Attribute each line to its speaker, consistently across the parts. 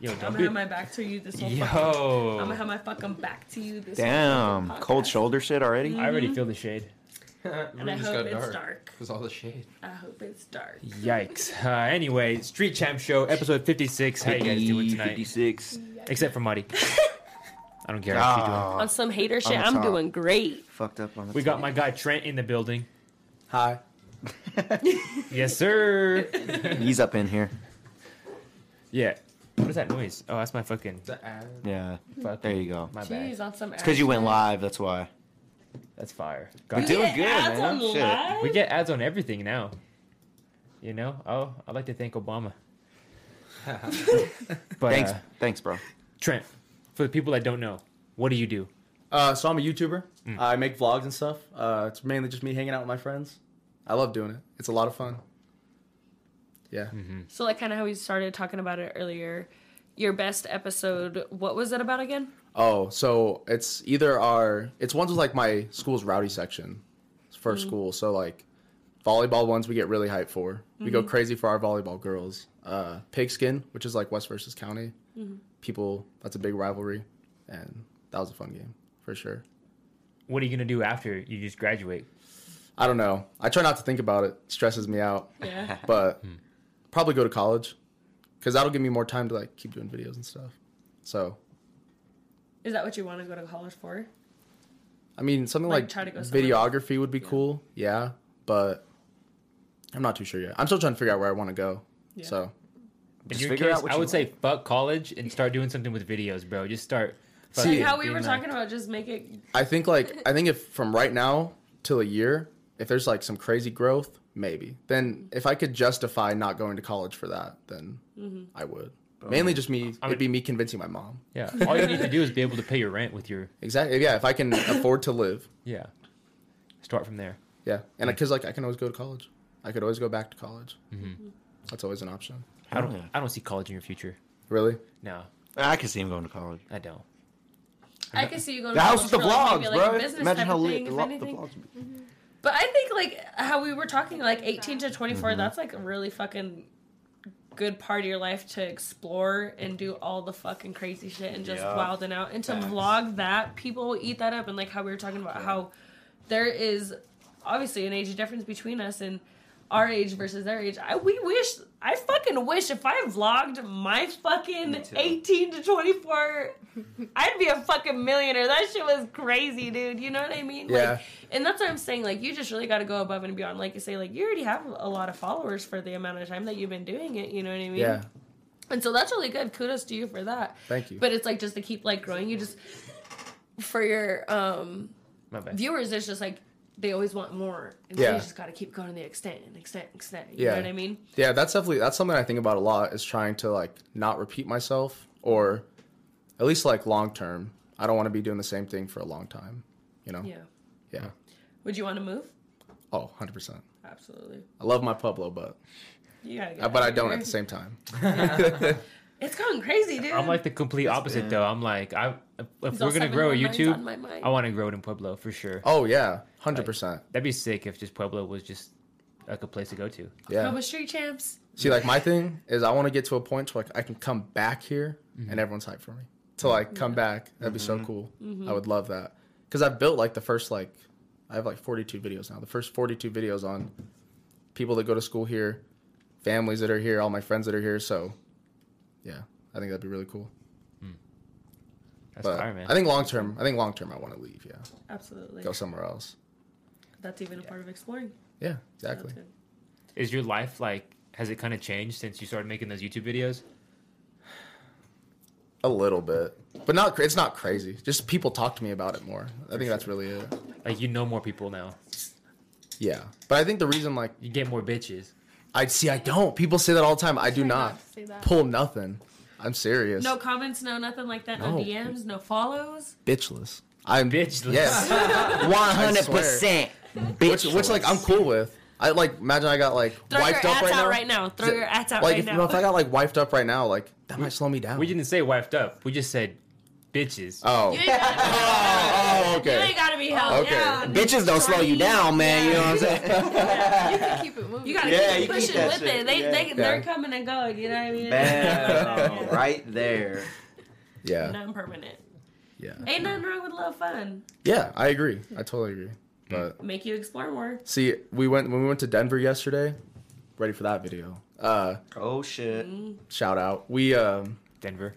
Speaker 1: Yo,
Speaker 2: I'm
Speaker 1: don't
Speaker 2: gonna
Speaker 1: be.
Speaker 2: have my back to you this whole. Fucking, I'm gonna
Speaker 1: Yo.
Speaker 2: have my fucking back to you this. whole
Speaker 3: Damn,
Speaker 2: fucking
Speaker 3: cold
Speaker 2: podcast.
Speaker 3: shoulder shit already.
Speaker 1: I already feel the shade.
Speaker 2: And I
Speaker 4: just
Speaker 2: hope
Speaker 4: got
Speaker 2: it's
Speaker 4: dark.
Speaker 2: dark.
Speaker 4: Because all the shade.
Speaker 2: I hope it's dark.
Speaker 1: Yikes. Uh, anyway, Street Champ Show, episode 56. How you guys doing tonight?
Speaker 3: 56.
Speaker 1: Except for Muddy. I don't care. how she's doing.
Speaker 3: Ah,
Speaker 5: on some hater shit.
Speaker 3: the
Speaker 5: I'm
Speaker 3: top.
Speaker 5: doing great.
Speaker 3: fucked up on the
Speaker 1: We got my guy Trent in the building.
Speaker 4: Hi.
Speaker 1: Yes, sir.
Speaker 3: He's up in here.
Speaker 1: Yeah. What is that noise? Oh, that's my fucking.
Speaker 4: The ad.
Speaker 3: Yeah.
Speaker 1: Fuck.
Speaker 3: There you go.
Speaker 1: My
Speaker 2: Jeez,
Speaker 1: bad.
Speaker 2: on some.
Speaker 3: It's because you went live. That's why.
Speaker 1: That's fire.
Speaker 3: We're
Speaker 1: God,
Speaker 3: doing good,
Speaker 5: ads
Speaker 3: man.
Speaker 5: on
Speaker 3: Shit.
Speaker 5: live?
Speaker 1: we get ads on everything now. You know? Oh, I'd like to thank Obama. but,
Speaker 3: Thanks,
Speaker 1: uh,
Speaker 3: thanks, bro.
Speaker 1: Trent, for the people that don't know, what do you do?
Speaker 6: Uh, so I'm a YouTuber. I make vlogs and stuff. Uh, it's mainly just me hanging out with my friends. I love doing it. It's a lot of fun. Yeah.
Speaker 5: So like kind of how we started talking about it earlier. Your best episode. What was it about again?
Speaker 6: Oh, so it's either our it's ones with like my school's rowdy section, it's 1st
Speaker 4: Mm-hmm.
Speaker 6: school. So like volleyball ones we get really hyped for. We
Speaker 4: Mm-hmm.
Speaker 6: go crazy for our volleyball girls. Uh, Pigskin, which is like West versus County.
Speaker 4: Mm-hmm.
Speaker 6: People, that's a big rivalry, and that was a fun game for sure.
Speaker 1: What are you going to do after you just graduate?
Speaker 6: I don't know. I try not to think about it. it stresses me out.
Speaker 5: Yeah.
Speaker 6: but
Speaker 1: Hmm.
Speaker 6: probably go to college because that'll give me more time to like keep doing videos and stuff so
Speaker 2: Is that what you want to go to college for?
Speaker 6: i mean something
Speaker 2: Like,
Speaker 6: like,
Speaker 2: try to go somewhere else.
Speaker 6: videography would be cool yeah but i'm not too sure yet i'm still trying to figure out where i want to go
Speaker 2: Yeah.
Speaker 6: so
Speaker 1: In
Speaker 3: Just
Speaker 1: your
Speaker 3: figure
Speaker 1: case,
Speaker 3: out what
Speaker 1: I
Speaker 3: you
Speaker 1: would say fuck college and start doing something with videos, bro. Just start.
Speaker 6: See,
Speaker 1: fucking
Speaker 6: Yeah,
Speaker 2: How we
Speaker 1: being
Speaker 2: were
Speaker 1: like-
Speaker 2: talking about, just make it.
Speaker 6: i think like i think if from right now till a year if there's like some crazy growth maybe then if i could justify not going to college for that then
Speaker 2: Mm-hmm.
Speaker 6: i would mainly just me
Speaker 1: I
Speaker 6: it'd be me convincing my mom
Speaker 1: Yeah. All you need to do is be able to pay your rent with your.
Speaker 6: exactly yeah if i can afford to live
Speaker 1: Yeah. Start from there.
Speaker 6: Yeah, and because like I can always go to college, I could always go back to college. That's always an option.
Speaker 1: I don't.
Speaker 3: Yeah.
Speaker 1: I don't see college in your future.
Speaker 6: Really?
Speaker 1: No,
Speaker 3: I could see him going to college.
Speaker 1: I don't.
Speaker 2: I can see you going.
Speaker 3: The
Speaker 2: to
Speaker 3: house
Speaker 2: college
Speaker 3: with
Speaker 2: for,
Speaker 3: the
Speaker 2: like,
Speaker 3: vlogs,
Speaker 2: maybe, like, a
Speaker 3: bro.
Speaker 2: business
Speaker 3: Imagine
Speaker 2: type
Speaker 3: how
Speaker 2: of
Speaker 3: lit
Speaker 2: thing,
Speaker 3: the,
Speaker 2: if
Speaker 3: lo- the
Speaker 2: anything.
Speaker 3: vlogs would be.
Speaker 2: But I think like how we were talking, like eighteen to twenty that's like a really fucking good part of your life to explore and do all the fucking crazy shit and just
Speaker 3: Yeah.
Speaker 2: wilding out and to vlog that. People will eat that up and like how we were talking about how there is obviously an age difference between us and our age versus their age. I we wish I fucking wish if I vlogged my fucking eighteen to twenty four I'd be a fucking millionaire. That shit was crazy, dude. You know what I mean?
Speaker 6: Yeah.
Speaker 2: Like, and that's what I'm saying. Like, you just really got to go above and beyond. Like you say, like you already have a lot of followers for the amount of time that you've been doing it. You know what I mean?
Speaker 6: Yeah.
Speaker 2: And so that's really good. Kudos to you for that.
Speaker 6: Thank you.
Speaker 2: But it's like just to keep like growing. You just for your um
Speaker 1: My bad.
Speaker 2: viewers, it's just like they always want more. And so
Speaker 6: Yeah.
Speaker 2: you just got to keep going to the extent and extent, extent. You
Speaker 6: Yeah.
Speaker 2: know what I mean?
Speaker 6: Yeah, that's definitely that's something I think about a lot is trying to like not repeat myself or at least like long term. I don't want to be doing the same thing for a long time, you know?
Speaker 2: Yeah.
Speaker 6: Oh. Yeah.
Speaker 2: Would you want to move?
Speaker 6: Oh, 100%.
Speaker 2: Absolutely.
Speaker 6: I love my Pueblo, but
Speaker 2: You gotta get.
Speaker 6: Uh, but
Speaker 2: out
Speaker 6: I
Speaker 2: of
Speaker 6: don't
Speaker 2: here.
Speaker 6: at the same time.
Speaker 2: It's going crazy, dude.
Speaker 1: I'm like the complete opposite
Speaker 3: bad.
Speaker 1: though. I'm like, I if
Speaker 2: He's
Speaker 1: we're
Speaker 2: all
Speaker 1: gonna
Speaker 2: seven
Speaker 1: grow a
Speaker 2: one nines on
Speaker 1: YouTube,
Speaker 2: my mind.
Speaker 1: I want to grow it in Pueblo for sure.
Speaker 6: Oh, yeah. 100%.
Speaker 1: That'd be sick if just Pueblo was just like a place to go to.
Speaker 6: yeah.
Speaker 2: Nova Street Champs.
Speaker 6: See, like my thing is, I want to get to a point to like I can come back here and everyone's hyped for me to like come back. That'd be so cool. I would love that because I've built like the first like I have like 42 videos now. The first 42 videos on people that go to school here, families that are here, all my friends that are here. So, yeah, I think that'd be really cool.
Speaker 1: That's
Speaker 6: But
Speaker 1: fire, man.
Speaker 6: I think long term, I think long term, I want to leave. Yeah,
Speaker 2: Absolutely.
Speaker 6: go somewhere else.
Speaker 2: That's even a part of exploring.
Speaker 6: Yeah,
Speaker 2: So
Speaker 6: exactly.
Speaker 2: that's good.
Speaker 1: Is your life like? Has it kind of changed since you started making those YouTube videos?
Speaker 6: A little bit, but not. cra- It's not crazy. Just people talk to me about it more. I think that's really it.
Speaker 1: Like you know more people now.
Speaker 6: Yeah, but I think the reason like.
Speaker 1: You get more bitches.
Speaker 6: I see. I don't. People say that all the time. I do not
Speaker 7: say that.
Speaker 6: pull nothing. I'm serious.
Speaker 2: No comments, no nothing like that. No,
Speaker 6: No.
Speaker 2: DMs, no follows.
Speaker 6: bitchless. I'm
Speaker 1: Bitchless.
Speaker 6: Yes, I
Speaker 3: 100%.
Speaker 6: Which, which, like, I'm cool with. I like. Imagine I got like
Speaker 2: Throw
Speaker 6: wiped
Speaker 2: your ads
Speaker 6: up right
Speaker 2: out
Speaker 6: now.
Speaker 2: right now. Throw your ads out
Speaker 6: like,
Speaker 2: right
Speaker 6: if,
Speaker 2: now.
Speaker 6: if I got like wiped up right now, like that might slow me down.
Speaker 1: We didn't say wifed up. We just said bitches.
Speaker 6: oh.
Speaker 2: you ain't gotta be,
Speaker 6: Oh.
Speaker 2: you
Speaker 6: Okay.
Speaker 2: ain't gotta be held
Speaker 6: Okay.
Speaker 2: down.
Speaker 3: Bitches don't slow you down, man. You know what I'm saying?
Speaker 7: You can keep it
Speaker 2: You gotta
Speaker 3: Yeah,
Speaker 2: keep
Speaker 3: you
Speaker 2: pushing
Speaker 3: keep that
Speaker 2: with
Speaker 3: shit.
Speaker 2: it. They,
Speaker 3: Yeah.
Speaker 2: they,
Speaker 6: Yeah.
Speaker 2: they're coming and going. You know what I mean?
Speaker 3: Bam!
Speaker 2: Yeah.
Speaker 3: right there.
Speaker 6: Yeah,
Speaker 2: Non-permanent.
Speaker 6: yeah,
Speaker 2: Ain't nothing wrong with a little fun.
Speaker 6: yeah. I agree. I totally agree. But
Speaker 2: Make you explore more.
Speaker 6: see, we went when we went to Denver yesterday. Ready for that video? Uh,
Speaker 3: Oh shit.
Speaker 2: Mm.
Speaker 6: shout out. We um,
Speaker 1: Denver.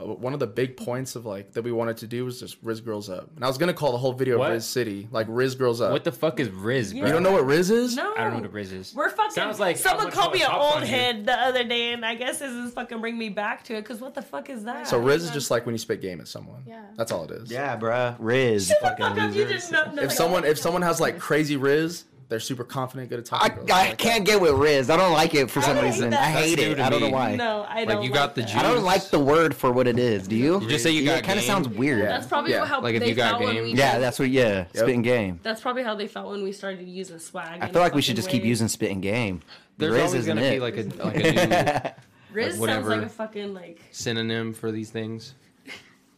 Speaker 6: uh, one of the big points of like that we wanted to do was just Riz Girls Up, and I was gonna call the whole video
Speaker 1: What?
Speaker 6: Riz City, like Riz Girls Up.
Speaker 1: What the fuck is Riz, bro?
Speaker 6: uh, you don't know what Riz is?
Speaker 2: No.
Speaker 1: I don't know what a Riz is.
Speaker 2: We're fucking.
Speaker 1: Sounds like
Speaker 2: someone
Speaker 1: someone
Speaker 2: called me an
Speaker 1: called us up
Speaker 2: old
Speaker 1: on you.
Speaker 2: head the other day, and I guess this is fucking bring me back to it. Cause what the fuck is that?
Speaker 6: So Riz is just like when you spit game at someone.
Speaker 5: Yeah.
Speaker 6: That's all it is.
Speaker 3: Yeah, bruh. Riz.
Speaker 2: Shut the
Speaker 3: fucking
Speaker 2: fuck up, you
Speaker 3: loser.
Speaker 2: didn't know- know
Speaker 6: If
Speaker 2: that.
Speaker 6: someone if someone has like crazy Riz, they're super confident, good at
Speaker 3: I,
Speaker 6: talking. girls,
Speaker 3: I
Speaker 6: like
Speaker 3: can't get with Riz. I don't like it for some
Speaker 2: don't like
Speaker 3: reason.
Speaker 2: that.
Speaker 3: I hate
Speaker 4: That's new
Speaker 3: it.
Speaker 4: to
Speaker 3: I don't know
Speaker 4: me.
Speaker 3: why.
Speaker 2: No, I don't.
Speaker 4: Like you got the
Speaker 2: that.
Speaker 4: juice.
Speaker 3: I don't like the word for what it is. Do you?
Speaker 4: You just say you
Speaker 3: Yeah,
Speaker 4: got
Speaker 3: It kind of
Speaker 4: game?
Speaker 3: sounds weird.
Speaker 2: That's probably
Speaker 6: Yeah.
Speaker 2: how
Speaker 4: Like, if
Speaker 2: they
Speaker 4: you got
Speaker 2: felt when
Speaker 4: game-
Speaker 2: we.
Speaker 3: Yeah, that's what. Yeah, spitting game.
Speaker 2: That's probably how they felt when we started using swag.
Speaker 3: I
Speaker 2: in
Speaker 3: feel
Speaker 2: a
Speaker 3: like we should
Speaker 2: fucking
Speaker 3: just keep
Speaker 2: way.
Speaker 3: using spitting game.
Speaker 4: There's
Speaker 3: Riz
Speaker 4: always
Speaker 3: isn't
Speaker 4: gonna
Speaker 3: it.
Speaker 4: be like a like a new
Speaker 2: Riz sounds
Speaker 4: whatever.
Speaker 2: like a fucking like.
Speaker 4: synonym for these things.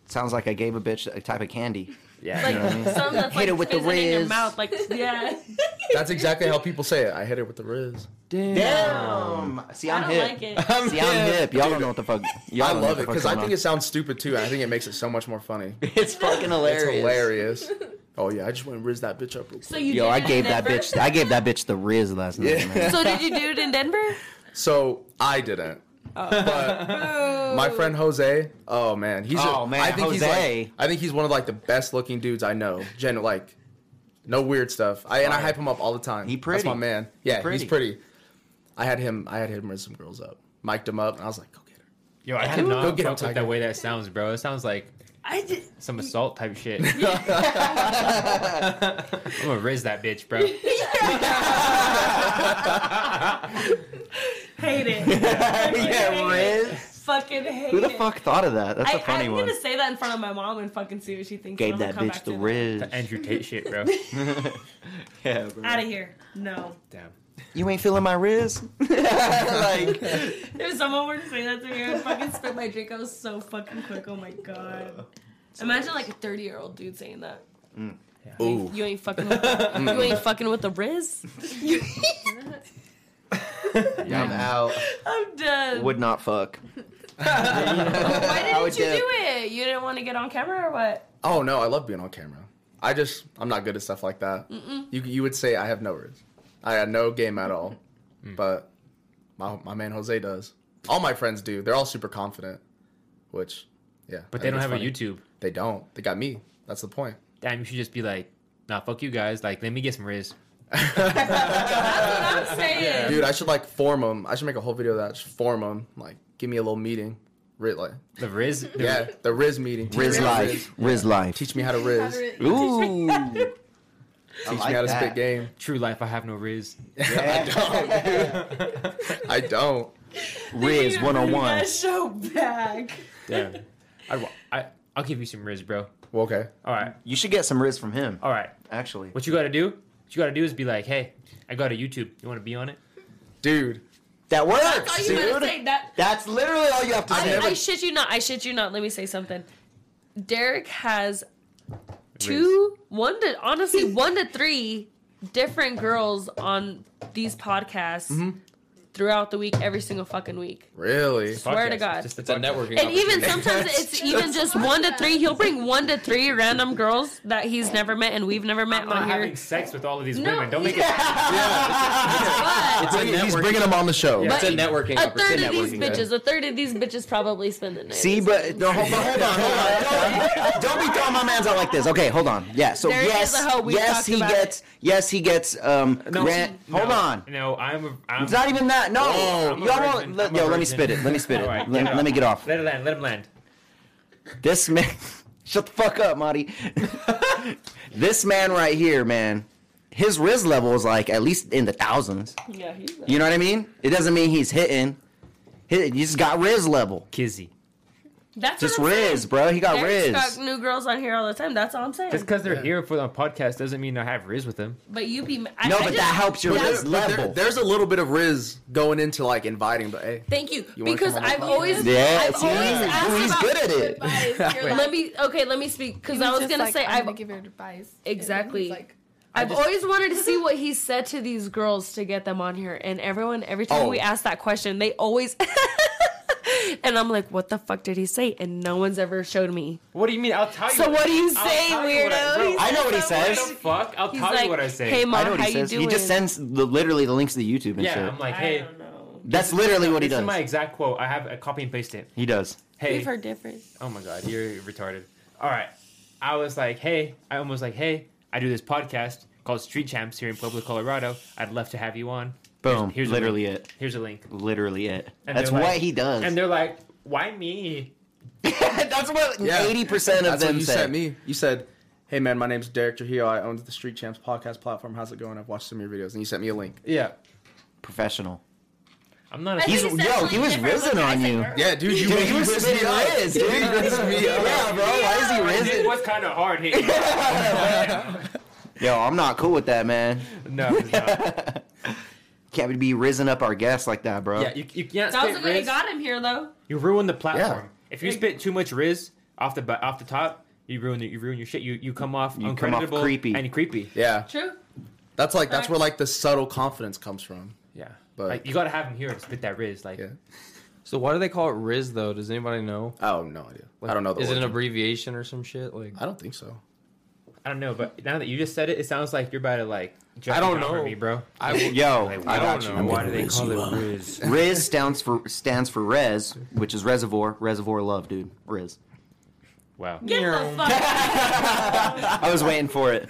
Speaker 3: sounds like I gave a bitch a type of candy.
Speaker 1: Yeah.
Speaker 2: Like
Speaker 1: no.
Speaker 2: some that's
Speaker 3: Hit
Speaker 2: like
Speaker 3: it with the
Speaker 2: fizzing in your
Speaker 3: Riz.
Speaker 2: mouth, like yeah.
Speaker 6: that. That's exactly how people say it. I hit it with the Riz.
Speaker 3: Damn. See,
Speaker 2: I
Speaker 3: I'm
Speaker 2: don't
Speaker 3: hip.
Speaker 2: like it.
Speaker 3: See, I'm hip. Y'all don't know what the fuck. Y'all
Speaker 6: I
Speaker 3: don't know
Speaker 6: love
Speaker 3: what the
Speaker 6: it because
Speaker 3: fuck's
Speaker 6: I
Speaker 3: going
Speaker 6: think it sounds stupid too. and I think it makes it so much more funny.
Speaker 3: on. it's fucking hilarious.
Speaker 6: It's hilarious. Oh yeah, I just went and riz that bitch up. Real quick.
Speaker 2: So you.
Speaker 3: Yo,
Speaker 2: did
Speaker 3: I
Speaker 2: it in
Speaker 3: gave that
Speaker 2: Denver?
Speaker 3: bitch. I gave that bitch the riz last night.
Speaker 6: Yeah.
Speaker 3: Man.
Speaker 2: So did you do it in Denver?
Speaker 6: So I didn't. But my friend Jose, oh man, he's a-
Speaker 3: Oh, man,
Speaker 6: I think
Speaker 3: Jose.
Speaker 6: he's like, I think he's one of like the best looking dudes I know. Gen like, no weird stuff. I and I hype him up all the time.
Speaker 3: He
Speaker 6: That's
Speaker 3: pretty.
Speaker 6: my man. Yeah,
Speaker 3: pretty.
Speaker 6: he's pretty. I had him. I had him rinse some girls up. Mic'd him up, and I was like, go get her.
Speaker 1: Yo, I
Speaker 6: Go
Speaker 1: cannot
Speaker 6: get him,
Speaker 1: fuck with
Speaker 6: Tiger.
Speaker 1: the way that sounds, bro. It sounds like
Speaker 2: I did.
Speaker 1: some assault type shit. I'm gonna Riz that bitch, bro.
Speaker 2: Hate it.
Speaker 3: yeah, riz.
Speaker 2: fucking hate
Speaker 3: Who the
Speaker 2: it.
Speaker 3: fuck thought of that? That's a
Speaker 2: I,
Speaker 3: funny
Speaker 2: I'm
Speaker 3: one.
Speaker 2: gonna say that in front of my mom and fucking see what she thinks.
Speaker 3: Gave that bitch the riz.
Speaker 1: Andrew Tate shit, bro.
Speaker 3: Yeah, bro.
Speaker 2: Out of here. No.
Speaker 1: Damn.
Speaker 3: You ain't feeling my riz? like,
Speaker 2: If someone were to say that to me, I would fucking spit my drink. I was so fucking quick. Oh my god. Imagine like a 30 year old dude saying that.
Speaker 6: Ooh,
Speaker 2: You ain't fucking. With the, you ain't fucking with the Riz. You-
Speaker 3: I'm out.
Speaker 2: I'm done.
Speaker 3: Would not fuck.
Speaker 2: Why
Speaker 3: I would
Speaker 2: didn't you
Speaker 3: dip.
Speaker 2: do it? You didn't want to get on camera or what?
Speaker 6: oh no, I love being on camera. I just I'm not good at stuff like that. You you would say I have no riz. I had no game at all,
Speaker 1: Mm.
Speaker 6: but my my man Jose does. All my friends do. They're all super confident, which yeah.
Speaker 1: But they
Speaker 6: I think
Speaker 1: don't
Speaker 6: it's
Speaker 1: have
Speaker 6: funny.
Speaker 1: a YouTube.
Speaker 6: They don't. They got me. That's the point.
Speaker 1: Damn, you should just be like, nah, fuck you guys. Like, let me get some Riz.
Speaker 2: That's what I'm saying.
Speaker 6: Dude, I should like form them. I should make a whole video of that. Just form them. Like, give me a little meeting. Ri- like,
Speaker 1: The Riz. The
Speaker 6: yeah, the Riz meeting.
Speaker 3: Riz
Speaker 6: Teach me how to
Speaker 3: life. Riz life.
Speaker 6: Teach me how to Riz. Teach
Speaker 3: Ooh. Teach
Speaker 6: me how to spit game.
Speaker 1: True life, I have no Riz.
Speaker 6: I don't.
Speaker 3: Riz 101.
Speaker 2: That show back.
Speaker 1: Damn. I'd wa- I, I'll give you some Riz, bro.
Speaker 6: Well, okay.
Speaker 1: All right.
Speaker 3: You should get some Riz from him,
Speaker 1: All right.
Speaker 3: actually.
Speaker 1: What you gotta do? What you gotta do is be like, hey, I got a YouTube. You wanna be on it?
Speaker 6: Dude,
Speaker 3: That works,
Speaker 2: That's all you
Speaker 3: dude.
Speaker 2: gotta say. That
Speaker 3: That's literally all you have to
Speaker 2: I,
Speaker 3: say.
Speaker 2: I shit you not. I shit you not. Let me say something. Derek has two, one to honestly one to three different girls on these podcasts throughout the week, every single fucking week.
Speaker 6: really?
Speaker 2: Swear to
Speaker 1: Podcast.
Speaker 2: God.
Speaker 1: Just
Speaker 4: It's a
Speaker 1: podcast.
Speaker 4: networking.
Speaker 2: And even
Speaker 4: opportunity.
Speaker 2: sometimes it's even just one to three. He'll bring one to three random girls that he's never met and we've never met
Speaker 1: I'm not
Speaker 2: on
Speaker 1: having
Speaker 2: here.
Speaker 1: sex with all of these
Speaker 2: No,
Speaker 1: women. Don't make it.
Speaker 2: But
Speaker 4: It's a
Speaker 6: He's
Speaker 4: networking-
Speaker 6: bringing them on the show.
Speaker 4: it's a
Speaker 2: But
Speaker 4: networking
Speaker 2: a third
Speaker 4: opportunity.
Speaker 2: of these bitches, a third of these bitches probably spend the night.
Speaker 3: See, but no, hold, but hold on, hold on. Don't, don't be throwing my man's out like this. Okay, hold on. Yeah, so
Speaker 2: There is
Speaker 3: yes,
Speaker 2: a hoe. We
Speaker 3: yes,
Speaker 2: talked
Speaker 3: he
Speaker 2: about
Speaker 3: gets, yes, he gets. Um, rent.
Speaker 1: No,
Speaker 3: Hold on.
Speaker 1: No, I'm. a- I'm
Speaker 3: It's not even that. No,
Speaker 1: I'm a
Speaker 3: y'all won't.
Speaker 1: virgin.
Speaker 3: Let,
Speaker 1: I'm a
Speaker 3: yo, let me
Speaker 1: virgin.
Speaker 3: spit it. Let me spit it.
Speaker 1: All right,
Speaker 3: let,
Speaker 1: get
Speaker 3: let me get off.
Speaker 1: Let it land. Let him land.
Speaker 3: This man, shut the fuck up, Monty. this man right here, man, his riz level is like at least in the thousands.
Speaker 2: Yeah, he's
Speaker 3: You know what I mean? It doesn't mean he's hitting. He he just got riz level.
Speaker 1: Kizzy.
Speaker 2: that's
Speaker 3: Just
Speaker 2: what I'm saying.
Speaker 3: riz, bro. He got
Speaker 2: Derek's
Speaker 3: riz.
Speaker 2: got new girls on here all the time. That's all I'm saying.
Speaker 1: Just because they're here for the podcast doesn't mean I have Riz with them.
Speaker 2: But you be I,
Speaker 3: No,
Speaker 2: I
Speaker 3: but
Speaker 2: just-
Speaker 3: that helps your
Speaker 6: But there-
Speaker 3: riz
Speaker 6: but there-
Speaker 3: level.
Speaker 6: there's a little bit of Riz going into like inviting, but hey,
Speaker 2: Thank you,
Speaker 6: You wanna
Speaker 2: because
Speaker 6: come on the
Speaker 2: I've
Speaker 6: podcast?
Speaker 2: always
Speaker 3: Yeah,
Speaker 2: I've
Speaker 3: see?
Speaker 2: always
Speaker 3: Ooh,
Speaker 2: asked
Speaker 3: he's
Speaker 2: about.
Speaker 3: good at it.
Speaker 5: Advice, you're like-
Speaker 2: Let me okay. Let me speak because
Speaker 5: he
Speaker 2: I was
Speaker 5: just
Speaker 2: gonna
Speaker 5: like,
Speaker 2: say
Speaker 5: I'm
Speaker 2: I've
Speaker 5: gonna give her advice. And then he's
Speaker 2: Exactly.
Speaker 5: like,
Speaker 2: I've always wanted to see what he said to these girls to get them on here. And everyone, every time
Speaker 3: Oh.
Speaker 2: we ask that question, they always. and I'm like, what the fuck did he say? And no one's ever showed me.
Speaker 1: What do you mean? I'll tell you.
Speaker 2: So what do you
Speaker 1: I'll
Speaker 2: say,
Speaker 1: tell you what I-
Speaker 2: weirdo?
Speaker 1: bro,
Speaker 2: He
Speaker 1: I
Speaker 3: I know what he
Speaker 1: don't
Speaker 3: says.
Speaker 1: fuck. I'll
Speaker 2: He's
Speaker 1: tell
Speaker 2: like,
Speaker 1: you what I say.
Speaker 2: hey,
Speaker 3: I
Speaker 2: mom,
Speaker 3: know what
Speaker 2: how
Speaker 3: he
Speaker 2: you
Speaker 3: says.
Speaker 2: doing?
Speaker 3: He just sends the, literally the links to YouTube and
Speaker 1: yeah,
Speaker 3: shit.
Speaker 1: I'm like,
Speaker 8: I
Speaker 1: hey,
Speaker 8: don't know.
Speaker 3: That's literally what he
Speaker 1: this
Speaker 3: does.
Speaker 1: is my exact quote. I have a copy and paste it.
Speaker 3: He does.
Speaker 1: Hey,
Speaker 2: We've heard different.
Speaker 1: oh my god, you're retarded. All right, I was like, hey, I almost like, hey, I do this podcast called Street Champs here in Pueblo, Colorado. I'd love to have you on.
Speaker 3: Boom.
Speaker 1: here's a
Speaker 3: Um, literally it.
Speaker 1: Here's a link.
Speaker 3: Literally it.
Speaker 1: And
Speaker 3: That's
Speaker 1: they're
Speaker 3: what
Speaker 1: like-
Speaker 3: he does.
Speaker 1: And they're like, why me?
Speaker 3: That's what
Speaker 6: Yeah.
Speaker 3: eighty percent of
Speaker 6: That's what
Speaker 3: them
Speaker 6: you sent
Speaker 3: said.
Speaker 6: me. You said, "Hey man, my name's Derek Trujillo. I own the Street Champs podcast platform. How's it going? I've watched some of your videos." And you sent me a link.
Speaker 1: Yeah,
Speaker 3: Professional.
Speaker 1: I'm not.
Speaker 3: He's
Speaker 8: He said
Speaker 3: yo. He
Speaker 8: something
Speaker 3: was
Speaker 8: different,
Speaker 3: risen
Speaker 8: but I
Speaker 3: on
Speaker 8: said
Speaker 3: you.
Speaker 8: her.
Speaker 6: Yeah, dude, you,
Speaker 3: Dude, he was spitting Riz, dude.
Speaker 6: You rizzed me up.
Speaker 3: Yeah, bro. Why is he
Speaker 1: It
Speaker 3: risen?
Speaker 1: was kind of hard hitting.
Speaker 3: Yo, I'm not cool with that, man.
Speaker 1: no, it's not.
Speaker 3: Can't be risen up our guests like that, bro.
Speaker 1: yeah, you, you can't
Speaker 8: That was
Speaker 1: spit
Speaker 8: the way
Speaker 1: Riz.
Speaker 8: you got him here, though.
Speaker 1: You ruin the platform.
Speaker 6: Yeah.
Speaker 1: If you spit too much Riz off the ba- off the top, you ruin it. You ruin your shit. You you come off
Speaker 3: You
Speaker 1: uncreditable
Speaker 3: come off creepy.
Speaker 1: and creepy.
Speaker 6: Yeah,
Speaker 8: True.
Speaker 6: that's like that's where like the subtle confidence comes from.
Speaker 1: Yeah,
Speaker 6: But-
Speaker 1: like you gotta have him here and spit that Riz. Like
Speaker 6: Yeah.
Speaker 7: So why do they call it Riz though? Does anybody know?
Speaker 6: Oh, no idea. I don't know. The
Speaker 7: Is it an
Speaker 6: origin.
Speaker 7: abbreviation or some shit? Like
Speaker 6: I don't think so.
Speaker 1: I don't know, but now that you just said it, it sounds like you're about to like. jump
Speaker 7: I don't
Speaker 1: down on
Speaker 7: know.
Speaker 1: me, bro.
Speaker 7: I, will-
Speaker 3: Yo,
Speaker 1: Like,
Speaker 3: I
Speaker 7: I
Speaker 3: got
Speaker 7: don't
Speaker 3: you.
Speaker 7: know. Why do they
Speaker 1: Call
Speaker 7: call
Speaker 1: it
Speaker 7: it?
Speaker 1: Riz.
Speaker 3: Riz stands for stands for Res, which is reservoir. Reservoir love, dude. Riz.
Speaker 1: Wow.
Speaker 8: Get the fuck out.
Speaker 3: I was waiting for it.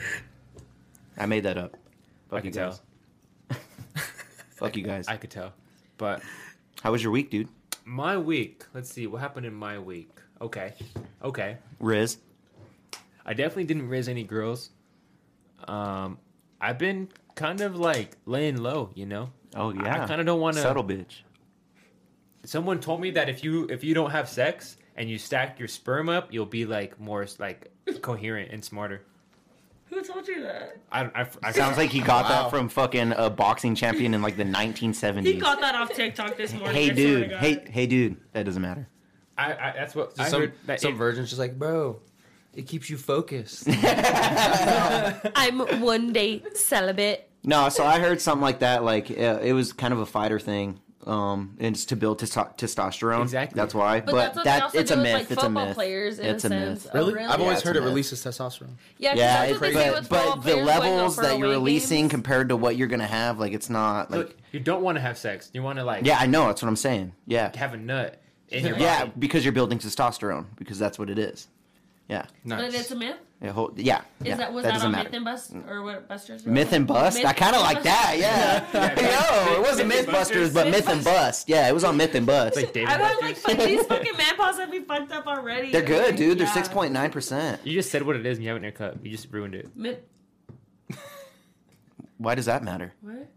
Speaker 3: I made that up.
Speaker 1: I
Speaker 3: Fuck you
Speaker 1: could
Speaker 3: guys.
Speaker 1: tell.
Speaker 3: Fuck you guys.
Speaker 1: I could tell. But
Speaker 3: How was your week, dude?
Speaker 1: my week. Let's see what happened in my week. Okay, okay.
Speaker 3: Riz.
Speaker 1: I definitely didn't raise any girls. Um, I've been kind of like laying low, you know.
Speaker 3: Oh yeah.
Speaker 1: kinda don't wanna-
Speaker 3: settle, bitch.
Speaker 1: Someone told me that if you if you don't have sex and you stack your sperm up, you'll be like more like coherent and smarter.
Speaker 8: Who told you that?
Speaker 1: I I, I
Speaker 3: Sounds like he got
Speaker 6: Wow.
Speaker 3: that from fucking a boxing champion in like the 1970s.
Speaker 8: He got that off TikTok this morning. I
Speaker 3: hey
Speaker 8: swear to
Speaker 3: dude,
Speaker 8: God.
Speaker 3: hey hey dude, that doesn't matter.
Speaker 1: I, I that's what I
Speaker 7: some
Speaker 1: heard. That
Speaker 7: some
Speaker 1: it-
Speaker 7: virgin's just like, bro, it keeps you focused.
Speaker 2: I'm one day celibate.
Speaker 3: No, so I heard something like that. Like uh, it was kind of a fighter thing, um, and it's to build testo- testosterone.
Speaker 1: Exactly.
Speaker 3: That's why.
Speaker 2: But
Speaker 3: But,
Speaker 2: that's what they
Speaker 3: that
Speaker 2: also
Speaker 3: it's a
Speaker 2: do with,
Speaker 3: myth.
Speaker 2: like,
Speaker 3: it's a
Speaker 2: football
Speaker 3: myth.
Speaker 2: players, in
Speaker 3: it's
Speaker 2: a
Speaker 3: a
Speaker 2: sense.
Speaker 3: myth.
Speaker 2: Oh, really?
Speaker 6: I've always
Speaker 3: Yeah,
Speaker 6: heard
Speaker 3: it's
Speaker 6: it
Speaker 3: a myth.
Speaker 6: releases testosterone.
Speaker 2: Yeah, 'cause
Speaker 3: Yeah,
Speaker 2: that's
Speaker 3: it's
Speaker 2: what they do
Speaker 3: but,
Speaker 2: with football
Speaker 3: but the
Speaker 2: players going out
Speaker 3: levels
Speaker 2: for
Speaker 3: that
Speaker 2: away
Speaker 3: you're
Speaker 2: games.
Speaker 3: releasing compared to what you're gonna have, like it's not like.
Speaker 1: Look, you don't want to have sex. You want to like
Speaker 3: yeah, I know. That's what I'm saying. Yeah,
Speaker 1: have a nut in your
Speaker 3: yeah,
Speaker 1: body.
Speaker 3: because you're building testosterone because that's what it is. Yeah,
Speaker 7: nice.
Speaker 8: But it's a myth.
Speaker 3: it whole, yeah,
Speaker 8: Is
Speaker 3: yeah,
Speaker 8: that was
Speaker 3: that
Speaker 8: that,
Speaker 3: doesn't
Speaker 8: on
Speaker 3: matter.
Speaker 8: Myth and Bust or what Busters?
Speaker 3: Myth and Bust?
Speaker 8: Myth
Speaker 3: I kind of
Speaker 8: and
Speaker 3: like
Speaker 8: Bust.
Speaker 3: that, yeah.
Speaker 1: Yeah.
Speaker 3: Yo, it wasn't
Speaker 1: Myth-
Speaker 3: Mythbusters,
Speaker 1: Mythbusters.
Speaker 3: but Myth and Bust. Yeah, it was on Myth and Bust.
Speaker 1: Like David
Speaker 8: I was like,
Speaker 1: Rogers.
Speaker 8: fuck, these fucking man paws have me fucked up already.
Speaker 3: They're good,
Speaker 8: Like,
Speaker 3: dude. They're
Speaker 8: yeah.
Speaker 3: 6.9%.
Speaker 1: you just said what it is and you have it in your cup. You just ruined it.
Speaker 8: Myth.
Speaker 3: Why does that matter?
Speaker 8: What?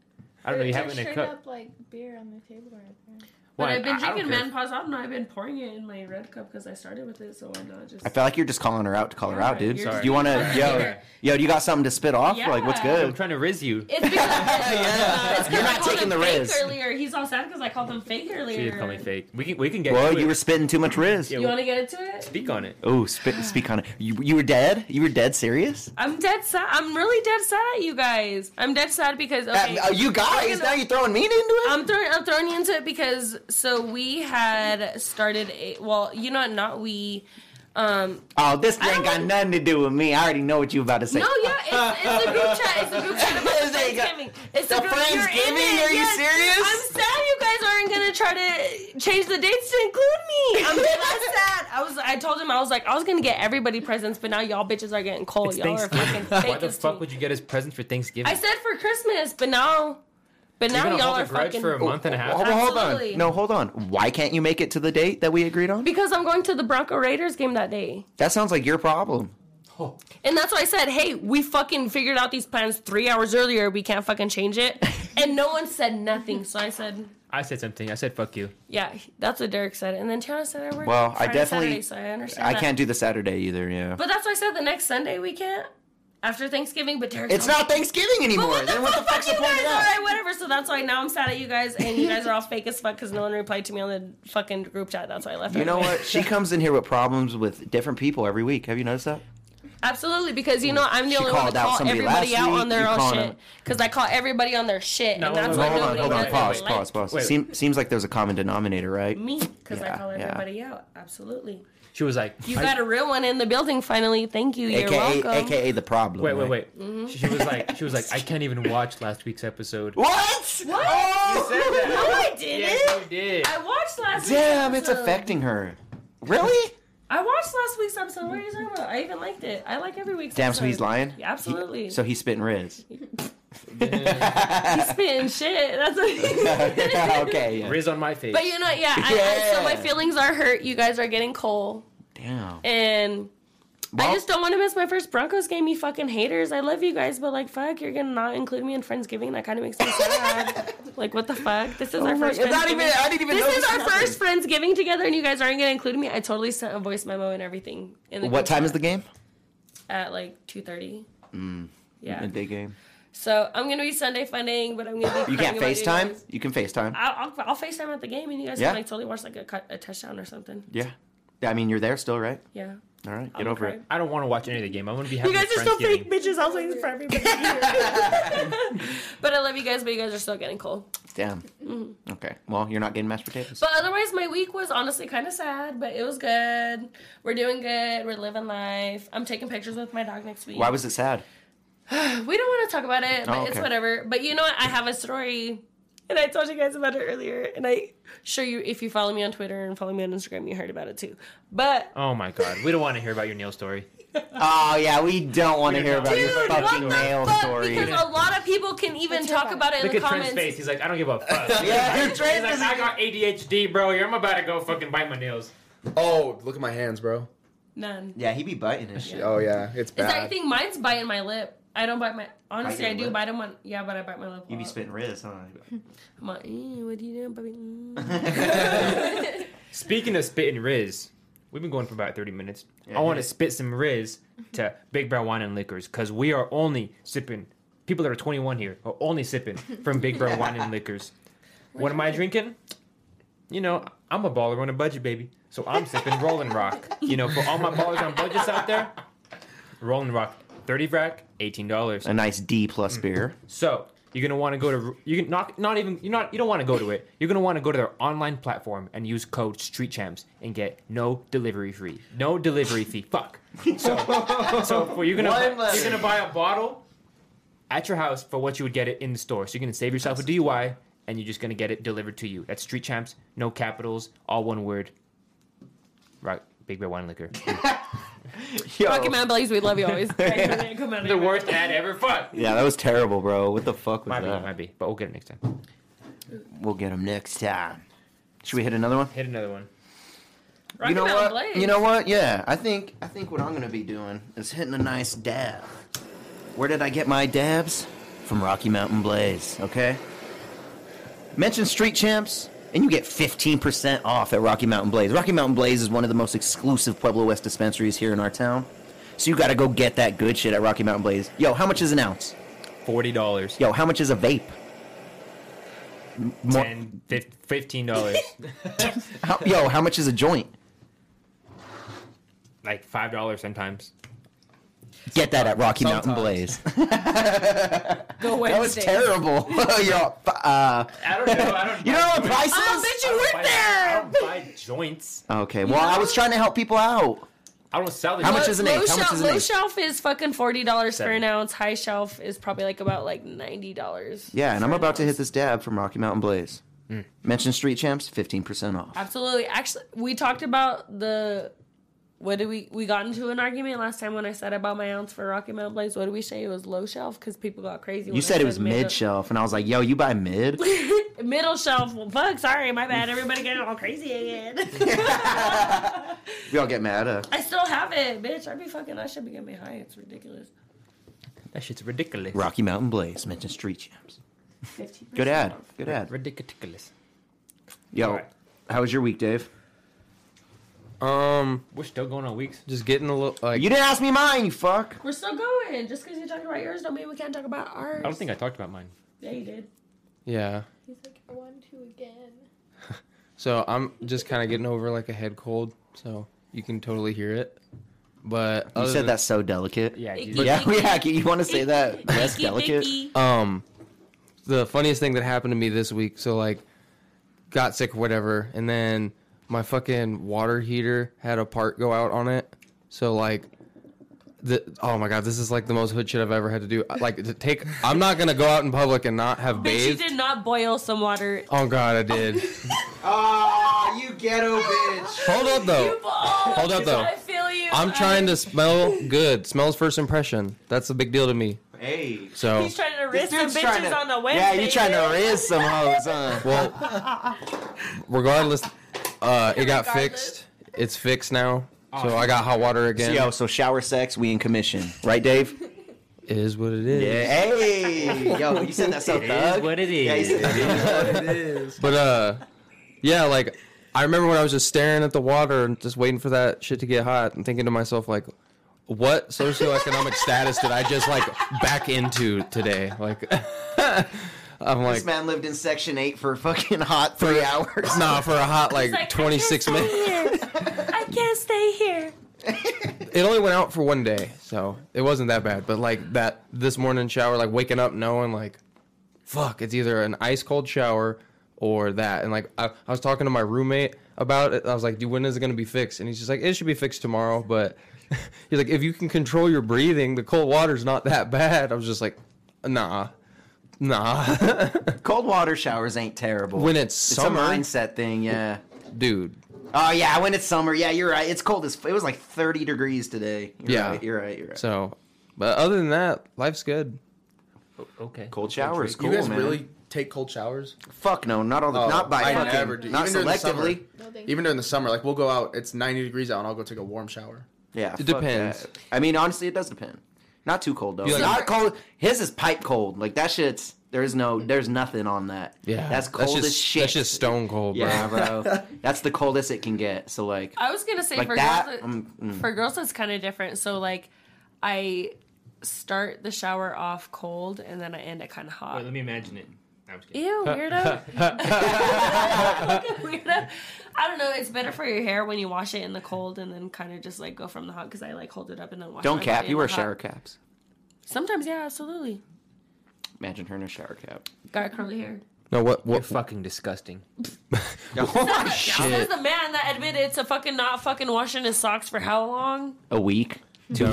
Speaker 1: I don't know. You
Speaker 9: There's
Speaker 1: have it in your
Speaker 9: straight
Speaker 1: cup.
Speaker 9: up like beer on the table right there.
Speaker 8: But
Speaker 1: Why?
Speaker 8: I've been
Speaker 1: I- I don't
Speaker 8: drinking
Speaker 1: care.
Speaker 8: man paws out and I've been pouring it in my red cup because I started with it, so why not just.
Speaker 3: I feel like you're just calling her out to call her out, dude.
Speaker 8: You're-
Speaker 3: You want to, yo,
Speaker 8: Sorry.
Speaker 3: yo, do you got something to spit off?
Speaker 8: Yeah.
Speaker 3: Like, what's
Speaker 1: I'm
Speaker 3: good?
Speaker 1: trying to riz you.
Speaker 8: It's because
Speaker 3: Yeah.
Speaker 8: uh, it's 'cause
Speaker 3: You're
Speaker 8: I
Speaker 3: not
Speaker 8: called
Speaker 3: taking
Speaker 8: him
Speaker 3: the
Speaker 8: fake
Speaker 3: risk.
Speaker 8: earlier. He's all sad because I called him fake earlier.
Speaker 1: She didn't call me fake. We can we can get.
Speaker 3: Well,
Speaker 1: to
Speaker 3: you
Speaker 1: it.
Speaker 3: were spitting too much Riz.
Speaker 1: Yeah,
Speaker 8: You want to get into it?
Speaker 1: speak on it.
Speaker 3: Oh, spit, speak on it. You, you were dead? You were dead serious?
Speaker 2: I'm dead sad. I'm really dead sad at you guys. I'm dead sad because okay,
Speaker 3: Uh, you guys, now you're throwing meat into it?
Speaker 2: I'm throwing I'm throwing you into it because so we had started a well, you know what, not we. Um
Speaker 3: oh, this
Speaker 2: I
Speaker 3: ain't
Speaker 2: don't
Speaker 3: got
Speaker 2: want-
Speaker 3: nothing to do with me. I already know what you about to say.
Speaker 2: no, yeah, it's, it's a group chat. It's a group chat about the
Speaker 3: This ain't got-
Speaker 2: Thanksgiving. It's
Speaker 3: The
Speaker 2: a group, you're in
Speaker 3: Friendsgiving?
Speaker 2: it,
Speaker 3: Are you
Speaker 2: yes.
Speaker 3: serious?
Speaker 2: I'm sad you guys aren't gonna try to change the dates to include me. I'm dead ass sad. I was I told him I was like I was gonna get everybody presents, but now y'all bitches are getting cold.
Speaker 1: It's
Speaker 2: y'all are
Speaker 1: Thanksgiving.
Speaker 2: fucking
Speaker 1: Why
Speaker 2: fake
Speaker 1: the
Speaker 2: as to
Speaker 1: fuck
Speaker 2: me.
Speaker 1: would you get his presents for Thanksgiving?
Speaker 2: I said for Christmas, but now, but
Speaker 1: You're
Speaker 2: now
Speaker 1: gonna
Speaker 2: y'all
Speaker 1: hold
Speaker 2: are
Speaker 1: a grudge
Speaker 2: fucking.
Speaker 1: for a month and a half.
Speaker 3: Hold, hold
Speaker 2: Absolutely.
Speaker 3: on. No, hold on. Why can't you make it to the date that we agreed on?
Speaker 2: Because I'm going to the Bronco Raiders game that day.
Speaker 3: That sounds like your problem.
Speaker 2: And that's why I said, hey, we fucking figured out these plans three hours earlier. We can't fucking change it. and no one said nothing. So I said,
Speaker 1: I said something. I said fuck you.
Speaker 2: yeah, that's what Derek said. And then Tiana said, I work
Speaker 3: Well, I
Speaker 2: Friday, Saturday,
Speaker 3: definitely-
Speaker 2: so I understand.
Speaker 3: I
Speaker 2: that.
Speaker 3: can't do the Saturday either, yeah.
Speaker 2: But that's why I said the next Sunday we can't. After Thanksgiving, but Derek's
Speaker 3: It's
Speaker 2: all-
Speaker 3: not Thanksgiving
Speaker 2: But
Speaker 3: anymore.
Speaker 2: what the,
Speaker 3: then what the
Speaker 2: fuck,
Speaker 3: fuck's the
Speaker 2: you
Speaker 3: point
Speaker 2: guys?
Speaker 3: of
Speaker 2: All
Speaker 3: that?
Speaker 2: right, whatever. So that's why now I'm sad at you guys, and you guys are all fake as fuck because no one replied to me on the fucking group chat. That's why I left.
Speaker 3: You know
Speaker 2: everybody.
Speaker 3: what? She comes in here with problems with different people every week. Have you noticed that?
Speaker 2: Absolutely, because you know I'm the
Speaker 3: She
Speaker 2: only one to
Speaker 3: called out
Speaker 2: call
Speaker 3: somebody
Speaker 2: everybody
Speaker 3: last
Speaker 2: out
Speaker 3: week,
Speaker 2: on their
Speaker 3: you
Speaker 2: own
Speaker 3: calling
Speaker 2: shit.
Speaker 3: out-
Speaker 2: Because I call everybody on their shit,
Speaker 1: No,
Speaker 2: and
Speaker 1: hold
Speaker 2: that's
Speaker 1: on,
Speaker 2: why
Speaker 3: hold on,
Speaker 2: nobody
Speaker 3: hold on.
Speaker 2: does
Speaker 3: Pause,
Speaker 2: it.
Speaker 3: pause, pause.
Speaker 1: Wait.
Speaker 3: Seem, seems like there's a common denominator, right?
Speaker 2: Me, because
Speaker 3: Yeah,
Speaker 2: I call
Speaker 3: yeah.
Speaker 2: everybody out. Absolutely.
Speaker 1: She was like,
Speaker 2: You
Speaker 1: I-
Speaker 2: got a real one in the building finally. Thank you. You're
Speaker 3: AKA,
Speaker 2: welcome.
Speaker 3: AKA the problem.
Speaker 1: wait, wait,
Speaker 3: right?
Speaker 1: wait. She was like, she was like, I can't even watch last week's episode.
Speaker 3: What? What? Oh,
Speaker 2: I didn't.
Speaker 1: Yes, you did.
Speaker 2: I watched last week's
Speaker 3: damn, it's
Speaker 2: episode.
Speaker 3: affecting her. Really?
Speaker 2: I watched last week's episode. What are you talking about? I even liked it. I like every week's
Speaker 3: Damn,
Speaker 2: episode.
Speaker 3: so he's lying?
Speaker 2: Yeah, absolutely.
Speaker 3: So he's spitting Riz.
Speaker 2: he's spitting shit. That's what
Speaker 3: okay. Yeah.
Speaker 1: Riz on my face.
Speaker 2: But you know, yeah. I, I, so my
Speaker 3: Yeah.
Speaker 2: feelings are hurt. You guys are getting cold.
Speaker 3: Damn.
Speaker 2: And I
Speaker 3: Well-
Speaker 2: just don't want to miss my first Broncos game, you fucking haters. I love you guys, but like, fuck, you're gonna not include me in Friendsgiving. That kind of makes me sad. like, what the fuck? This is our
Speaker 3: Oh my-
Speaker 2: first.
Speaker 3: it's not
Speaker 2: Friendsgiving.
Speaker 3: even- I didn't even
Speaker 2: This
Speaker 3: know
Speaker 2: is
Speaker 3: this
Speaker 2: our
Speaker 3: happened.
Speaker 2: first Friendsgiving together, and you guys aren't gonna include me. I totally sent a voice memo and everything. In the
Speaker 3: What
Speaker 2: group
Speaker 3: time
Speaker 2: chat
Speaker 3: is Mm. the game?
Speaker 2: At like two thirty. Yeah.
Speaker 3: Midday game.
Speaker 2: So I'm gonna be Sunday funding, but I'm gonna be.
Speaker 3: You
Speaker 2: crying
Speaker 3: can't
Speaker 2: about you guys. Ah.
Speaker 3: FaceTime? You can FaceTime.
Speaker 2: I'll, I'll, I'll FaceTime at the game, and you guys
Speaker 3: Yeah.
Speaker 2: can like totally watch like a, cut- a touchdown or something.
Speaker 3: Yeah. I mean, you're there still, right?
Speaker 2: Yeah.
Speaker 3: All right.
Speaker 2: I'll
Speaker 3: Get over
Speaker 2: cry.
Speaker 3: it.
Speaker 1: I don't want to watch any of the game. I want to be happy.
Speaker 2: You guys
Speaker 1: with
Speaker 2: are still
Speaker 1: Friendsgiving.
Speaker 2: fake bitches. I was like this for everybody. but I love you guys, but you guys are still getting cold.
Speaker 3: Damn. Okay. Well, you're not getting mashed potatoes.
Speaker 2: Mm-hmm. But otherwise, my week was honestly kind of sad, but it was good. We're doing good. We're living life. I'm taking pictures with my dog next week.
Speaker 3: Why was it sad?
Speaker 2: we don't want to talk about it, but
Speaker 3: Oh,
Speaker 2: it's
Speaker 3: okay.
Speaker 2: whatever. But you know what? I have a story, and I told you guys about it earlier. And I sure you, if you follow me on Twitter and follow me on Instagram, you heard about it too. But
Speaker 1: Oh my god, we don't want to hear about your nail story.
Speaker 3: Oh yeah, we don't want to hear about your
Speaker 2: dude, what
Speaker 3: fucking
Speaker 2: the
Speaker 3: nail
Speaker 2: fuck?
Speaker 3: story.
Speaker 2: Because a lot of people can even
Speaker 7: It's
Speaker 2: talk
Speaker 7: your
Speaker 2: about it in
Speaker 1: Look
Speaker 2: the
Speaker 1: at Trent's
Speaker 2: comments.
Speaker 1: face. He's like, I don't give a fuck.
Speaker 3: Yeah, your
Speaker 1: He's like, I got ADHD, bro. I'm about to go fucking bite my nails.
Speaker 10: Oh, look at my hands, bro.
Speaker 2: None.
Speaker 3: Yeah, he be biting his shit.
Speaker 10: Oh yeah, it's
Speaker 2: Is that,
Speaker 10: bad.
Speaker 2: I think mine's biting my lip. I don't bite my. Honestly,
Speaker 3: your
Speaker 2: I do
Speaker 3: lip?
Speaker 2: bite them when. Yeah, but I bite my lip. a
Speaker 3: You be
Speaker 2: lot.
Speaker 3: spitting Riz, huh?
Speaker 2: I'm like, "Eh, what do you do, baby? Mm."
Speaker 1: Speaking of spitting Riz, we've been going for about 30 minutes.
Speaker 3: Yeah,
Speaker 1: I want to
Speaker 3: yeah.
Speaker 1: spit some Riz to Big Brown Wine and Liquors because we are only sipping. People that are 21 here are only sipping from Big Brown Wine and Liquors. What am I drinking? You know, I'm a baller on a budget, baby. So I'm sipping Rolling Rock. You know, for all my ballers on budgets out there, Rolling Rock, 30 rack, $18.
Speaker 3: A nice D plus beer.
Speaker 1: So you're gonna want to go to you can not not even you're not you don't want to go to it. You're gonna want to go to their online platform and use code StreetChamps and get no delivery fee. No delivery fee. Fuck. So so for, you're gonna
Speaker 3: One letter.
Speaker 1: you're gonna buy a bottle at your house for what you would get it in the store. So you're gonna save yourself a DUI and you're just gonna get it delivered to you. That's Street Champs, no capitals, all one word. Right, Big Bear Wine Liquor.
Speaker 3: Yo.
Speaker 2: Rocky Mountain Blaze, we love you always.
Speaker 1: the worst ad ever. Fuck.
Speaker 3: Yeah, that was terrible, bro. What the fuck was
Speaker 1: Might be,
Speaker 3: that?
Speaker 1: might be, but we'll get it next time.
Speaker 3: We'll get him next time. Should we hit another one?
Speaker 1: Hit another one.
Speaker 2: Rocky
Speaker 3: you know
Speaker 2: Mountain
Speaker 3: what?
Speaker 2: Blaze.
Speaker 3: You know what? Yeah, I think I think what I'm gonna be doing is hitting a nice dab. Where did I get my dabs? From Rocky Mountain Blaze. Okay. Mention Street Champs. And you get 15% off at Rocky Mountain Blaze. Rocky Mountain Blaze is one of the most exclusive Pueblo West dispensaries here in our town. So you gotta go get that good shit at Rocky Mountain Blaze. Yo, how much is an ounce?
Speaker 1: Forty dollars.
Speaker 3: Yo, how much is a vape? M- more-
Speaker 1: Ten, fif- fifteen dollars,
Speaker 3: how- yo, how much is a joint?
Speaker 1: like five dollars sometimes.
Speaker 3: Get that at Rocky Mountain Blaze.
Speaker 10: Sometimes.
Speaker 2: Go Wednesday.
Speaker 3: That was terrible. yo, f- uh,
Speaker 1: I don't know. I don't.
Speaker 3: you don't know what price
Speaker 2: I'll
Speaker 3: is?
Speaker 2: bet you
Speaker 1: I
Speaker 2: weren't there.
Speaker 1: don't buy joints.
Speaker 3: Okay, well, I was trying to help people out.
Speaker 1: I don't sell the
Speaker 3: How
Speaker 1: joints.
Speaker 3: much is an
Speaker 2: Low,
Speaker 3: eighth? How much
Speaker 2: shelf,
Speaker 3: is an
Speaker 2: low
Speaker 3: eighth?
Speaker 2: shelf is fucking forty dollars for
Speaker 1: Seven.
Speaker 2: an ounce. High shelf is probably like about like ninety dollars.
Speaker 3: Yeah, and I'm about to hit this dab from Rocky Mountain Blaze. Mention Street Champs, 15% off.
Speaker 2: Absolutely. Actually, we talked about the. What did we we got into an argument last time when I said about my ounce for Rocky Mountain Blaze? What did we say it was low shelf? Because people got crazy. when I
Speaker 3: You said it was mid shelf, and I was like, yo, you buy mid?
Speaker 2: middle shelf. Well, fuck, sorry, my bad. Everybody getting all crazy again.
Speaker 3: We all get mad uh, at.
Speaker 2: I still have it, bitch. I be fucking. I should be getting me high. It's ridiculous.
Speaker 1: That shit's ridiculous.
Speaker 3: Rocky Mountain Blaze, mention Street Champs.
Speaker 2: 50%.
Speaker 3: Good ad. Good ad.
Speaker 1: Ridiculous.
Speaker 3: Yo,
Speaker 1: Alright.
Speaker 3: how was your week, Dave?
Speaker 6: Um,
Speaker 1: We're still going on weeks.
Speaker 6: just getting a little like
Speaker 3: You didn't ask me mine, you fuck.
Speaker 2: We're still going. Just because you talking about yours, don't mean we can't talk about ours.
Speaker 1: I don't think I talked about mine.
Speaker 2: Yeah, you did.
Speaker 6: yeah.
Speaker 7: He's like, I want to again.
Speaker 6: So I'm just kind of getting over like a head cold, so you can totally hear it.
Speaker 4: But
Speaker 3: You
Speaker 4: other
Speaker 3: said
Speaker 4: than-
Speaker 3: that's so delicate.
Speaker 1: Yeah,
Speaker 2: Icky.
Speaker 1: dude.
Speaker 2: But-
Speaker 3: Yeah, yeah. You want to say that less
Speaker 2: Icky,
Speaker 3: delicate?
Speaker 2: bicky.
Speaker 4: um the funniest thing that happened to me this week so like got sick or whatever and then my fucking water heater had a part go out on it so like the oh my god this is like the most hood shit i've ever had to do like to take i'm not gonna go out in public and not have
Speaker 2: Bitch, you
Speaker 4: bathed
Speaker 2: did not boil some water.
Speaker 4: oh god i did
Speaker 3: Ah, you ghetto bitch.
Speaker 4: hold up
Speaker 6: Oh.
Speaker 4: though
Speaker 2: Hold
Speaker 4: up, though.
Speaker 2: I feel you.
Speaker 4: i'm trying to smell good smells first impression that's a big deal to me
Speaker 3: Hey.
Speaker 4: so
Speaker 2: He's trying to risk some
Speaker 3: Dude's trying
Speaker 2: bitches
Speaker 3: to-
Speaker 2: on the Wednesday.
Speaker 3: Yeah, you trying to
Speaker 2: dude.
Speaker 3: raise some hoes, huh?
Speaker 4: well regardless uh it got
Speaker 2: Regardless.
Speaker 4: fixed it's fixed now so i got hot water again
Speaker 3: Yo, so shower sex, we in commission, right, Dave?
Speaker 4: It is what it is.
Speaker 3: Hey, yo, you said that so
Speaker 1: It is
Speaker 3: thug.
Speaker 1: what it
Speaker 3: Yeah, you
Speaker 1: is.
Speaker 3: said that.
Speaker 4: But uh yeah, like I remember when I was just staring at the water and just waiting for that shit to get hot and thinking to myself like what socioeconomic status did I just like back into today? Like I'm like
Speaker 3: This man lived in section eight for fucking hot three hours.
Speaker 4: nah for a hot
Speaker 2: He's
Speaker 4: like,
Speaker 2: like, I can't
Speaker 4: 26
Speaker 2: stay
Speaker 4: minutes.
Speaker 2: here. I can't stay here.
Speaker 4: It only went out for one day, so it wasn't that bad. But like that this morning shower, like waking up knowing like fuck, it's either an ice cold shower or that. And like I, I was talking to my roommate about it. I was like, dude, when is it gonna be fixed? And he's just like, it should be fixed tomorrow. But he's like, if you can control your breathing, the cold water's not that bad. I was just like, nah, nah,
Speaker 3: Cold water showers ain't terrible.
Speaker 4: When it's summer.
Speaker 3: a mindset thing, yeah.
Speaker 4: dude.
Speaker 3: Oh yeah, when it's summer, yeah, you're right. It's cold as it was like 30 degrees today. You're
Speaker 4: Yeah.
Speaker 3: right, you're right, you're right.
Speaker 4: So, but other than that, life's good.
Speaker 1: Okay.
Speaker 3: cold showers, cool,
Speaker 6: you guys
Speaker 3: man.
Speaker 6: really take cold showers?
Speaker 3: Fuck no, not all the,
Speaker 6: Oh,
Speaker 3: not by
Speaker 6: I
Speaker 3: fucking,
Speaker 6: never do.
Speaker 3: not
Speaker 6: Even during the summer.
Speaker 3: selectively.
Speaker 7: No, thank
Speaker 6: Even during the summer, like we'll go out. It's 90 degrees out, and I'll go take a warm shower.
Speaker 3: Yeah, fuck
Speaker 4: depends.
Speaker 3: that. I mean, honestly, it does depend. Not too cold though.
Speaker 4: You like-
Speaker 3: not cold. His is pipe cold. Like that shit's. There's no. There's nothing on that.
Speaker 4: Yeah,
Speaker 3: that's cold
Speaker 4: just,
Speaker 3: as shit.
Speaker 4: That's just stone cold, bro.
Speaker 3: Yeah, bro. that's the coldest it can get. So like,
Speaker 2: I was gonna say
Speaker 3: like
Speaker 2: for
Speaker 3: that.
Speaker 2: girls,
Speaker 3: mm, mm.
Speaker 2: for girls it's kind of different. So like, I start the shower off cold and then I end it kind of hot.
Speaker 1: Wait, let me imagine it. No, I'm just kidding.
Speaker 2: Ew, weirdo. Fucking weirdo. I don't know. It's better for your hair when you wash it in the cold and then kind of just like go from the hot because I like hold it up and then wash.
Speaker 3: Don't
Speaker 2: my
Speaker 3: cap.
Speaker 2: body
Speaker 3: You
Speaker 2: in
Speaker 3: wear
Speaker 2: the hot.
Speaker 3: shower caps.
Speaker 2: Sometimes, yeah, absolutely.
Speaker 3: Imagine her in a shower cap.
Speaker 2: Got curly hair.
Speaker 4: No, what
Speaker 1: You're
Speaker 4: what
Speaker 1: fucking disgusting.
Speaker 3: Oh,
Speaker 2: This
Speaker 3: shit.
Speaker 2: is the man that admitted to fucking not fucking washing his socks for how long?
Speaker 3: A week.
Speaker 1: Two
Speaker 3: Two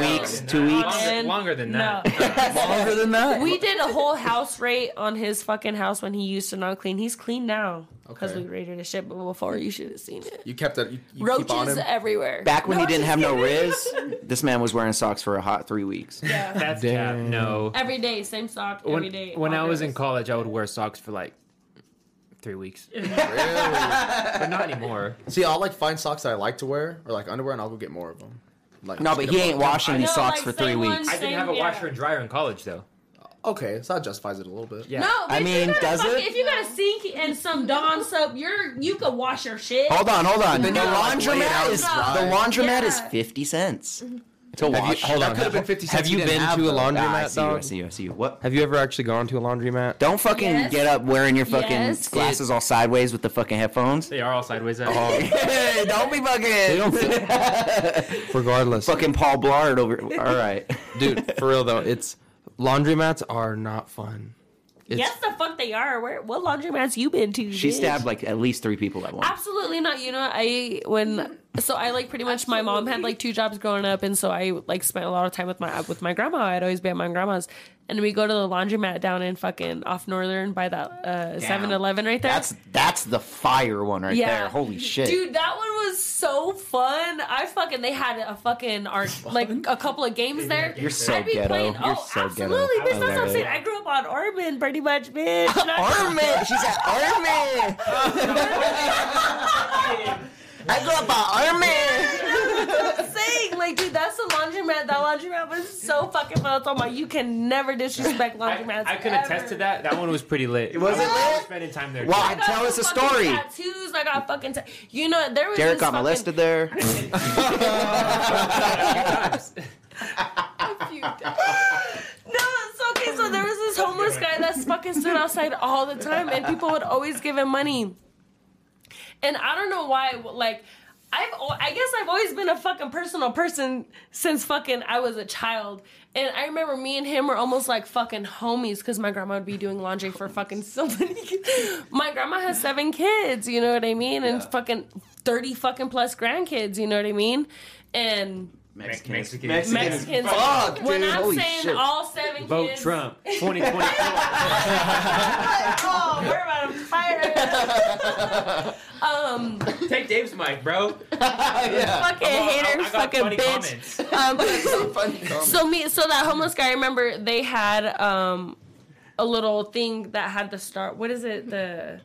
Speaker 3: weeks. Two weeks.
Speaker 1: Longer,
Speaker 2: And-
Speaker 1: longer than
Speaker 2: No.
Speaker 1: that.
Speaker 4: longer than that?
Speaker 2: We did a whole house rate on his fucking house when he used to not clean. He's clean now because
Speaker 6: Okay.
Speaker 2: we raided his shit, but before you should have seen it.
Speaker 6: You kept that. You, you keep on
Speaker 2: Roaches
Speaker 6: him.
Speaker 2: everywhere.
Speaker 3: Back when he
Speaker 2: No,
Speaker 3: didn't
Speaker 2: just
Speaker 3: have no
Speaker 2: kidding.
Speaker 3: riz, this man was wearing socks for a hot three weeks.
Speaker 1: That's cap.
Speaker 4: Damn.
Speaker 1: No.
Speaker 2: Every day, same sock. every day.
Speaker 1: When, when
Speaker 2: all
Speaker 1: I was in
Speaker 2: girls.
Speaker 1: college, I would wear socks for like three weeks, but not anymore.
Speaker 6: See, I'll like find socks that I like to wear or like underwear, and I'll go get more of them. Like,
Speaker 3: No, but
Speaker 6: get
Speaker 3: he
Speaker 6: a
Speaker 3: ain't
Speaker 6: bunch.
Speaker 3: washing these
Speaker 2: No,
Speaker 3: socks
Speaker 2: like,
Speaker 3: for
Speaker 2: same
Speaker 3: three
Speaker 2: one,
Speaker 3: weeks.
Speaker 1: I didn't
Speaker 2: Same,
Speaker 1: have a
Speaker 2: yeah.
Speaker 1: washer and dryer in college though.
Speaker 6: Okay, so that justifies it a little bit.
Speaker 1: Yeah.
Speaker 2: No,
Speaker 3: I
Speaker 2: bitch,
Speaker 3: mean,
Speaker 2: you gotta
Speaker 3: does
Speaker 2: fucking-
Speaker 3: it?
Speaker 2: If you got a sink and some Dawn soap, you're you can wash your shit.
Speaker 3: Hold on, hold on. The
Speaker 2: No,
Speaker 6: wait,
Speaker 3: laundromat
Speaker 6: I
Speaker 3: is
Speaker 6: was
Speaker 3: the
Speaker 6: right.
Speaker 3: laundromat
Speaker 2: Yeah.
Speaker 3: is fifty cents to
Speaker 4: Have you-
Speaker 3: wash.
Speaker 4: hold
Speaker 6: That
Speaker 4: on.
Speaker 6: could've been 50 cents
Speaker 4: Have you
Speaker 6: you didn't
Speaker 4: been
Speaker 6: have,
Speaker 4: to a
Speaker 6: though.
Speaker 4: laundromat,
Speaker 3: Ah, I see you. I
Speaker 4: dog?
Speaker 3: see you. I see you. What?
Speaker 4: Have you ever actually gone to a laundromat?
Speaker 3: Don't fucking
Speaker 2: Yes.
Speaker 3: get up wearing your fucking
Speaker 2: Yes.
Speaker 3: glasses all sideways with the fucking headphones.
Speaker 1: They are all sideways.
Speaker 3: Oh,
Speaker 1: Out.
Speaker 3: Hey, don't be fucking.
Speaker 4: Regardless,
Speaker 3: fucking Paul Blart over. All right.
Speaker 4: dude, for real though, it's laundromats are not fun. It's,
Speaker 2: Yes, the fuck they are. Where what laundromats you been to?
Speaker 3: She
Speaker 2: bitch?
Speaker 3: stabbed like at least three people at once.
Speaker 2: Absolutely not. You know, I when so I like pretty much my mom had like two jobs growing up, and so I like spent a lot of time with my with my grandma. I'd always be at my grandma's, and we go to the laundromat down in fucking off Northern by that uh, Seven Eleven right there.
Speaker 3: That's that's the fire one right
Speaker 2: Yeah.
Speaker 3: there. Holy shit.
Speaker 2: Dude, that one was so fun. I fucking they had a fucking art like a couple of games there.
Speaker 3: You're so
Speaker 2: I'd be
Speaker 3: ghetto.
Speaker 2: Playing,
Speaker 3: You're
Speaker 2: oh,
Speaker 3: so ghetto.
Speaker 2: absolutely, bitch.
Speaker 3: I
Speaker 2: That's what
Speaker 3: love
Speaker 2: I'm
Speaker 3: it.
Speaker 2: saying. I grew up on Armin, pretty much, bitch. And I-
Speaker 3: Armin! She's at Armin! I grew up on Armin!
Speaker 2: saying, like, dude, that's the laundromat. That laundromat was so fucking fun. That's all my. You can never disrespect
Speaker 1: I,
Speaker 2: laundromats.
Speaker 1: I can
Speaker 2: ever.
Speaker 1: attest to that. That one was pretty lit. It
Speaker 3: wasn't lit?
Speaker 1: Spending time there.
Speaker 3: Why?
Speaker 1: too.
Speaker 2: I got
Speaker 3: Tell us a
Speaker 2: fucking
Speaker 3: story.
Speaker 2: Tattoos. I got fucking. ta- you know, there was.
Speaker 3: Derek
Speaker 2: this
Speaker 3: got
Speaker 2: fucking-
Speaker 3: molested there.
Speaker 7: you.
Speaker 2: No, it's okay. So there was this homeless guy that fucking stood outside all the time, and people would always give him money. And I don't know why. Like, I've al- I guess I've always been a fucking personal person since fucking I was a child. And I remember me and him were almost like fucking homies because my grandma would be doing laundry for fucking somebody. my grandma has seven kids, you know what I mean? And fucking 30 fucking plus grandkids, you know what I mean? And
Speaker 3: Mexican.
Speaker 1: Mexican.
Speaker 2: Mexicans.
Speaker 3: Fuck,
Speaker 2: when
Speaker 3: dude.
Speaker 2: I'm
Speaker 3: Holy
Speaker 2: saying
Speaker 3: shit.
Speaker 2: all seven
Speaker 1: Vote
Speaker 2: kids.
Speaker 1: Trump 2024.
Speaker 2: Oh, we're about to fire. um,
Speaker 1: Take Dave's mic, bro.
Speaker 3: yeah.
Speaker 2: fucking
Speaker 1: Come on, I-
Speaker 2: haters,
Speaker 1: I got
Speaker 2: fucking
Speaker 1: funny
Speaker 2: bitch.
Speaker 1: comments.
Speaker 2: Um,
Speaker 3: Funny comment.
Speaker 2: so me, so that homeless guy. I remember they had um a little thing that had the star. What is it? The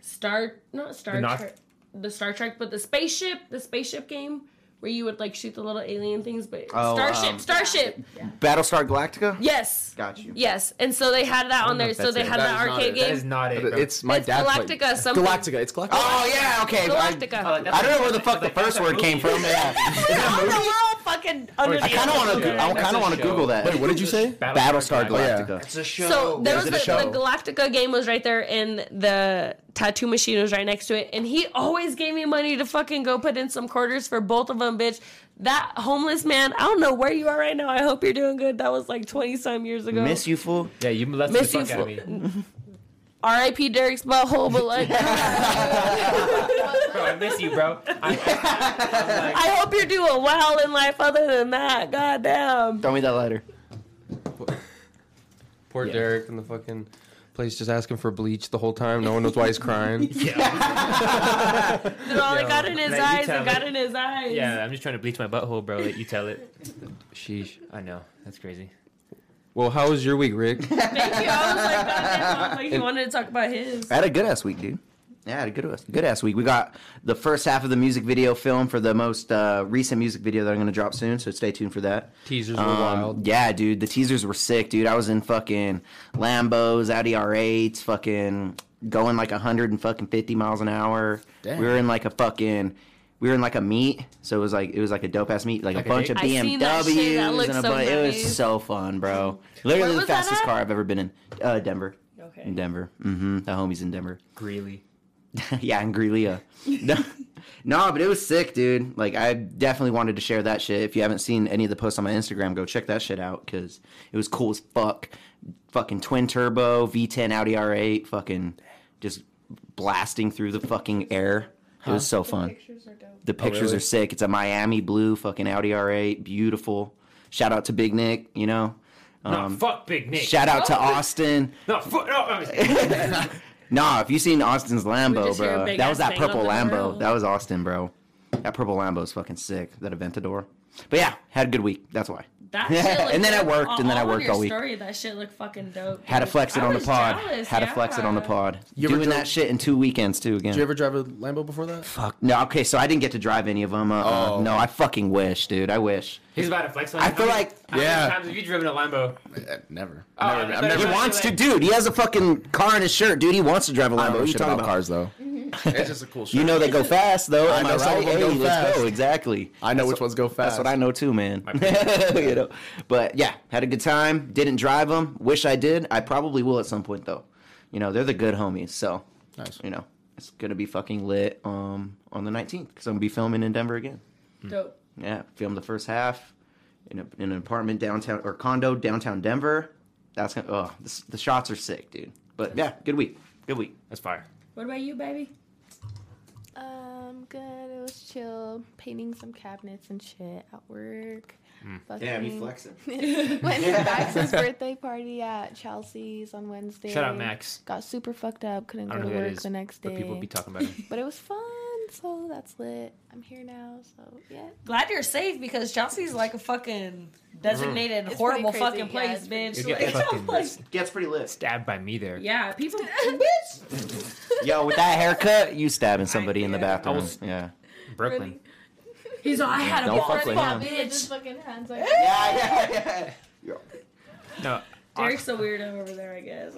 Speaker 2: star, not star
Speaker 1: The knock-
Speaker 2: Trek, the Star Trek, but the spaceship, the spaceship game where you would like shoot the little alien things. But
Speaker 3: Oh,
Speaker 2: starship,
Speaker 3: um,
Speaker 2: starship.
Speaker 3: Battlestar Galactica?
Speaker 2: Yes,
Speaker 3: Got you.
Speaker 2: yes. And so they had that on
Speaker 4: know
Speaker 2: there.
Speaker 4: if
Speaker 2: So
Speaker 4: that's
Speaker 2: they
Speaker 4: it.
Speaker 2: had
Speaker 6: That
Speaker 2: that,
Speaker 6: is not
Speaker 2: arcade
Speaker 6: it.
Speaker 2: game.
Speaker 1: That is not it.
Speaker 4: But
Speaker 1: Bro.
Speaker 4: it's my
Speaker 2: it's
Speaker 4: dad. played-
Speaker 2: Galactica. Something.
Speaker 6: Galactica. It's Galactica.
Speaker 3: Oh yeah, okay.
Speaker 2: Galactica.
Speaker 1: Oh, like,
Speaker 3: I,
Speaker 1: that's
Speaker 3: I don't know where the
Speaker 1: like-
Speaker 3: fuck the
Speaker 1: like, that's
Speaker 3: first
Speaker 1: a
Speaker 3: word came
Speaker 1: movie.
Speaker 3: from. Yeah. Is that a
Speaker 2: We're
Speaker 3: movie?
Speaker 7: Oh,
Speaker 2: all fucking under
Speaker 3: I
Speaker 2: the
Speaker 3: kind of want to. I
Speaker 1: That's
Speaker 3: kind
Speaker 1: a
Speaker 3: of want to
Speaker 1: show.
Speaker 3: Google that.
Speaker 6: Wait, what did you say?
Speaker 3: Battlestar
Speaker 1: Galactica.
Speaker 3: Galactica.
Speaker 1: It's a show.
Speaker 2: So there was
Speaker 6: Is
Speaker 2: the,
Speaker 6: it a show?
Speaker 2: the Galactica game was right there, and the tattoo machine was right next to it. And he always gave me money to fucking go put in some quarters for both of them, bitch. That homeless man, I don't know where you are right now. I hope you're doing good. That was like twenty some years ago.
Speaker 3: Miss you, fool.
Speaker 1: yeah, you molested
Speaker 2: Miss
Speaker 1: the
Speaker 2: you
Speaker 1: fuck out of
Speaker 2: for-
Speaker 1: me.
Speaker 2: R.I.P. Derek's butthole, but like,
Speaker 1: Bro, I miss you, bro. I,
Speaker 2: I hope you're doing well in life. Other than that, goddamn.
Speaker 3: Throw me that letter.
Speaker 4: Poor Derek in the fucking place just asking for bleach the whole time. No one knows why he's crying.
Speaker 2: Dude, all it
Speaker 1: Yo,
Speaker 2: got in his
Speaker 1: now you
Speaker 2: eyes.
Speaker 1: tell
Speaker 2: It got
Speaker 1: it.
Speaker 2: in his eyes.
Speaker 1: yeah, I'm just trying to bleach my butthole, bro. Let you tell it.
Speaker 4: Sheesh.
Speaker 1: I know. That's crazy.
Speaker 4: Well, how was your week, Rick?
Speaker 2: Thank you. I was like, goddamn. I'm Like he wanted to talk about his.
Speaker 3: I had a good ass week, dude. Yeah, I had a good ass, good ass week. We got the first half of the music video film for the most uh, recent music video that I'm gonna drop soon. So stay tuned for that.
Speaker 4: Teasers were
Speaker 3: Um,
Speaker 4: wild.
Speaker 3: Yeah, dude, the teasers were sick, dude. I was in fucking Lambos, Audi R8s, fucking going like 100 and fucking 50 miles an hour.
Speaker 6: Damn.
Speaker 3: We were in like a fucking. We were in like a meet, so it was like it was like a dope ass meet, like,
Speaker 1: Like
Speaker 3: a
Speaker 1: a
Speaker 3: bunch
Speaker 1: date?
Speaker 3: of
Speaker 2: I
Speaker 3: BMWs
Speaker 2: seen that shit. That
Speaker 3: and a
Speaker 2: looks so
Speaker 3: bunch. It was
Speaker 2: nice.
Speaker 3: so fun, bro. Literally
Speaker 2: Where
Speaker 3: the
Speaker 2: was that
Speaker 3: fastest
Speaker 2: at?
Speaker 3: car I've ever been in. Uh, Denver.
Speaker 2: Okay.
Speaker 3: In Denver. Mm-hmm. The homies in Denver.
Speaker 1: Greeley.
Speaker 3: yeah, in Greelea. no, no, but it was sick, dude. Like, I definitely wanted to share that shit. If you haven't seen any of the posts on my Instagram, go check that shit out because it was cool as fuck. Fucking twin turbo V10 Audi R8, fucking just blasting through the fucking air. It was so fun.
Speaker 7: Pictures are dope.
Speaker 3: The pictures
Speaker 6: really?
Speaker 3: are sick. It's a Miami blue fucking Audi R8, beautiful. Shout out to Big Nick, you know.
Speaker 1: No,
Speaker 3: Um,
Speaker 1: fuck Big Nick.
Speaker 3: Shout out to Austin.
Speaker 1: no, fuck. No, I was-
Speaker 3: Nah, if you seen Austin's
Speaker 2: We
Speaker 3: Lambo,
Speaker 2: just hear a
Speaker 3: bro,
Speaker 2: big
Speaker 3: that was
Speaker 2: ass
Speaker 3: that
Speaker 2: bang on
Speaker 3: purple
Speaker 2: the
Speaker 3: Lambo.
Speaker 2: grill.
Speaker 3: That was Austin, bro. That purple Lambo is fucking sick. That Aventador. But yeah, had a good week. That's why.
Speaker 2: That shit looked
Speaker 3: And then I
Speaker 2: dope.
Speaker 3: worked, and then I
Speaker 2: on
Speaker 3: worked
Speaker 2: your
Speaker 3: all week.
Speaker 2: Story, that shit looked fucking dope.
Speaker 3: Had to
Speaker 2: dude.
Speaker 3: flex it
Speaker 2: I
Speaker 3: on the
Speaker 2: was
Speaker 3: pod.
Speaker 2: jealous,
Speaker 3: had to flex it on the
Speaker 2: yeah.
Speaker 3: pod.
Speaker 6: You ever
Speaker 3: Doing
Speaker 6: drove-
Speaker 3: that shit in two weekends too again.
Speaker 6: Did you ever drive a Lambo before that?
Speaker 3: Fuck. No, okay, so I didn't get to drive any of them. Uh, uh
Speaker 6: Oh.
Speaker 3: no, I fucking wish, dude. I wish.
Speaker 1: He's about to flex on
Speaker 3: I
Speaker 1: you.
Speaker 3: feel
Speaker 1: How many-
Speaker 3: like-
Speaker 1: How many
Speaker 6: Yeah.
Speaker 1: times have you driven a Lambo?
Speaker 6: Uh,
Speaker 1: Oh,
Speaker 6: never. never.
Speaker 1: I
Speaker 6: I've
Speaker 1: thought
Speaker 6: never.
Speaker 3: He
Speaker 1: you were-
Speaker 3: wants to,
Speaker 1: like-
Speaker 3: dude. He has a fucking car in his shirt, dude. He wants to drive a Lambo.
Speaker 6: I don't
Speaker 3: What
Speaker 6: know
Speaker 3: you
Speaker 6: shit
Speaker 3: talking
Speaker 6: about
Speaker 3: about?
Speaker 6: cars though.
Speaker 2: Mm-hmm.
Speaker 6: it's just a cool shit.
Speaker 3: You know they go fast though.
Speaker 6: I
Speaker 3: Am
Speaker 6: know,
Speaker 3: right?
Speaker 6: some of them go
Speaker 3: Hey, let's
Speaker 6: fast.
Speaker 3: go. Exactly.
Speaker 6: I know
Speaker 3: That's
Speaker 6: which ones go fast.
Speaker 3: That's what I know too, man. you know, but yeah, had a good time. Didn't drive them. Wish I did. I probably will at some point though. You know, they're the good homies. So
Speaker 6: Nice.
Speaker 3: you know, it's gonna be fucking lit um, on the nineteenth because I'm gonna be filming in Denver again.
Speaker 7: Hmm.
Speaker 2: Dope.
Speaker 3: Yeah, filmed the first half in, a, in an apartment downtown or condo downtown Denver. That's gonna. Oh, this, the shots are sick, dude. But yeah, good week. Good week.
Speaker 1: That's fire.
Speaker 2: What about you, baby?
Speaker 7: Um, good. It was chill. Painting some cabinets and shit at work. Fucking- Went to Max's birthday party at Chelsea's on Wednesday.
Speaker 1: Shout out Max.
Speaker 7: Got super fucked up. Couldn't
Speaker 1: I
Speaker 7: go
Speaker 1: don't
Speaker 7: to
Speaker 1: know who that
Speaker 7: work
Speaker 1: is,
Speaker 7: the next
Speaker 1: but
Speaker 7: day.
Speaker 1: people be talking about him.
Speaker 7: But it was fun, so that's lit. I'm here now, so yeah.
Speaker 2: Glad you're safe because Chelsea's like a fucking designated
Speaker 7: It's
Speaker 2: horrible
Speaker 7: pretty
Speaker 2: fucking
Speaker 7: crazy. Yeah,
Speaker 2: place,
Speaker 7: it's pretty
Speaker 2: bitch.
Speaker 1: Mm-hmm. You
Speaker 2: Like,
Speaker 1: get fucking
Speaker 2: like,
Speaker 3: Gets pretty lit.
Speaker 1: stabbed by me there.
Speaker 2: yeah, people, bitch.
Speaker 3: Yo, with that haircut, you stabbing somebody in the
Speaker 2: did. I
Speaker 3: bathroom.
Speaker 1: was-
Speaker 3: yeah.
Speaker 1: Brooklyn.
Speaker 2: He's all I had a
Speaker 3: Don't fuck with
Speaker 2: boyfriend,
Speaker 3: him.
Speaker 7: Just
Speaker 2: bitch.
Speaker 7: fucking hands like
Speaker 3: Yeah, yeah, yeah.
Speaker 1: No.
Speaker 2: Derek's a weirdo over there, I guess.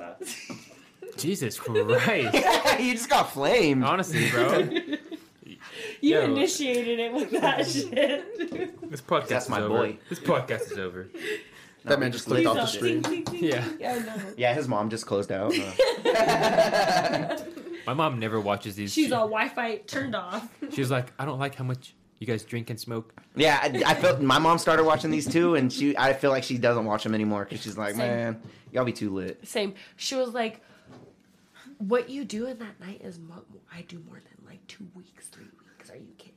Speaker 1: Jesus Christ.
Speaker 3: you just got flamed.
Speaker 1: Honestly, bro.
Speaker 2: you
Speaker 1: Yo.
Speaker 2: initiated it with that shit.
Speaker 1: This podcast
Speaker 3: That's
Speaker 1: is
Speaker 3: my
Speaker 1: over.
Speaker 3: boy.
Speaker 1: This podcast is over.
Speaker 6: That man just
Speaker 3: He's
Speaker 6: looked off
Speaker 3: a
Speaker 6: the
Speaker 2: Ting,
Speaker 6: street.
Speaker 2: ting, ting,
Speaker 1: Yeah.
Speaker 2: ting. I know.
Speaker 3: Yeah, his mom just closed Uh, out. Uh,
Speaker 1: My mom never watches these.
Speaker 2: She's
Speaker 1: She-
Speaker 2: all Wi-Fi turned off.
Speaker 1: She's like, I don't like how much You guys drink and smoke.
Speaker 3: Yeah, I, I felt my mom started watching these too, and she I feel like she doesn't watch them anymore because she's like, man, y'all be too lit.
Speaker 2: Same. She was like, "What you do in that night is mo- I do more than like two weeks, three weeks. Are you kidding?"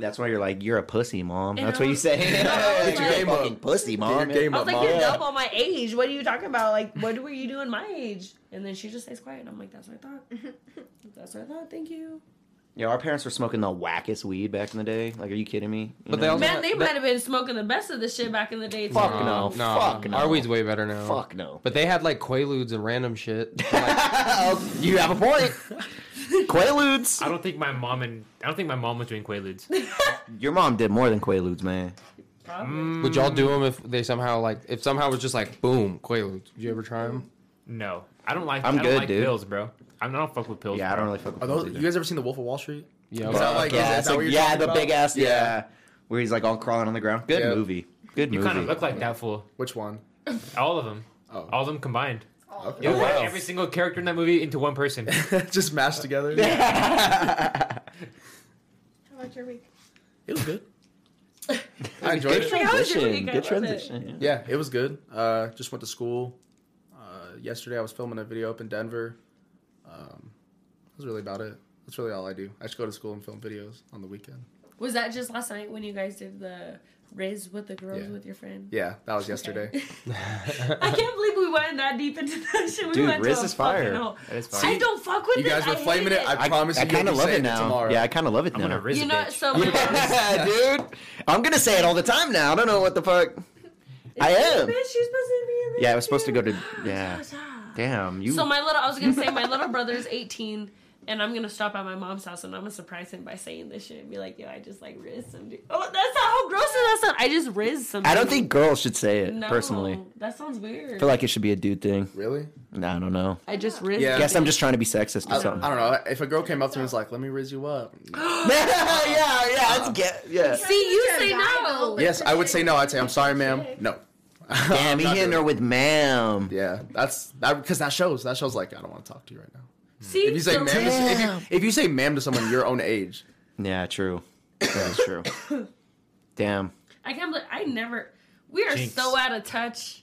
Speaker 3: That's why you're like, you're a pussy, mom.
Speaker 2: And
Speaker 3: That's
Speaker 2: I
Speaker 3: what you
Speaker 2: was-
Speaker 3: say.
Speaker 2: I was
Speaker 3: You're a
Speaker 2: like-
Speaker 3: fucking pussy, mom.
Speaker 6: game
Speaker 2: I
Speaker 6: up,
Speaker 2: was like,
Speaker 6: mom.
Speaker 2: "You're double my age. What are you talking about? Like, what were you doing my age?" And then she just stays quiet. And I'm like, "That's what I thought. That's what I thought. Thank you."
Speaker 3: Yeah, our parents were smoking the wackest weed back in the day. Like, are you kidding me? You
Speaker 4: But they also-
Speaker 2: Man, they
Speaker 4: that-
Speaker 2: might have been smoking the best of the shit back in the day. too.
Speaker 3: Fuck no.
Speaker 4: No,
Speaker 3: Fuck no.
Speaker 4: Uh, our weed's way better now.
Speaker 3: Fuck no.
Speaker 4: But they had like Quaaludes and random shit. Like,
Speaker 3: Oh, you have a point. Quaaludes.
Speaker 1: I don't think my mom and I don't think my mom was doing quaaludes.
Speaker 3: Your mom did more than Quaaludes, man.
Speaker 2: Probably.
Speaker 1: Mm,
Speaker 4: would y'all do them if they somehow like if somehow it was just like boom Quaaludes? Did you ever try them?
Speaker 1: No, I don't like.
Speaker 3: I'm
Speaker 1: I'm I do
Speaker 3: good,
Speaker 1: not like
Speaker 3: dude.
Speaker 1: pills, bro. I'm- I don't fuck with pills.
Speaker 3: Yeah, I
Speaker 1: bro.
Speaker 3: don't really fuck with
Speaker 6: Are those,
Speaker 3: Quaaludes
Speaker 6: you
Speaker 3: either.
Speaker 6: guys ever seen The Wolf of Wall Street?
Speaker 4: Yeah.
Speaker 6: Is that like-
Speaker 3: yeah,
Speaker 6: is
Speaker 3: it's
Speaker 6: that what
Speaker 3: like-
Speaker 6: you're
Speaker 3: yeah,
Speaker 6: talking
Speaker 3: the
Speaker 6: about?
Speaker 3: big ass, yeah.
Speaker 6: Yeah.
Speaker 3: Where he's like all crawling on the ground. Good
Speaker 6: Yeah.
Speaker 3: movie. Good
Speaker 1: You
Speaker 3: movie.
Speaker 1: kind of look like that fool.
Speaker 6: Which one?
Speaker 1: All of them.
Speaker 6: Oh.
Speaker 1: All of them combined. Oh,
Speaker 6: Okay.
Speaker 1: You put every single character in that movie into one person.
Speaker 6: Just mashed together.
Speaker 7: How about your week?
Speaker 6: It was good. I enjoyed
Speaker 3: Good
Speaker 6: it.
Speaker 2: Like, how was your
Speaker 3: transition.
Speaker 2: weekend?
Speaker 3: Good
Speaker 2: How was it?
Speaker 3: transition. yeah.
Speaker 6: Yeah, it was good. Uh, just went to school. Uh, yesterday I was filming a video up in Denver. Um, that was really about it. That's really all I do. I just go to school and film videos on the weekend.
Speaker 2: Was that just last night when you guys did the raise with the girls
Speaker 6: Yeah.
Speaker 2: with your friend?
Speaker 6: Yeah, that was yesterday.
Speaker 2: I can't believe we went that deep into that shit. We
Speaker 3: Dude,
Speaker 2: went to
Speaker 3: Riz
Speaker 2: a
Speaker 3: is fire.
Speaker 2: fucking hole.
Speaker 1: That is fire.
Speaker 2: I don't fuck with
Speaker 6: You
Speaker 2: it.
Speaker 6: guys
Speaker 2: I
Speaker 6: were
Speaker 2: hate
Speaker 6: flaming it. I,
Speaker 3: I,
Speaker 6: promise
Speaker 3: I
Speaker 6: you, you'll
Speaker 3: kind of
Speaker 6: be
Speaker 3: love
Speaker 6: saying
Speaker 3: it now.
Speaker 6: tomorrow.
Speaker 3: Yeah, I kind of love it
Speaker 1: I'm gonna
Speaker 3: now.
Speaker 1: riz
Speaker 2: you
Speaker 1: a
Speaker 2: know,
Speaker 1: bitch.
Speaker 2: so like,
Speaker 3: Yeah, dude. I'm gonna say it all the time now. I don't know what the fuck. I am.
Speaker 2: bitch, you're supposed to be in this.
Speaker 3: Yeah, I was supposed to go to.
Speaker 2: Ah,
Speaker 3: Yeah.
Speaker 2: stop.
Speaker 3: Damn. You.
Speaker 2: So my little, I was gonna say my little brother's 18, and I'm gonna stop at my mom's house and I'm gonna surprise him by saying this shit and be like, yo, I just like riz some dude. Oh, that's not how gross does that sound. I just riz some.
Speaker 3: I don't
Speaker 2: dude.
Speaker 3: think girls should say it
Speaker 2: No,
Speaker 3: personally.
Speaker 2: that sounds weird.
Speaker 3: I feel like it should be a dude thing.
Speaker 6: Really?
Speaker 3: Nah, I don't know.
Speaker 2: I just riz.
Speaker 6: Yeah.
Speaker 3: I guess I'm just trying to be sexist or
Speaker 6: I,
Speaker 3: something.
Speaker 6: I don't know. If a girl came up to me and was like, "Let me raise you up,"
Speaker 2: Oh,
Speaker 3: yeah, yeah, that's get. Yeah.
Speaker 2: See, you say no.
Speaker 6: yes, I would say no. I'd say, "I'm sorry, ma'am." No.
Speaker 3: Damn, he
Speaker 6: Not
Speaker 3: hitting her
Speaker 6: really.
Speaker 3: with ma'am.
Speaker 6: Yeah, that's that because that shows. That shows like I don't want to talk to you right now.
Speaker 2: See,
Speaker 6: If you say
Speaker 2: so-
Speaker 6: ma'am, to, if you if you say ma'am to someone your own age,
Speaker 3: Yeah, true. That's true. Damn.
Speaker 2: I can't believe I never. We are
Speaker 1: Jinx.
Speaker 2: so out of touch.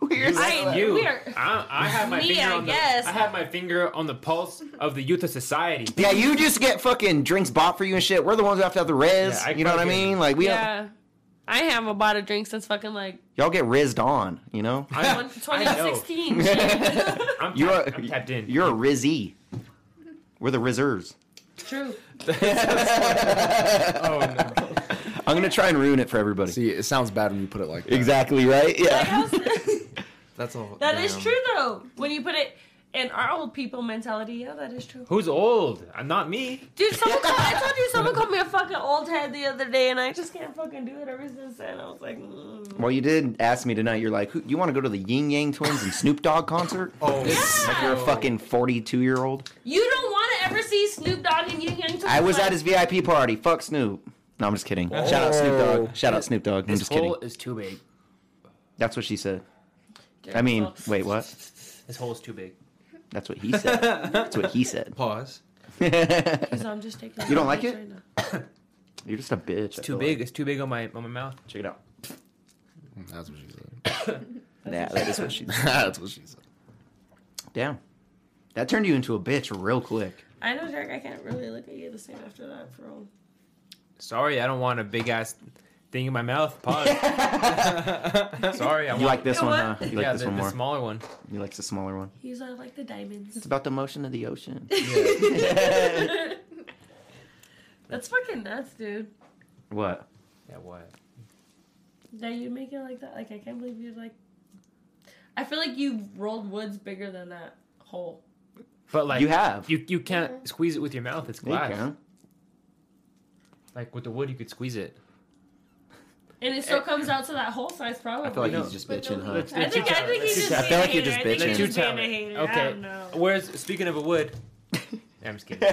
Speaker 3: Weird.
Speaker 2: I
Speaker 1: you.
Speaker 2: we are.
Speaker 1: I, I have my
Speaker 2: Me,
Speaker 1: finger
Speaker 2: I
Speaker 1: on
Speaker 2: guess.
Speaker 1: the. I have my finger on the pulse of the youth of society.
Speaker 3: Yeah, you just get fucking drinks bought for you and shit. We're the ones who have to have the res.
Speaker 1: Yeah, I
Speaker 3: you know what I
Speaker 1: fucking-
Speaker 3: mean? Like we don't,
Speaker 2: Yeah, I haven't bought a drink since fucking like
Speaker 3: y'all get rizzed on. You know.
Speaker 1: I,
Speaker 2: one-
Speaker 1: I know.
Speaker 2: 2016.
Speaker 1: I'm,
Speaker 3: You're
Speaker 1: tapped-
Speaker 3: a-
Speaker 1: I'm tapped in.
Speaker 3: You're a rizzy. We're the rizzers.
Speaker 2: True.
Speaker 1: oh no.
Speaker 3: I'm gonna try and ruin it for everybody.
Speaker 6: see, it sounds bad when you put it like that.
Speaker 3: Exactly right.
Speaker 2: Like,
Speaker 3: Yeah.
Speaker 2: how's- that
Speaker 4: That's all.
Speaker 2: is true though. When you put it in our old people mentality, yeah, that is true.
Speaker 1: Who's old? Uh, Not me.
Speaker 2: Dude, someone called, I told you someone called me a fucking old head the other day, and I just can't fucking do it ever since then. I was like, mm.
Speaker 3: Well, you did ask me tonight. You're like, who, you want to go to the Ying Yang Twins and Snoop Dogg concert?
Speaker 4: Oh,
Speaker 3: Like you're a fucking 42 year old.
Speaker 2: you don't want to ever see Snoop Dogg and Ying Yang.
Speaker 3: I was at his VIP party. Fuck Snoop. No, I'm just kidding. Shout out Snoop Dogg. Shout out Snoop Dogg. I'm
Speaker 1: This
Speaker 3: just
Speaker 1: hole
Speaker 3: kidding.
Speaker 1: is too big.
Speaker 3: That's what she said. I mean, wait, what?
Speaker 1: This hole is too big.
Speaker 3: That's what he said. That's what he said.
Speaker 4: Pause.
Speaker 2: Because I'm just taking.
Speaker 3: You don't like it?
Speaker 2: Right now.
Speaker 3: You're just a bitch. I
Speaker 1: Too
Speaker 3: feel
Speaker 1: big.
Speaker 3: like.
Speaker 1: It's too big on my on my mouth.
Speaker 3: Check it out.
Speaker 6: That's what she said.
Speaker 3: Yeah, that is what she.
Speaker 6: That's what she said.
Speaker 3: Damn. That turned you into a bitch real quick.
Speaker 2: I know, Derek. I can't really look at you the same after that, bro.
Speaker 1: Sorry, I don't want a big ass thing in my mouth. Pause. Sorry, I want
Speaker 3: You like this
Speaker 2: You know
Speaker 3: one,
Speaker 2: what?
Speaker 3: huh? You like
Speaker 1: yeah,
Speaker 3: this
Speaker 1: the,
Speaker 3: one
Speaker 1: the
Speaker 3: more.
Speaker 1: smaller one.
Speaker 3: You like the smaller one.
Speaker 2: He's uh, like the diamonds.
Speaker 3: It's about the motion of the ocean.
Speaker 2: That's fucking nuts, dude.
Speaker 3: what?
Speaker 1: Yeah, what?
Speaker 2: That you make it like that. Like I can't believe you like. I feel like you rolled woods bigger than that hole.
Speaker 1: But like
Speaker 3: you have.
Speaker 1: you you can't squeeze it with your mouth. It's
Speaker 3: There you
Speaker 1: glass.
Speaker 3: go.
Speaker 1: Like with the wood, you could squeeze it.
Speaker 2: And it still comes out to that hole size, probably.
Speaker 3: Eh, I feel like
Speaker 1: know,
Speaker 3: he's just
Speaker 7: but
Speaker 3: bitching,
Speaker 7: don't
Speaker 3: huh?
Speaker 7: look-
Speaker 2: I think, I think he's just. being
Speaker 3: I feel
Speaker 2: a
Speaker 3: like you're
Speaker 2: hater.
Speaker 3: just
Speaker 2: I think
Speaker 1: Two
Speaker 2: he's
Speaker 3: bitching. Two
Speaker 2: just being
Speaker 1: talent.
Speaker 2: a hater. I
Speaker 1: Okay.
Speaker 2: don't know.
Speaker 1: Where's speaking of a wood? I'm just kidding.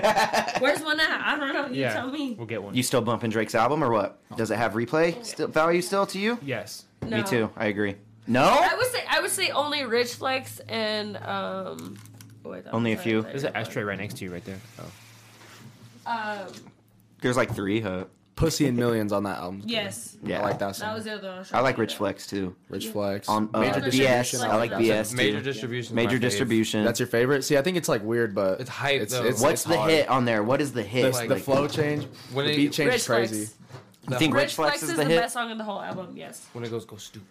Speaker 2: Where's one at? I don't know. You
Speaker 1: yeah.
Speaker 2: tell me.
Speaker 1: We'll get one.
Speaker 3: You still bumping Drake's album or what? Does it have replay still, value still to you?
Speaker 1: yes.
Speaker 2: No.
Speaker 3: Me too. I agree. No?
Speaker 2: I would say I would say only Rich Flex and um. oh, I thought
Speaker 3: Only a
Speaker 2: I
Speaker 3: few.
Speaker 2: had
Speaker 1: There's an ashtray right next to you, right there. Oh.
Speaker 2: Um,
Speaker 3: There's like three, huh?
Speaker 6: Pussy and Millions on that album.
Speaker 2: Yes.
Speaker 6: I
Speaker 3: Yeah.
Speaker 6: like that song.
Speaker 2: That was the other one. was
Speaker 3: I
Speaker 2: trying
Speaker 3: like
Speaker 2: to
Speaker 3: Rich
Speaker 2: think
Speaker 3: Flex too.
Speaker 6: Rich Flex.
Speaker 3: On uh,
Speaker 4: Major
Speaker 3: BS,
Speaker 2: distribution,
Speaker 3: I like
Speaker 2: I like
Speaker 3: BS
Speaker 4: Major
Speaker 3: too.
Speaker 4: distribution.
Speaker 3: Major distribution.
Speaker 6: That's your favorite. See, I think it's like weird, but
Speaker 4: It's hype,
Speaker 6: It's,
Speaker 4: though.
Speaker 6: it's-
Speaker 3: What's
Speaker 6: it's
Speaker 3: the
Speaker 6: hard.
Speaker 3: hit on there? What is the
Speaker 6: The,
Speaker 3: hit?
Speaker 6: the
Speaker 3: Like,
Speaker 6: flow change,
Speaker 4: When
Speaker 6: the
Speaker 4: it-
Speaker 6: beat change
Speaker 2: Rich
Speaker 6: is crazy.
Speaker 2: Flex.
Speaker 3: You think Rich,
Speaker 2: Rich Flex is the
Speaker 3: hit?
Speaker 2: best song in the whole album. Yes.
Speaker 4: When it goes, go stoop,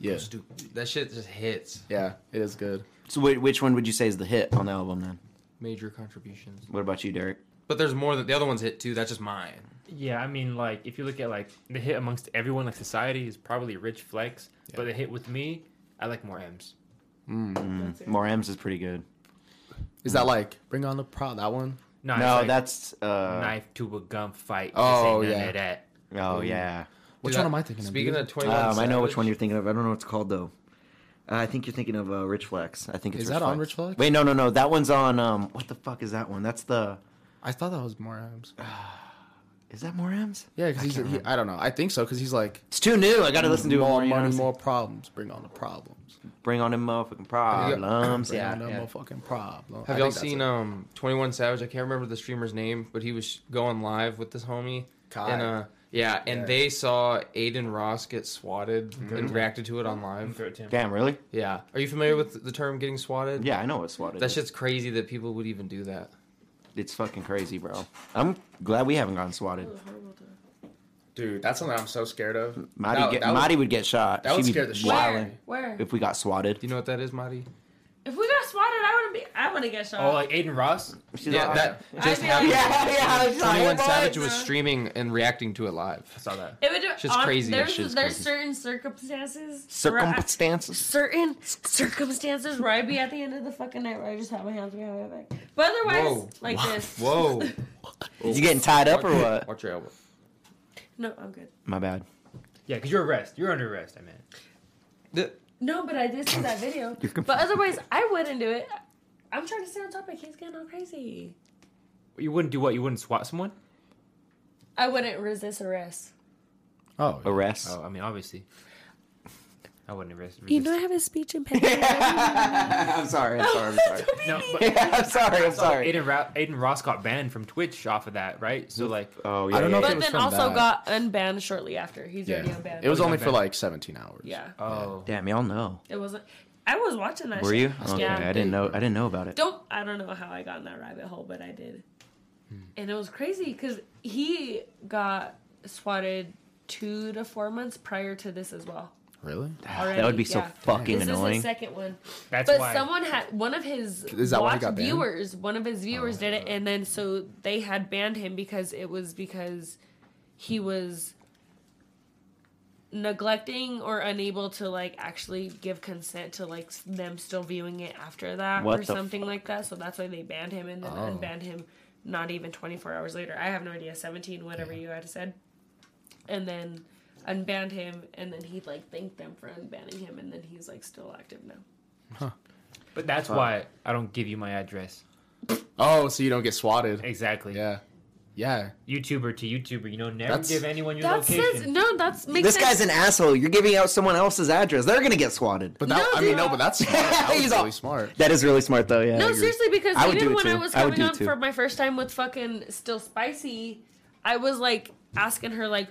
Speaker 6: Yeah,
Speaker 4: go stoop. That shit just hits.
Speaker 6: yeah, it is good.
Speaker 3: So whi- which one would you say is the hit on the album then?
Speaker 4: Major contributions.
Speaker 3: What about you, Derek?
Speaker 4: But there's more than the other ones hit too. That's just mine.
Speaker 1: Yeah, I mean, like if you look at like the hit amongst everyone, like society is probably Rich Flex, but the hit with me, I like more M's.
Speaker 3: Mm, More M's is pretty good. Mm-hmm.
Speaker 6: Is that like bring on the pro? That one?
Speaker 1: No,
Speaker 3: no,
Speaker 1: it's like
Speaker 3: that's uh
Speaker 1: knife to a gun fight.
Speaker 6: Oh,
Speaker 1: This ain't none
Speaker 6: yeah.
Speaker 1: of that.
Speaker 3: oh yeah.
Speaker 6: Which
Speaker 4: Dude,
Speaker 6: one
Speaker 4: I-
Speaker 6: am I thinking of,
Speaker 4: Speaking
Speaker 6: dude?
Speaker 4: of twenty one,
Speaker 3: Um, I know which one you're thinking of. I don't know what it's called though. Uh, I think you're thinking of uh, Rich Flex. I think it's
Speaker 6: Is
Speaker 3: Rich
Speaker 6: that
Speaker 3: Flex.
Speaker 6: on Rich Flex?
Speaker 3: Wait, no, no, no. That one's on. Um, what the fuck is that one? That's the.
Speaker 6: I thought that was more Adams.
Speaker 3: Is that more M's?
Speaker 6: Yeah, because he's.
Speaker 3: can't
Speaker 6: He, I don't know. I think so because he's like
Speaker 3: It's too new. I gotta listen to
Speaker 6: more
Speaker 3: it. More, you know what I'm
Speaker 6: money,
Speaker 3: saying?
Speaker 6: more problems. Bring on the problems.
Speaker 3: Bring on them motherfucking problems.
Speaker 6: Bring
Speaker 3: Yeah.
Speaker 6: on the
Speaker 3: yeah.
Speaker 6: motherfucking problem.
Speaker 4: Have y'all seen um Twenty One Savage? I can't remember the streamer's name, but he was going live with this homie.
Speaker 6: Kai.
Speaker 4: And, uh, yeah, and
Speaker 6: Yeah.
Speaker 4: they saw Aiden Ross get swatted and reacted to it on
Speaker 1: I'm
Speaker 4: live.
Speaker 1: throw it to him.
Speaker 3: Damn, really?
Speaker 4: Yeah. Are you familiar with the term getting swatted?
Speaker 3: Yeah, I know what SWAT it
Speaker 4: That
Speaker 3: is.
Speaker 4: shit's crazy that people would even do that.
Speaker 3: It's fucking crazy, bro. I'm glad we haven't gotten swatted.
Speaker 6: dude? That's something I'm so scared of.
Speaker 3: Maddie,
Speaker 6: That-
Speaker 3: get,
Speaker 6: that would-
Speaker 3: Maddie would get shot.
Speaker 6: that would
Speaker 3: She'd
Speaker 6: scare
Speaker 3: be
Speaker 6: the shit
Speaker 3: wildin'
Speaker 6: out of me.
Speaker 2: Where?
Speaker 3: if we got swatted.
Speaker 4: Do you know what that is, Marty?
Speaker 2: If we got spotted, I wouldn't be. I wouldn't get shot.
Speaker 1: Oh, like Aiden Ross.
Speaker 3: She's
Speaker 4: yeah,
Speaker 3: like,
Speaker 4: that
Speaker 2: I'd
Speaker 4: just
Speaker 2: be like-
Speaker 4: happened.
Speaker 3: yeah, yeah. I was just like,
Speaker 4: Twenty One
Speaker 3: "Hey, boy."
Speaker 4: Savage was streaming and reacting to it
Speaker 1: I
Speaker 4: live.
Speaker 1: saw that.
Speaker 2: it would do,
Speaker 4: Shit's crazy. That
Speaker 2: There's,
Speaker 3: shit's
Speaker 2: there's
Speaker 3: crazy.
Speaker 2: certain circumstances. where I-
Speaker 3: Circumstances.
Speaker 2: certain circumstances where I'd be at the end of the fucking night where I just have my hands behind my back. But otherwise,
Speaker 4: Whoa.
Speaker 2: like this.
Speaker 4: Whoa!
Speaker 3: You getting tied up or what?
Speaker 4: Watch your elbow.
Speaker 2: No, I'm good.
Speaker 3: My bad.
Speaker 1: Yeah, because you're arrest. You're under arrest, I mean.
Speaker 4: The-
Speaker 2: No, but I did see that video. but otherwise, I wouldn't do it. I'm trying to stay on topic. He's getting all crazy.
Speaker 1: You wouldn't do what? You wouldn't swat someone?
Speaker 2: I wouldn't resist arrest.
Speaker 6: Oh, yeah.
Speaker 3: Arrest.
Speaker 1: Oh, I mean, obviously. I wouldn't arrest.
Speaker 2: You know I have a speech impediment.
Speaker 3: I'm sorry. I'm sorry. I'm sorry.
Speaker 1: no, but
Speaker 3: I'm sorry. I'm sorry.
Speaker 1: Aiden, Ra- Aiden Ross got banned from Twitch off of that, right? So like,
Speaker 3: Oh yeah.
Speaker 6: I don't know
Speaker 3: yeah,
Speaker 6: if it
Speaker 2: but
Speaker 6: was
Speaker 2: then
Speaker 6: from
Speaker 2: also
Speaker 6: that.
Speaker 2: got unbanned shortly after. He's already
Speaker 6: Yeah,
Speaker 2: unbanned.
Speaker 6: it was
Speaker 1: Oh,
Speaker 6: only
Speaker 1: yeah,
Speaker 6: for
Speaker 1: man.
Speaker 6: like 17 hours.
Speaker 2: yeah,
Speaker 1: oh,
Speaker 3: Damn, y'all know.
Speaker 2: it wasn't. I was watching that.
Speaker 3: Were
Speaker 2: shit.
Speaker 3: you? Okay,
Speaker 2: Yeah.
Speaker 3: I didn't know. I didn't know about it.
Speaker 2: Don't I don't know how I got in that rabbit hole, but I did,
Speaker 3: Hmm.
Speaker 2: and it was crazy because he got swatted two to four months prior to this as well.
Speaker 6: Really?
Speaker 2: Already,
Speaker 3: Ah, that would be so
Speaker 2: yeah.
Speaker 3: fucking
Speaker 2: This is
Speaker 3: annoying.
Speaker 2: the second one,
Speaker 1: that's
Speaker 2: but
Speaker 1: why.
Speaker 2: someone had one of his
Speaker 6: Is that why he
Speaker 2: watch
Speaker 6: got banned?
Speaker 2: viewers. One of his viewers
Speaker 1: Oh,
Speaker 2: did it, and then so they had banned him because it was because he was neglecting or unable to like actually give consent to like s- them still viewing it after that
Speaker 3: What
Speaker 2: or
Speaker 3: the
Speaker 2: something like that. So that's why they banned him and then
Speaker 6: Oh.
Speaker 2: unbanned him not even 24 hours later. I have no idea, 17, whatever you had said. And then unbanned him and then he like thanked them for unbanning him and then he's like still active now.
Speaker 1: but that's why I don't give you my address.
Speaker 6: Oh, so you don't get swatted?
Speaker 1: Exactly.
Speaker 6: Yeah, yeah.
Speaker 1: YouTuber to YouTuber, you know, never
Speaker 6: That's-
Speaker 1: give anyone your
Speaker 2: That
Speaker 1: location.
Speaker 2: says no, that's makes
Speaker 3: This
Speaker 2: sense.
Speaker 3: guy's an asshole. You're giving out someone else's address. They're gonna get swatted.
Speaker 6: But that,
Speaker 2: No,
Speaker 6: I mean,
Speaker 2: dude.
Speaker 6: no, but that's smart. That was
Speaker 3: He's all-
Speaker 6: really smart.
Speaker 3: That is really smart, though. Yeah. I
Speaker 2: No,
Speaker 3: agree.
Speaker 2: seriously, because
Speaker 3: I would do
Speaker 2: even
Speaker 3: it
Speaker 2: when I
Speaker 3: too.
Speaker 2: was
Speaker 3: I
Speaker 2: coming
Speaker 3: would do it
Speaker 2: on
Speaker 3: too.
Speaker 2: for my first time with fucking Still Spicy, I was like asking her like,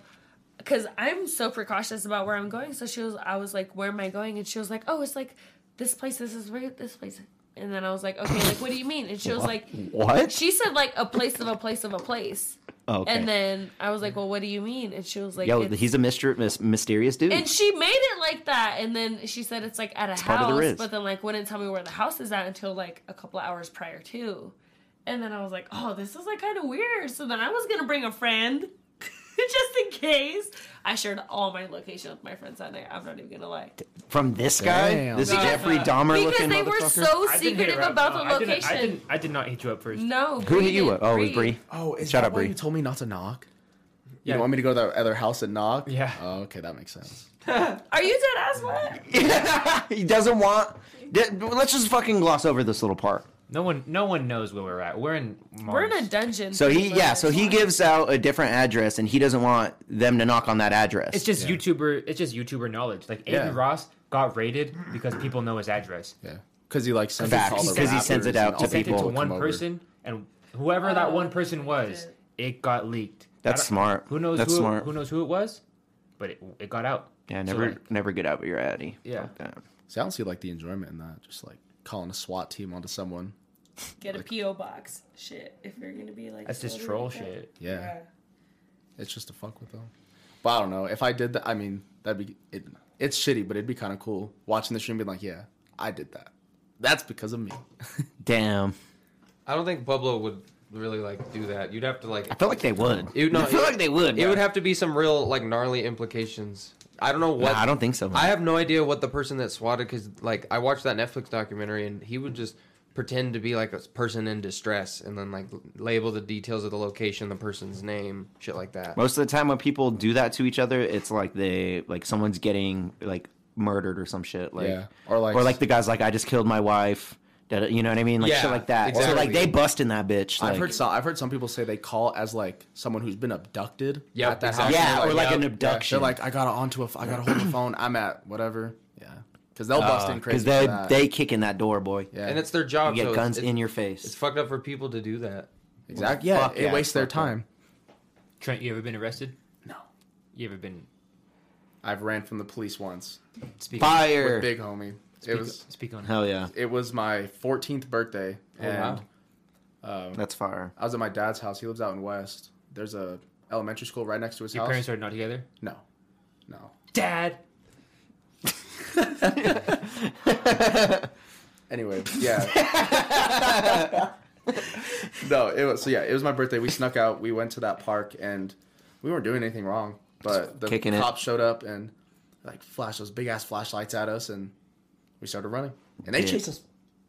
Speaker 2: because I'm so precautious about where I'm going. So she was, I was like, where am I going? And she was like, oh, it's like this place. This is where this place. And then I was like, okay, like what do you mean? And she was like,
Speaker 3: What?
Speaker 2: she said like a place of a place of a place.
Speaker 3: Oh, okay.
Speaker 2: And then I was like, well, what do you mean? And she was like,
Speaker 3: Yo,
Speaker 2: "It's-
Speaker 3: he's a myster- mys- mysterious dude.
Speaker 2: and she made it like that, and then she said it's like at a
Speaker 3: part of the
Speaker 2: house,
Speaker 3: Riz.
Speaker 2: but then like wouldn't tell me where the house is at until like a couple of hours prior to. And then I was like, oh, this is like kind of weird. So then I was gonna bring a friend, just in case. I shared all my location with my friends that night. I'm not even gonna lie,
Speaker 3: From this guy,
Speaker 6: Damn.
Speaker 3: this
Speaker 6: No.
Speaker 3: Jeffrey Dahmer
Speaker 2: because
Speaker 3: looking
Speaker 2: they were
Speaker 3: motherfucker.
Speaker 2: so
Speaker 1: I didn't hit
Speaker 2: secretive
Speaker 1: her up.
Speaker 2: about
Speaker 1: No,
Speaker 2: the
Speaker 1: I didn't- I
Speaker 2: location.
Speaker 1: didn't- I did not hit you up first.
Speaker 2: no,
Speaker 3: Who
Speaker 2: Bree
Speaker 3: hit you
Speaker 2: did.
Speaker 3: up? Oh, it was Bree.
Speaker 6: Oh, is
Speaker 3: Shout
Speaker 6: that
Speaker 3: out,
Speaker 6: why
Speaker 3: Bree.
Speaker 6: you told me not to knock?
Speaker 1: Yeah.
Speaker 6: You want me to go to that other house and knock?
Speaker 1: Yeah.
Speaker 6: Oh, okay, that makes sense.
Speaker 2: Are you dead ass? What?
Speaker 3: he doesn't want. d- Let's just fucking gloss over this little part.
Speaker 1: No one, no one knows where we're at. We're in. Mars.
Speaker 2: We're in a dungeon.
Speaker 3: So he, yeah, so he gives out a different address, and he doesn't want them to knock on that address.
Speaker 1: It's just YouTuber. It's just YouTuber knowledge. Like Aiden
Speaker 6: Yeah.
Speaker 1: Ross got raided because people know his address.
Speaker 6: Yeah, because he like sends
Speaker 3: Facts.
Speaker 6: all the
Speaker 3: Because he sends it
Speaker 6: rappers
Speaker 3: out
Speaker 6: and
Speaker 3: to
Speaker 6: all the
Speaker 1: Sent it
Speaker 3: people
Speaker 1: to
Speaker 6: will come
Speaker 1: one
Speaker 6: over.
Speaker 1: person, and whoever that one person was,
Speaker 2: Oh, shit.
Speaker 1: it got leaked.
Speaker 3: That's
Speaker 1: I don't-
Speaker 3: smart.
Speaker 1: Who knows?
Speaker 3: That's
Speaker 1: who,
Speaker 3: smart.
Speaker 1: Who knows who it was? But it, it got out.
Speaker 3: Yeah,
Speaker 1: So,
Speaker 3: never
Speaker 1: like,
Speaker 3: never get out of your Addy.
Speaker 1: Yeah.
Speaker 3: Fuck that.
Speaker 6: See, I don't see like the enjoyment in that. Just like calling a SWAT team onto someone.
Speaker 2: Get a PO box. Shit, if you're gonna be like
Speaker 1: that's just
Speaker 2: silly
Speaker 1: troll
Speaker 2: like that.
Speaker 1: shit.
Speaker 6: Yeah. It's just to fuck with them. But I don't know. If I did that, I mean, that'd be it. It's shitty, but it'd be kind of cool watching the stream, being like, "Yeah, I did that. That's because of me."
Speaker 3: Damn.
Speaker 4: I don't think Pueblo would really like do that. You'd have to like.
Speaker 3: I feel like they would.
Speaker 4: It, no,
Speaker 3: I feel
Speaker 4: it-
Speaker 3: like they would.
Speaker 4: It
Speaker 3: bro.
Speaker 4: would have to be some real like gnarly implications. I don't know
Speaker 3: Nah,
Speaker 4: what.
Speaker 3: I don't think so. man.
Speaker 4: I have no idea what the person that swatted because like I watched that Netflix documentary and he would just pretend to be like a person in distress and then like label the details of the location, the person's name, shit like that.
Speaker 3: Most of the time when people do that to each other, it's like they like someone's getting like murdered or some shit. Like
Speaker 6: Yeah. Or, like-
Speaker 3: or like the guy's like I just killed my wife. Da- da- You know what I mean? Like
Speaker 4: Yeah,
Speaker 3: shit like that. So
Speaker 4: exactly.
Speaker 3: like they bust in that bitch. Like,
Speaker 6: I've heard some. I've heard some people say they call as like someone who's been abducted.
Speaker 4: Yep,
Speaker 6: at that
Speaker 4: exactly.
Speaker 6: house.
Speaker 3: Yeah,
Speaker 6: They're
Speaker 3: or like an
Speaker 6: "Yep."
Speaker 3: abduction.
Speaker 6: They're like, "I got onto a. f- I got a hold of a phone. I'm at whatever." Yeah, because they'll bust in
Speaker 3: because
Speaker 6: crazy.
Speaker 3: Uh, they
Speaker 6: for that.
Speaker 3: they kick in that door, boy.
Speaker 6: yeah,
Speaker 4: and it's their
Speaker 3: You
Speaker 4: job.
Speaker 3: get
Speaker 4: so it's-
Speaker 3: guns
Speaker 4: it's,
Speaker 3: in your
Speaker 4: It's
Speaker 3: face.
Speaker 4: fucked up for people to do that.
Speaker 6: exactly. Yeah,
Speaker 3: Fuck
Speaker 6: it
Speaker 3: yeah,
Speaker 6: wastes their
Speaker 3: fuck yeah.
Speaker 6: time.
Speaker 1: Trent, you ever been arrested?
Speaker 6: No.
Speaker 1: You ever been
Speaker 6: I've ran from the police once
Speaker 1: speak?
Speaker 3: Fire.
Speaker 6: with big homie.
Speaker 1: Speak,
Speaker 6: It was
Speaker 1: speak on.
Speaker 3: Hell yeah.
Speaker 6: it was my 14th birthday,
Speaker 3: Oh,
Speaker 6: and
Speaker 4: wow.
Speaker 6: um,
Speaker 3: That's fire.
Speaker 6: I was at my dad's house. He lives out in West. There's a elementary school right next to his
Speaker 1: Your
Speaker 6: house.
Speaker 1: parents are not together.
Speaker 6: no, no.
Speaker 1: Dad.
Speaker 6: Anyway, yeah. no, it was so yeah. It was my birthday. We snuck out. We went to that park, and we weren't doing anything wrong. But the
Speaker 3: Kicking it.
Speaker 6: cops showed up and like flashed those big ass flashlights at us, and we started running. And they
Speaker 3: Yeah.
Speaker 6: chased us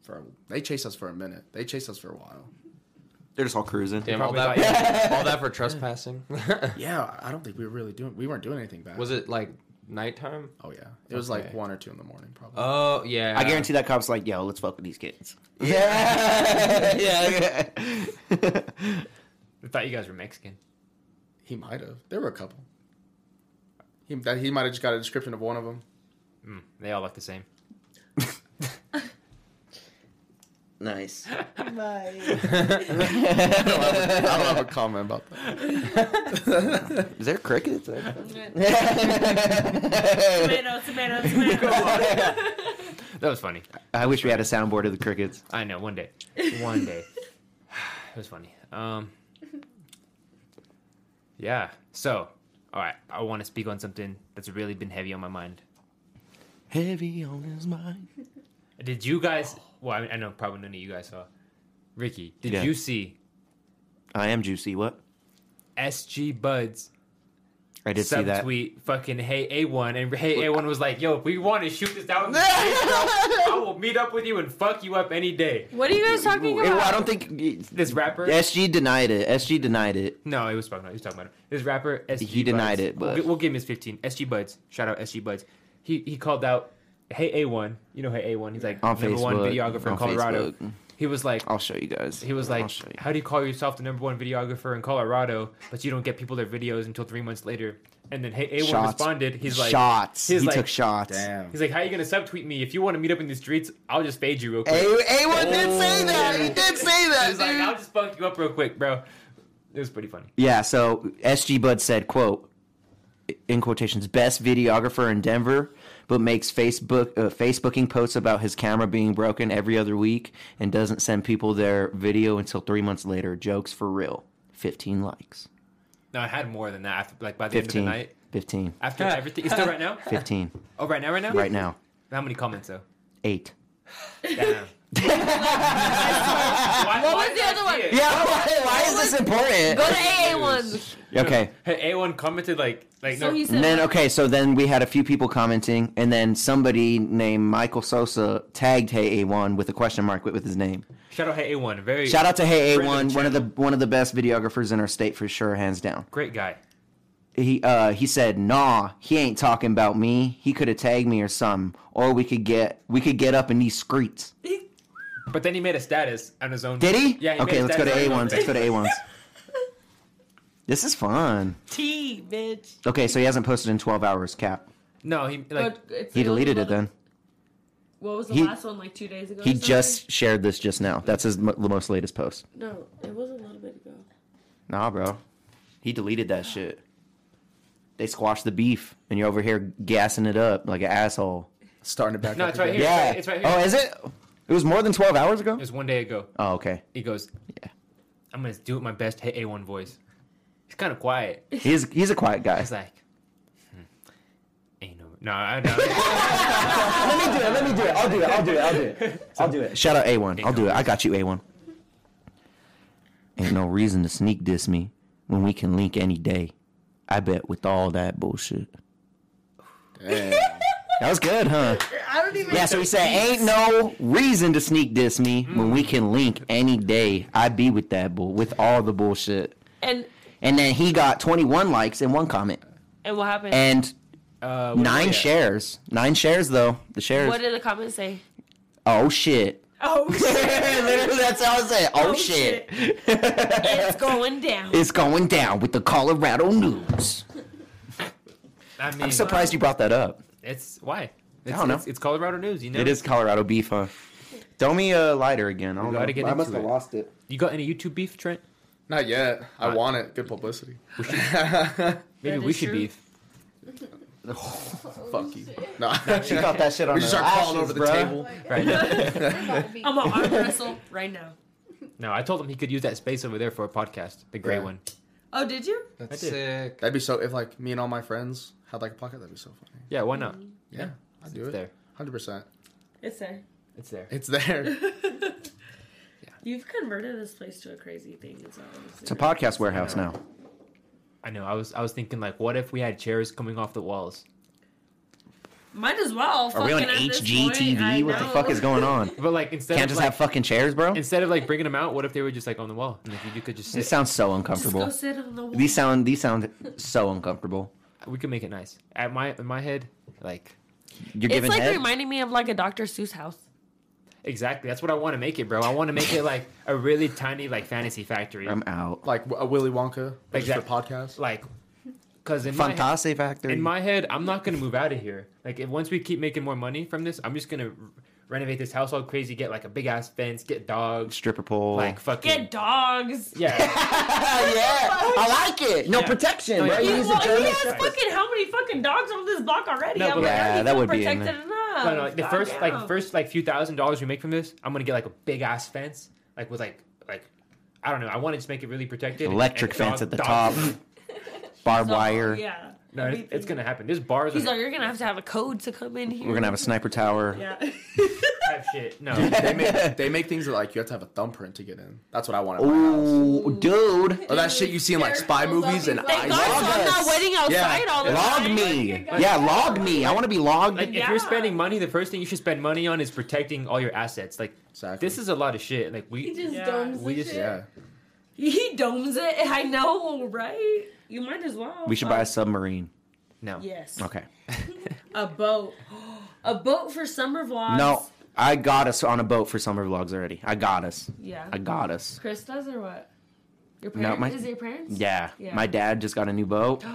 Speaker 6: for they chased us for a minute. They chased us for a while.
Speaker 3: They're just all cruising.
Speaker 4: Damn, all
Speaker 1: probably
Speaker 4: that, all that for trespassing.
Speaker 6: Yeah, I don't think we were really doing. We weren't doing anything bad.
Speaker 4: was it like nighttime?
Speaker 6: Oh yeah, it was like
Speaker 4: Okay.
Speaker 6: one or two in the morning probably.
Speaker 4: Oh yeah.
Speaker 3: I guarantee that cop's like, yo, let's fuck with these kids. Yeah. yeah. yeah.
Speaker 1: I thought you guys were Mexican.
Speaker 6: He might have. There were a couple. He that he might have just got a description of one of them.
Speaker 1: Mm, they all look the same.
Speaker 3: nice.
Speaker 6: I don't have a, I don't have a comment about that.
Speaker 3: Is there crickets?
Speaker 2: Tomato, tomato, tomato.
Speaker 1: That was funny.
Speaker 3: I wish we had a soundboard of the crickets.
Speaker 1: I know. One day. One day. it was funny. Um. Yeah. So, all right. I want to speak on something that's really been heavy on my mind.
Speaker 3: Heavy on his mind.
Speaker 1: Did you guys? Well, I, mean, I know probably none of you guys saw. Ricky, did
Speaker 3: Yeah.
Speaker 1: you see
Speaker 3: I am juicy. What?
Speaker 1: SG Buds
Speaker 3: I did see that.
Speaker 1: subtweet fucking Hey A1 and Hey A1 was like, "Yo, if we want to shoot this out, in the streets, bro, I will meet up with you and fuck you up any day."
Speaker 2: what are you guys talking
Speaker 3: Ew,
Speaker 2: about?
Speaker 3: I don't think
Speaker 1: This rapper,
Speaker 3: SG denied it. SG denied it.
Speaker 1: no, he was talking about, he was talking about him. This rapper, SG
Speaker 3: He denied
Speaker 1: Buds.
Speaker 3: it, but-
Speaker 1: we'll, gi- we'll give him his fifteen. SG Buds, shout out SG Buds. He he called out Hey A1, you know Hey A1. He's like
Speaker 3: On
Speaker 1: number one
Speaker 3: Facebook,
Speaker 1: videographer in
Speaker 3: on
Speaker 1: Colorado.
Speaker 3: Facebook.
Speaker 1: He was like,
Speaker 3: I'll show you guys.
Speaker 1: He was
Speaker 3: I'll
Speaker 1: like,
Speaker 3: show you.
Speaker 1: "How do you call yourself the number one videographer in Colorado, but you don't get people their videos until three months later?" And then Hey A1
Speaker 3: Shots.
Speaker 1: responded, "He's like
Speaker 3: shots.
Speaker 1: he's
Speaker 3: he
Speaker 1: like-
Speaker 3: took shots.
Speaker 1: He's like, "How are you gonna subtweet me? If you want to meet up in the streets, I'll just fade you real
Speaker 3: A-
Speaker 1: quick."
Speaker 3: A1 did say that. He did say that,
Speaker 1: He's like,
Speaker 3: dude.
Speaker 1: "I'll just fuck you up real quick, bro." It was pretty funny.
Speaker 3: Yeah, so SG Bud said, quote, in quotations, best videographer in Denver, but makes Facebook uh, Facebooking posts about his camera being broken every other week and doesn't send people their video until three months later. Jokes for real. 15 likes.
Speaker 1: No, I had more than that. After, like by the end
Speaker 3: 15.
Speaker 1: of the night,
Speaker 3: 15.
Speaker 1: after everything, it's still right now.
Speaker 3: 15.
Speaker 1: Oh, right now, right now,
Speaker 3: Right now.
Speaker 1: How many comments though?
Speaker 3: Eight.
Speaker 1: Damn. what was the other one?
Speaker 3: Yeah, why, why is this important?
Speaker 5: Go to AA ones.
Speaker 3: Okay.
Speaker 1: Hey, A1 commented like, like
Speaker 2: so
Speaker 1: no,
Speaker 2: he said,
Speaker 3: And then okay, so then we had a few people commenting, and then somebody named Michael Sosa tagged Hey A1 with a question mark with with his name.
Speaker 1: shout out Hey A1, very
Speaker 3: Shout out to Hey
Speaker 1: Friend of
Speaker 3: A1,
Speaker 1: the
Speaker 3: one of the one of the best videographers in our state for sure, hands down.
Speaker 1: great guy.
Speaker 3: He uh he said, "Nah, he ain't talking about me. He could have tagged me or something, or we could get we could get up in these streets."
Speaker 1: But then he made a status on his own.
Speaker 3: Did he?
Speaker 1: Yeah. He
Speaker 3: okay,
Speaker 1: made
Speaker 3: let's go to
Speaker 1: status on
Speaker 3: A1s.
Speaker 1: his
Speaker 3: Let's
Speaker 1: own
Speaker 3: go to A1s. this is fun.
Speaker 2: "T, bitch."
Speaker 3: Okay, so he hasn't posted in 12 hours, cap.
Speaker 1: thing. No, he like
Speaker 2: But it's-
Speaker 3: He deleted it then.
Speaker 2: What was the
Speaker 3: He-
Speaker 2: last one? Like two days ago. or
Speaker 3: He
Speaker 2: something?
Speaker 3: just shared this just now. That's his mo- the most latest post.
Speaker 2: no. It was a little bit ago.
Speaker 3: Nah, bro. He deleted that shit. They squashed the beef, and you're over here gassing it up like an asshole.
Speaker 6: Starting to back
Speaker 1: No,
Speaker 6: up.
Speaker 1: it's right
Speaker 6: again.
Speaker 1: here.
Speaker 3: Yeah.
Speaker 1: It's right here.
Speaker 3: Oh, is it? It was more than 12 hours ago?
Speaker 1: It was one day ago.
Speaker 3: Oh, okay.
Speaker 1: He goes,
Speaker 3: Yeah.
Speaker 1: I'm gonna do it my best. Hit A1 voice. He's kind of quiet.
Speaker 3: He's he's a quiet guy.
Speaker 1: He's like, "Hmm, ain't no. No, I know.
Speaker 3: let me do it. Let me do it. I'll do it. I'll do it. I'll do it. I'll do it. Shout out A1. I'll do it. I got you, A1. Ain't no reason to sneak diss me when we can link any day. I bet with all that bullshit. That was good, huh?
Speaker 2: I don't even.
Speaker 3: Yeah, so he said, ain't no reason to sneak diss me when we can link any day. I be with that bull, with all the bullshit.
Speaker 2: And
Speaker 3: And then he got 21 likes and one comment.
Speaker 2: and what happened?
Speaker 3: And
Speaker 1: uh, what-
Speaker 3: nine
Speaker 1: yeah.
Speaker 3: shares. Nine shares, though. The shares.
Speaker 2: what did the comments say?
Speaker 3: oh, shit.
Speaker 2: Oh,
Speaker 3: Literally, that's how I said. Oh,
Speaker 2: Oh,
Speaker 3: shit.
Speaker 2: it's going down.
Speaker 3: It's going down with the Colorado news.
Speaker 1: I mean,
Speaker 3: I'm surprised you brought that up.
Speaker 1: It's why. It's,
Speaker 3: don't know.
Speaker 1: It's, it's Colorado news. You know.
Speaker 3: It is Colorado beef, huh? Throw me a lighter again. I don't
Speaker 1: gotta
Speaker 3: know.
Speaker 1: get
Speaker 3: I
Speaker 1: into
Speaker 3: must have
Speaker 1: it.
Speaker 3: lost it.
Speaker 1: You got any YouTube beef, Trent?
Speaker 6: Not yet. I want it. Good publicity.
Speaker 1: Maybe
Speaker 2: That
Speaker 1: we
Speaker 2: is
Speaker 1: should
Speaker 2: true.
Speaker 1: beef.
Speaker 6: Fuck you. No.
Speaker 3: She thought that shit on
Speaker 6: We just
Speaker 3: her
Speaker 6: start crawling
Speaker 3: lashes,
Speaker 6: over the
Speaker 3: bruh.
Speaker 6: table.
Speaker 2: I'm gonna arm wrestle right now.
Speaker 1: No, I told him he could use that space over there for a podcast. The gray
Speaker 6: Yeah.
Speaker 1: one.
Speaker 2: Oh, did you?
Speaker 4: That's
Speaker 1: I did.
Speaker 4: sick.
Speaker 6: That'd be so. If like me and all my friends had like a pocket, that'd be so funny.
Speaker 1: Yeah. Why not?
Speaker 6: Yeah, I'd do
Speaker 1: It's
Speaker 6: it.
Speaker 1: there.
Speaker 6: Hundred percent.
Speaker 2: It's there.
Speaker 1: It's there.
Speaker 6: It's there.
Speaker 2: You've converted this place to a crazy thing. It's, honestly
Speaker 3: It's a
Speaker 2: really
Speaker 3: podcast
Speaker 2: nice.
Speaker 3: warehouse now.
Speaker 1: I know. I was. I was thinking like, what if we had chairs coming off the walls?
Speaker 2: Might as well.
Speaker 3: Are we on
Speaker 2: fucking at this point,
Speaker 3: HGTV?
Speaker 2: I
Speaker 3: What the
Speaker 2: know.
Speaker 3: fuck is going on?
Speaker 1: But like instead
Speaker 3: Can't
Speaker 1: of
Speaker 3: just
Speaker 1: like,
Speaker 3: have fucking chairs, bro?
Speaker 1: instead of like bringing them out, what if they were just like on the wall? And like, you could just
Speaker 3: It
Speaker 1: sit.
Speaker 3: sounds so
Speaker 2: Just go
Speaker 3: uncomfortable.
Speaker 2: sit on the wall.
Speaker 3: These sound these sound so uncomfortable.
Speaker 1: we could make it nice. At my in my head, like
Speaker 3: You're
Speaker 2: it's
Speaker 3: giving
Speaker 2: like
Speaker 3: head.
Speaker 2: reminding me of like a Dr. Seuss house.
Speaker 1: exactly. That's what I want to make it, bro. I want to make it like a really tiny like fantasy factory.
Speaker 3: I'm out.
Speaker 6: like a Willy Wonka but just for
Speaker 1: Exact-
Speaker 6: podcast.
Speaker 1: like, because in my head,
Speaker 3: Fantasy factory.
Speaker 1: in my head, I'm not gonna move out of here. Like if, once we keep making more money from this, I'm just gonna r- renovate this house all crazy. Get like a big ass fence. Get dogs.
Speaker 3: stripper pole.
Speaker 1: Like fucking
Speaker 2: Get dogs.
Speaker 1: yeah.
Speaker 3: yeah, I like it. No
Speaker 1: Yeah.
Speaker 3: protection,
Speaker 1: No,
Speaker 3: bro.
Speaker 1: yeah.
Speaker 3: You
Speaker 2: He,
Speaker 3: use
Speaker 2: well,
Speaker 3: the
Speaker 2: he
Speaker 3: German
Speaker 2: has fucking how many fucking dogs on this block already?
Speaker 1: No,
Speaker 2: I'm
Speaker 1: but
Speaker 2: like,
Speaker 1: like-
Speaker 2: I
Speaker 3: Yeah,
Speaker 2: don't
Speaker 3: that
Speaker 2: feel
Speaker 3: would be in
Speaker 2: protected
Speaker 3: there.
Speaker 2: enough.
Speaker 1: No, no, like the
Speaker 2: God
Speaker 1: first like
Speaker 2: damn.
Speaker 1: first like few thousand dollars we make from this, I'm gonna get like a big ass fence. Like with like like I don't know. I want to just make it really protected. and-
Speaker 3: electric
Speaker 1: and dog-
Speaker 3: fence at the
Speaker 1: dog-
Speaker 3: top, barbed
Speaker 2: So,
Speaker 3: wire.
Speaker 2: Yeah.
Speaker 1: No, it's, it's gonna happen. There's bars.
Speaker 2: He's
Speaker 1: on
Speaker 2: like, you're gonna have to have a code to come in here.
Speaker 3: We're gonna have a sniper tower.
Speaker 2: Yeah.
Speaker 1: type shit. No,
Speaker 6: they make they make things that like you have to have a thumbprint to get in. That's what I want. at my house.
Speaker 3: Oh, dude,
Speaker 6: Or that shit you see in like spy movies and
Speaker 2: Thank God
Speaker 6: I
Speaker 3: love
Speaker 2: I'm not
Speaker 3: us.
Speaker 2: waiting outside
Speaker 6: Yeah.
Speaker 2: all the
Speaker 3: log
Speaker 2: time.
Speaker 3: me. Yeah, log me. I want to be logged.
Speaker 1: like if
Speaker 2: Yeah.
Speaker 1: you're spending money, the first thing you should spend money on is protecting all your assets. Like
Speaker 6: Exactly.
Speaker 1: this is a lot of shit. Like we,
Speaker 5: He just
Speaker 2: Yeah.
Speaker 5: domes
Speaker 1: we
Speaker 5: the
Speaker 1: just
Speaker 5: shit.
Speaker 6: yeah.
Speaker 2: He domes it. I know, right? You might as well. Um,
Speaker 3: we should buy a submarine.
Speaker 1: no.
Speaker 2: Yes.
Speaker 3: Okay.
Speaker 2: A boat. a boat for summer vlogs.
Speaker 3: No, I got us on a boat for summer vlogs already. I got us.
Speaker 2: Yeah.
Speaker 3: I got us.
Speaker 2: Chris does or what? Your
Speaker 3: No,
Speaker 2: parents?
Speaker 3: my-
Speaker 2: is it your parents?
Speaker 3: Yeah.
Speaker 2: Yeah.
Speaker 3: My dad just got a new boat,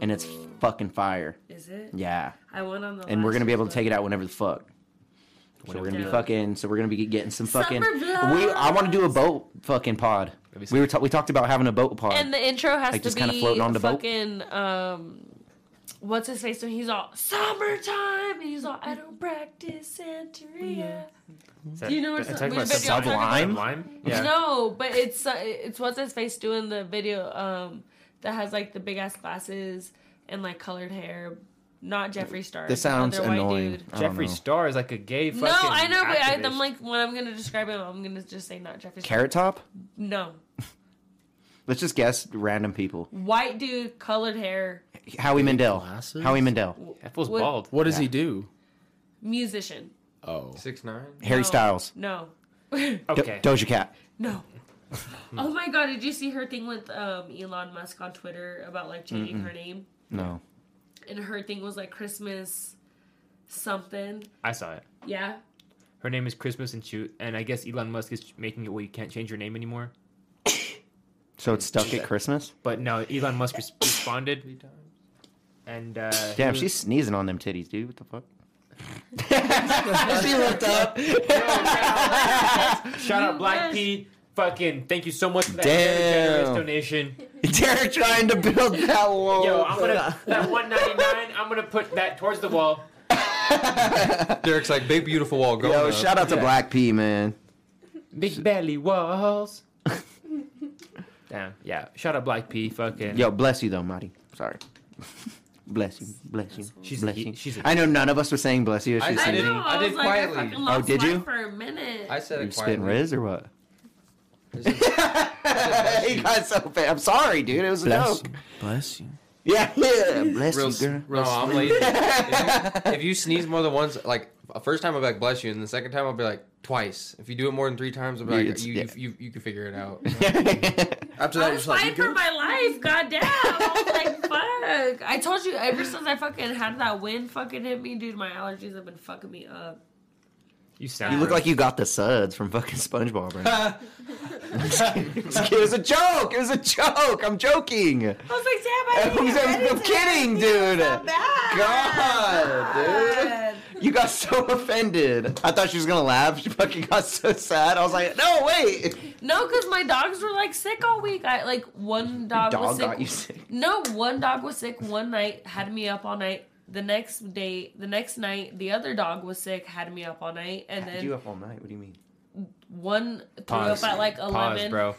Speaker 3: and it's fucking fire.
Speaker 2: Is it?
Speaker 3: Yeah.
Speaker 2: I went on the.
Speaker 3: And we're gonna be able to take it out whenever the fuck. So we're gonna be
Speaker 2: Yeah.
Speaker 3: fucking. So we're gonna be getting some fucking.
Speaker 2: Summer
Speaker 3: We I want to do a boat fucking pod.
Speaker 1: That'd be
Speaker 3: We were ta- we talked about having a boat pod.
Speaker 2: And the intro has
Speaker 3: Like,
Speaker 2: to
Speaker 3: just kinda
Speaker 2: be
Speaker 3: floating on the boat?
Speaker 2: fucking. Um, what's his face when he's all summertime and he's all I don't practice Santeria.
Speaker 1: Is that-
Speaker 2: Do you know what's-
Speaker 1: I'm talking
Speaker 2: which
Speaker 1: about
Speaker 2: video I'm
Speaker 1: Sublime?
Speaker 3: talking about?
Speaker 1: Sublime? Yeah.
Speaker 2: No, but it's uh, it's what's his face doing the video um that has like the big ass glasses and like colored hair. Not Jeffree Star.
Speaker 3: this sounds
Speaker 2: another white
Speaker 3: annoying.
Speaker 2: dude.
Speaker 3: I don't
Speaker 1: Jeffree
Speaker 3: know.
Speaker 1: Star is like a gay fucking.
Speaker 2: No, I know, but I,
Speaker 1: activist.
Speaker 2: I'm like when I'm gonna describe him, I'm gonna just say not Jeffree. Star.
Speaker 3: Carrot Top.
Speaker 2: No,
Speaker 3: Let's just guess random people.
Speaker 2: white dude, colored hair,
Speaker 3: Howie Mandel.
Speaker 6: glasses?
Speaker 3: Howie Mandel.
Speaker 1: that fool's
Speaker 2: What-
Speaker 1: bald.
Speaker 6: What does he do?
Speaker 2: musician.
Speaker 6: Oh.
Speaker 4: Six nine.
Speaker 3: Harry
Speaker 2: No.
Speaker 3: Styles.
Speaker 2: No,
Speaker 3: Do-
Speaker 1: Okay.
Speaker 3: Doja Cat.
Speaker 2: no. oh my god, did you see her thing with um Elon Musk on Twitter about like changing her name?
Speaker 3: No.
Speaker 2: And her thing was like Christmas something.
Speaker 1: I saw it.
Speaker 2: Yeah.
Speaker 1: Her name is Christmas and Shoot, and I guess Elon Musk is making it where you can't change your name anymore.
Speaker 3: So it's stuck at Christmas.
Speaker 1: But no, Elon Musk res- responded, and uh, he
Speaker 3: Damn,
Speaker 1: was-
Speaker 3: she's sneezing on them titties, dude. What the fuck? she looked up.
Speaker 1: Shout out Black
Speaker 2: Yes.
Speaker 1: Pete. Fucking thank you so much for that
Speaker 3: Damn.
Speaker 1: very generous donation.
Speaker 3: Derek trying to build that wall.
Speaker 2: Oh,
Speaker 1: Yo, I'm gonna that 199. I'm gonna put that towards the wall.
Speaker 4: Derek's like big beautiful wall going.
Speaker 3: Yo,
Speaker 4: up.
Speaker 3: shout out to Black P, man.
Speaker 1: Big belly walls. Damn. Yeah. Shout out Black P. Fucking.
Speaker 3: Yo, bless you though, Marty. Sorry. Bless you, bless you,
Speaker 1: She's
Speaker 3: bless
Speaker 1: a-
Speaker 3: you.
Speaker 1: she's a-
Speaker 3: I know none of us were saying bless you. She's
Speaker 4: I
Speaker 3: singing.
Speaker 4: did-
Speaker 2: know,
Speaker 4: I did
Speaker 2: was like,
Speaker 4: quietly.
Speaker 2: fucking
Speaker 3: Oh,
Speaker 2: lost
Speaker 3: did you?
Speaker 2: mine For a minute.
Speaker 4: I said
Speaker 3: you
Speaker 4: it
Speaker 3: spitting
Speaker 4: quietly.
Speaker 3: riz or what?
Speaker 4: Bless
Speaker 3: he got so bad. I'm sorry, dude. It was a joke.
Speaker 6: Bless you.
Speaker 3: Yeah, yeah. Bless
Speaker 6: Real,
Speaker 3: you, girl.
Speaker 6: real
Speaker 4: no, I'm lazy. if, you, if you sneeze more than once, like a first time I'll be like bless you, and the second time I'll be like twice. If you do it more than three times, I'll be
Speaker 3: Yeah,
Speaker 4: like
Speaker 3: it's-
Speaker 4: you,
Speaker 3: yeah.
Speaker 4: you, you you can figure it out.
Speaker 6: After
Speaker 2: I
Speaker 6: that, you're
Speaker 2: was
Speaker 6: just like, you
Speaker 2: fighting for
Speaker 6: good?
Speaker 2: my life, goddamn. I was like, fuck. I told you, ever since I fucking had that wind fucking hit me, dude, my allergies have been fucking me up.
Speaker 1: You sound.
Speaker 3: You look like you got the suds from fucking SpongeBob. Right? it was a joke. It was a joke. I'm joking.
Speaker 2: I was like, damn, I
Speaker 3: I'm,
Speaker 2: didn't get ready
Speaker 3: I'm
Speaker 2: to-
Speaker 3: kidding, dude.
Speaker 2: bad.
Speaker 3: God, dude. You got so offended. I thought she was gonna laugh. She fucking got so sad. I was like, no, wait.
Speaker 2: No, because my dogs were like sick all week. I like one dog, was
Speaker 3: Dog
Speaker 2: sick.
Speaker 3: got you sick.
Speaker 2: No, one dog was sick one night, had me up all night. The next day, the next night, the other dog was sick, had me up all night, and
Speaker 3: Had
Speaker 2: then
Speaker 3: you up all night. What do you mean?
Speaker 2: one threw
Speaker 1: Pause.
Speaker 2: up at like eleven.
Speaker 1: Pause, bro.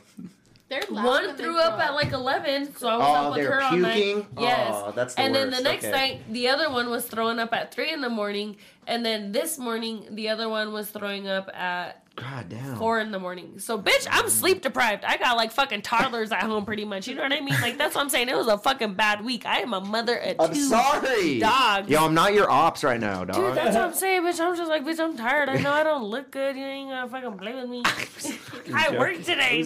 Speaker 7: They're loud
Speaker 2: One
Speaker 7: when they
Speaker 2: threw up
Speaker 7: talk.
Speaker 2: at like eleven, so I was
Speaker 3: Oh,
Speaker 2: up with
Speaker 3: they're
Speaker 2: her all
Speaker 3: puking.
Speaker 2: night. Yes,
Speaker 3: Oh, that's the
Speaker 2: and then
Speaker 3: worst.
Speaker 2: the next
Speaker 3: Okay.
Speaker 2: night, the other one was throwing up at three in the morning, and then this morning, the other one was throwing up at
Speaker 3: God damn.
Speaker 2: four in the morning. So, bitch, I'm sleep deprived. I got like fucking toddlers at home, pretty much. You know what I mean? Like that's what I'm saying. It was a fucking bad week. I am a mother of
Speaker 3: I'm
Speaker 2: two.
Speaker 3: sorry.
Speaker 2: dogs.
Speaker 3: Yo, I'm not your ops right now, dog.
Speaker 2: Dude, that's what I'm saying, bitch. I'm just like, bitch, I'm tired. I know I don't look good. You ain't gonna fucking play with me. I work today,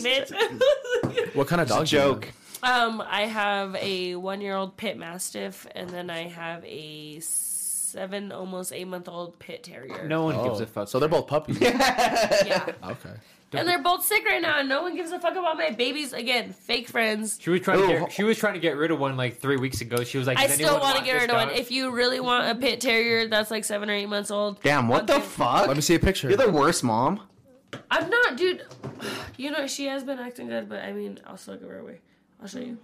Speaker 2: bitch.
Speaker 6: What kind of
Speaker 3: It's a
Speaker 6: dog? do you
Speaker 3: joke.
Speaker 2: um, I have a one year old pit mastiff, and then I have a seven, almost eight month old pit terrier.
Speaker 1: No one
Speaker 6: have?
Speaker 1: gives a
Speaker 6: Oh,
Speaker 1: fuck.
Speaker 6: so they're both puppies.
Speaker 2: Yeah.
Speaker 6: okay.
Speaker 2: and they're both sick right now, and no one gives a fuck about my babies. Again, fake friends.
Speaker 1: She was trying. to
Speaker 3: Ooh,
Speaker 1: get,
Speaker 3: ho-
Speaker 1: she was trying to get rid of one like three weeks ago. She was like,
Speaker 2: I
Speaker 1: "Does
Speaker 2: still
Speaker 1: anyone
Speaker 2: want to get
Speaker 1: this
Speaker 2: rid of one.
Speaker 1: dog?"
Speaker 2: If you really want a pit terrier that's like seven or eight months old,
Speaker 3: Damn, what the
Speaker 2: Okay.
Speaker 3: fuck?
Speaker 6: Let me see a picture.
Speaker 3: You're the worst mom.
Speaker 2: I'm not, dude. You know she has been acting good, but I mean, I'll still give her away. I'll show you.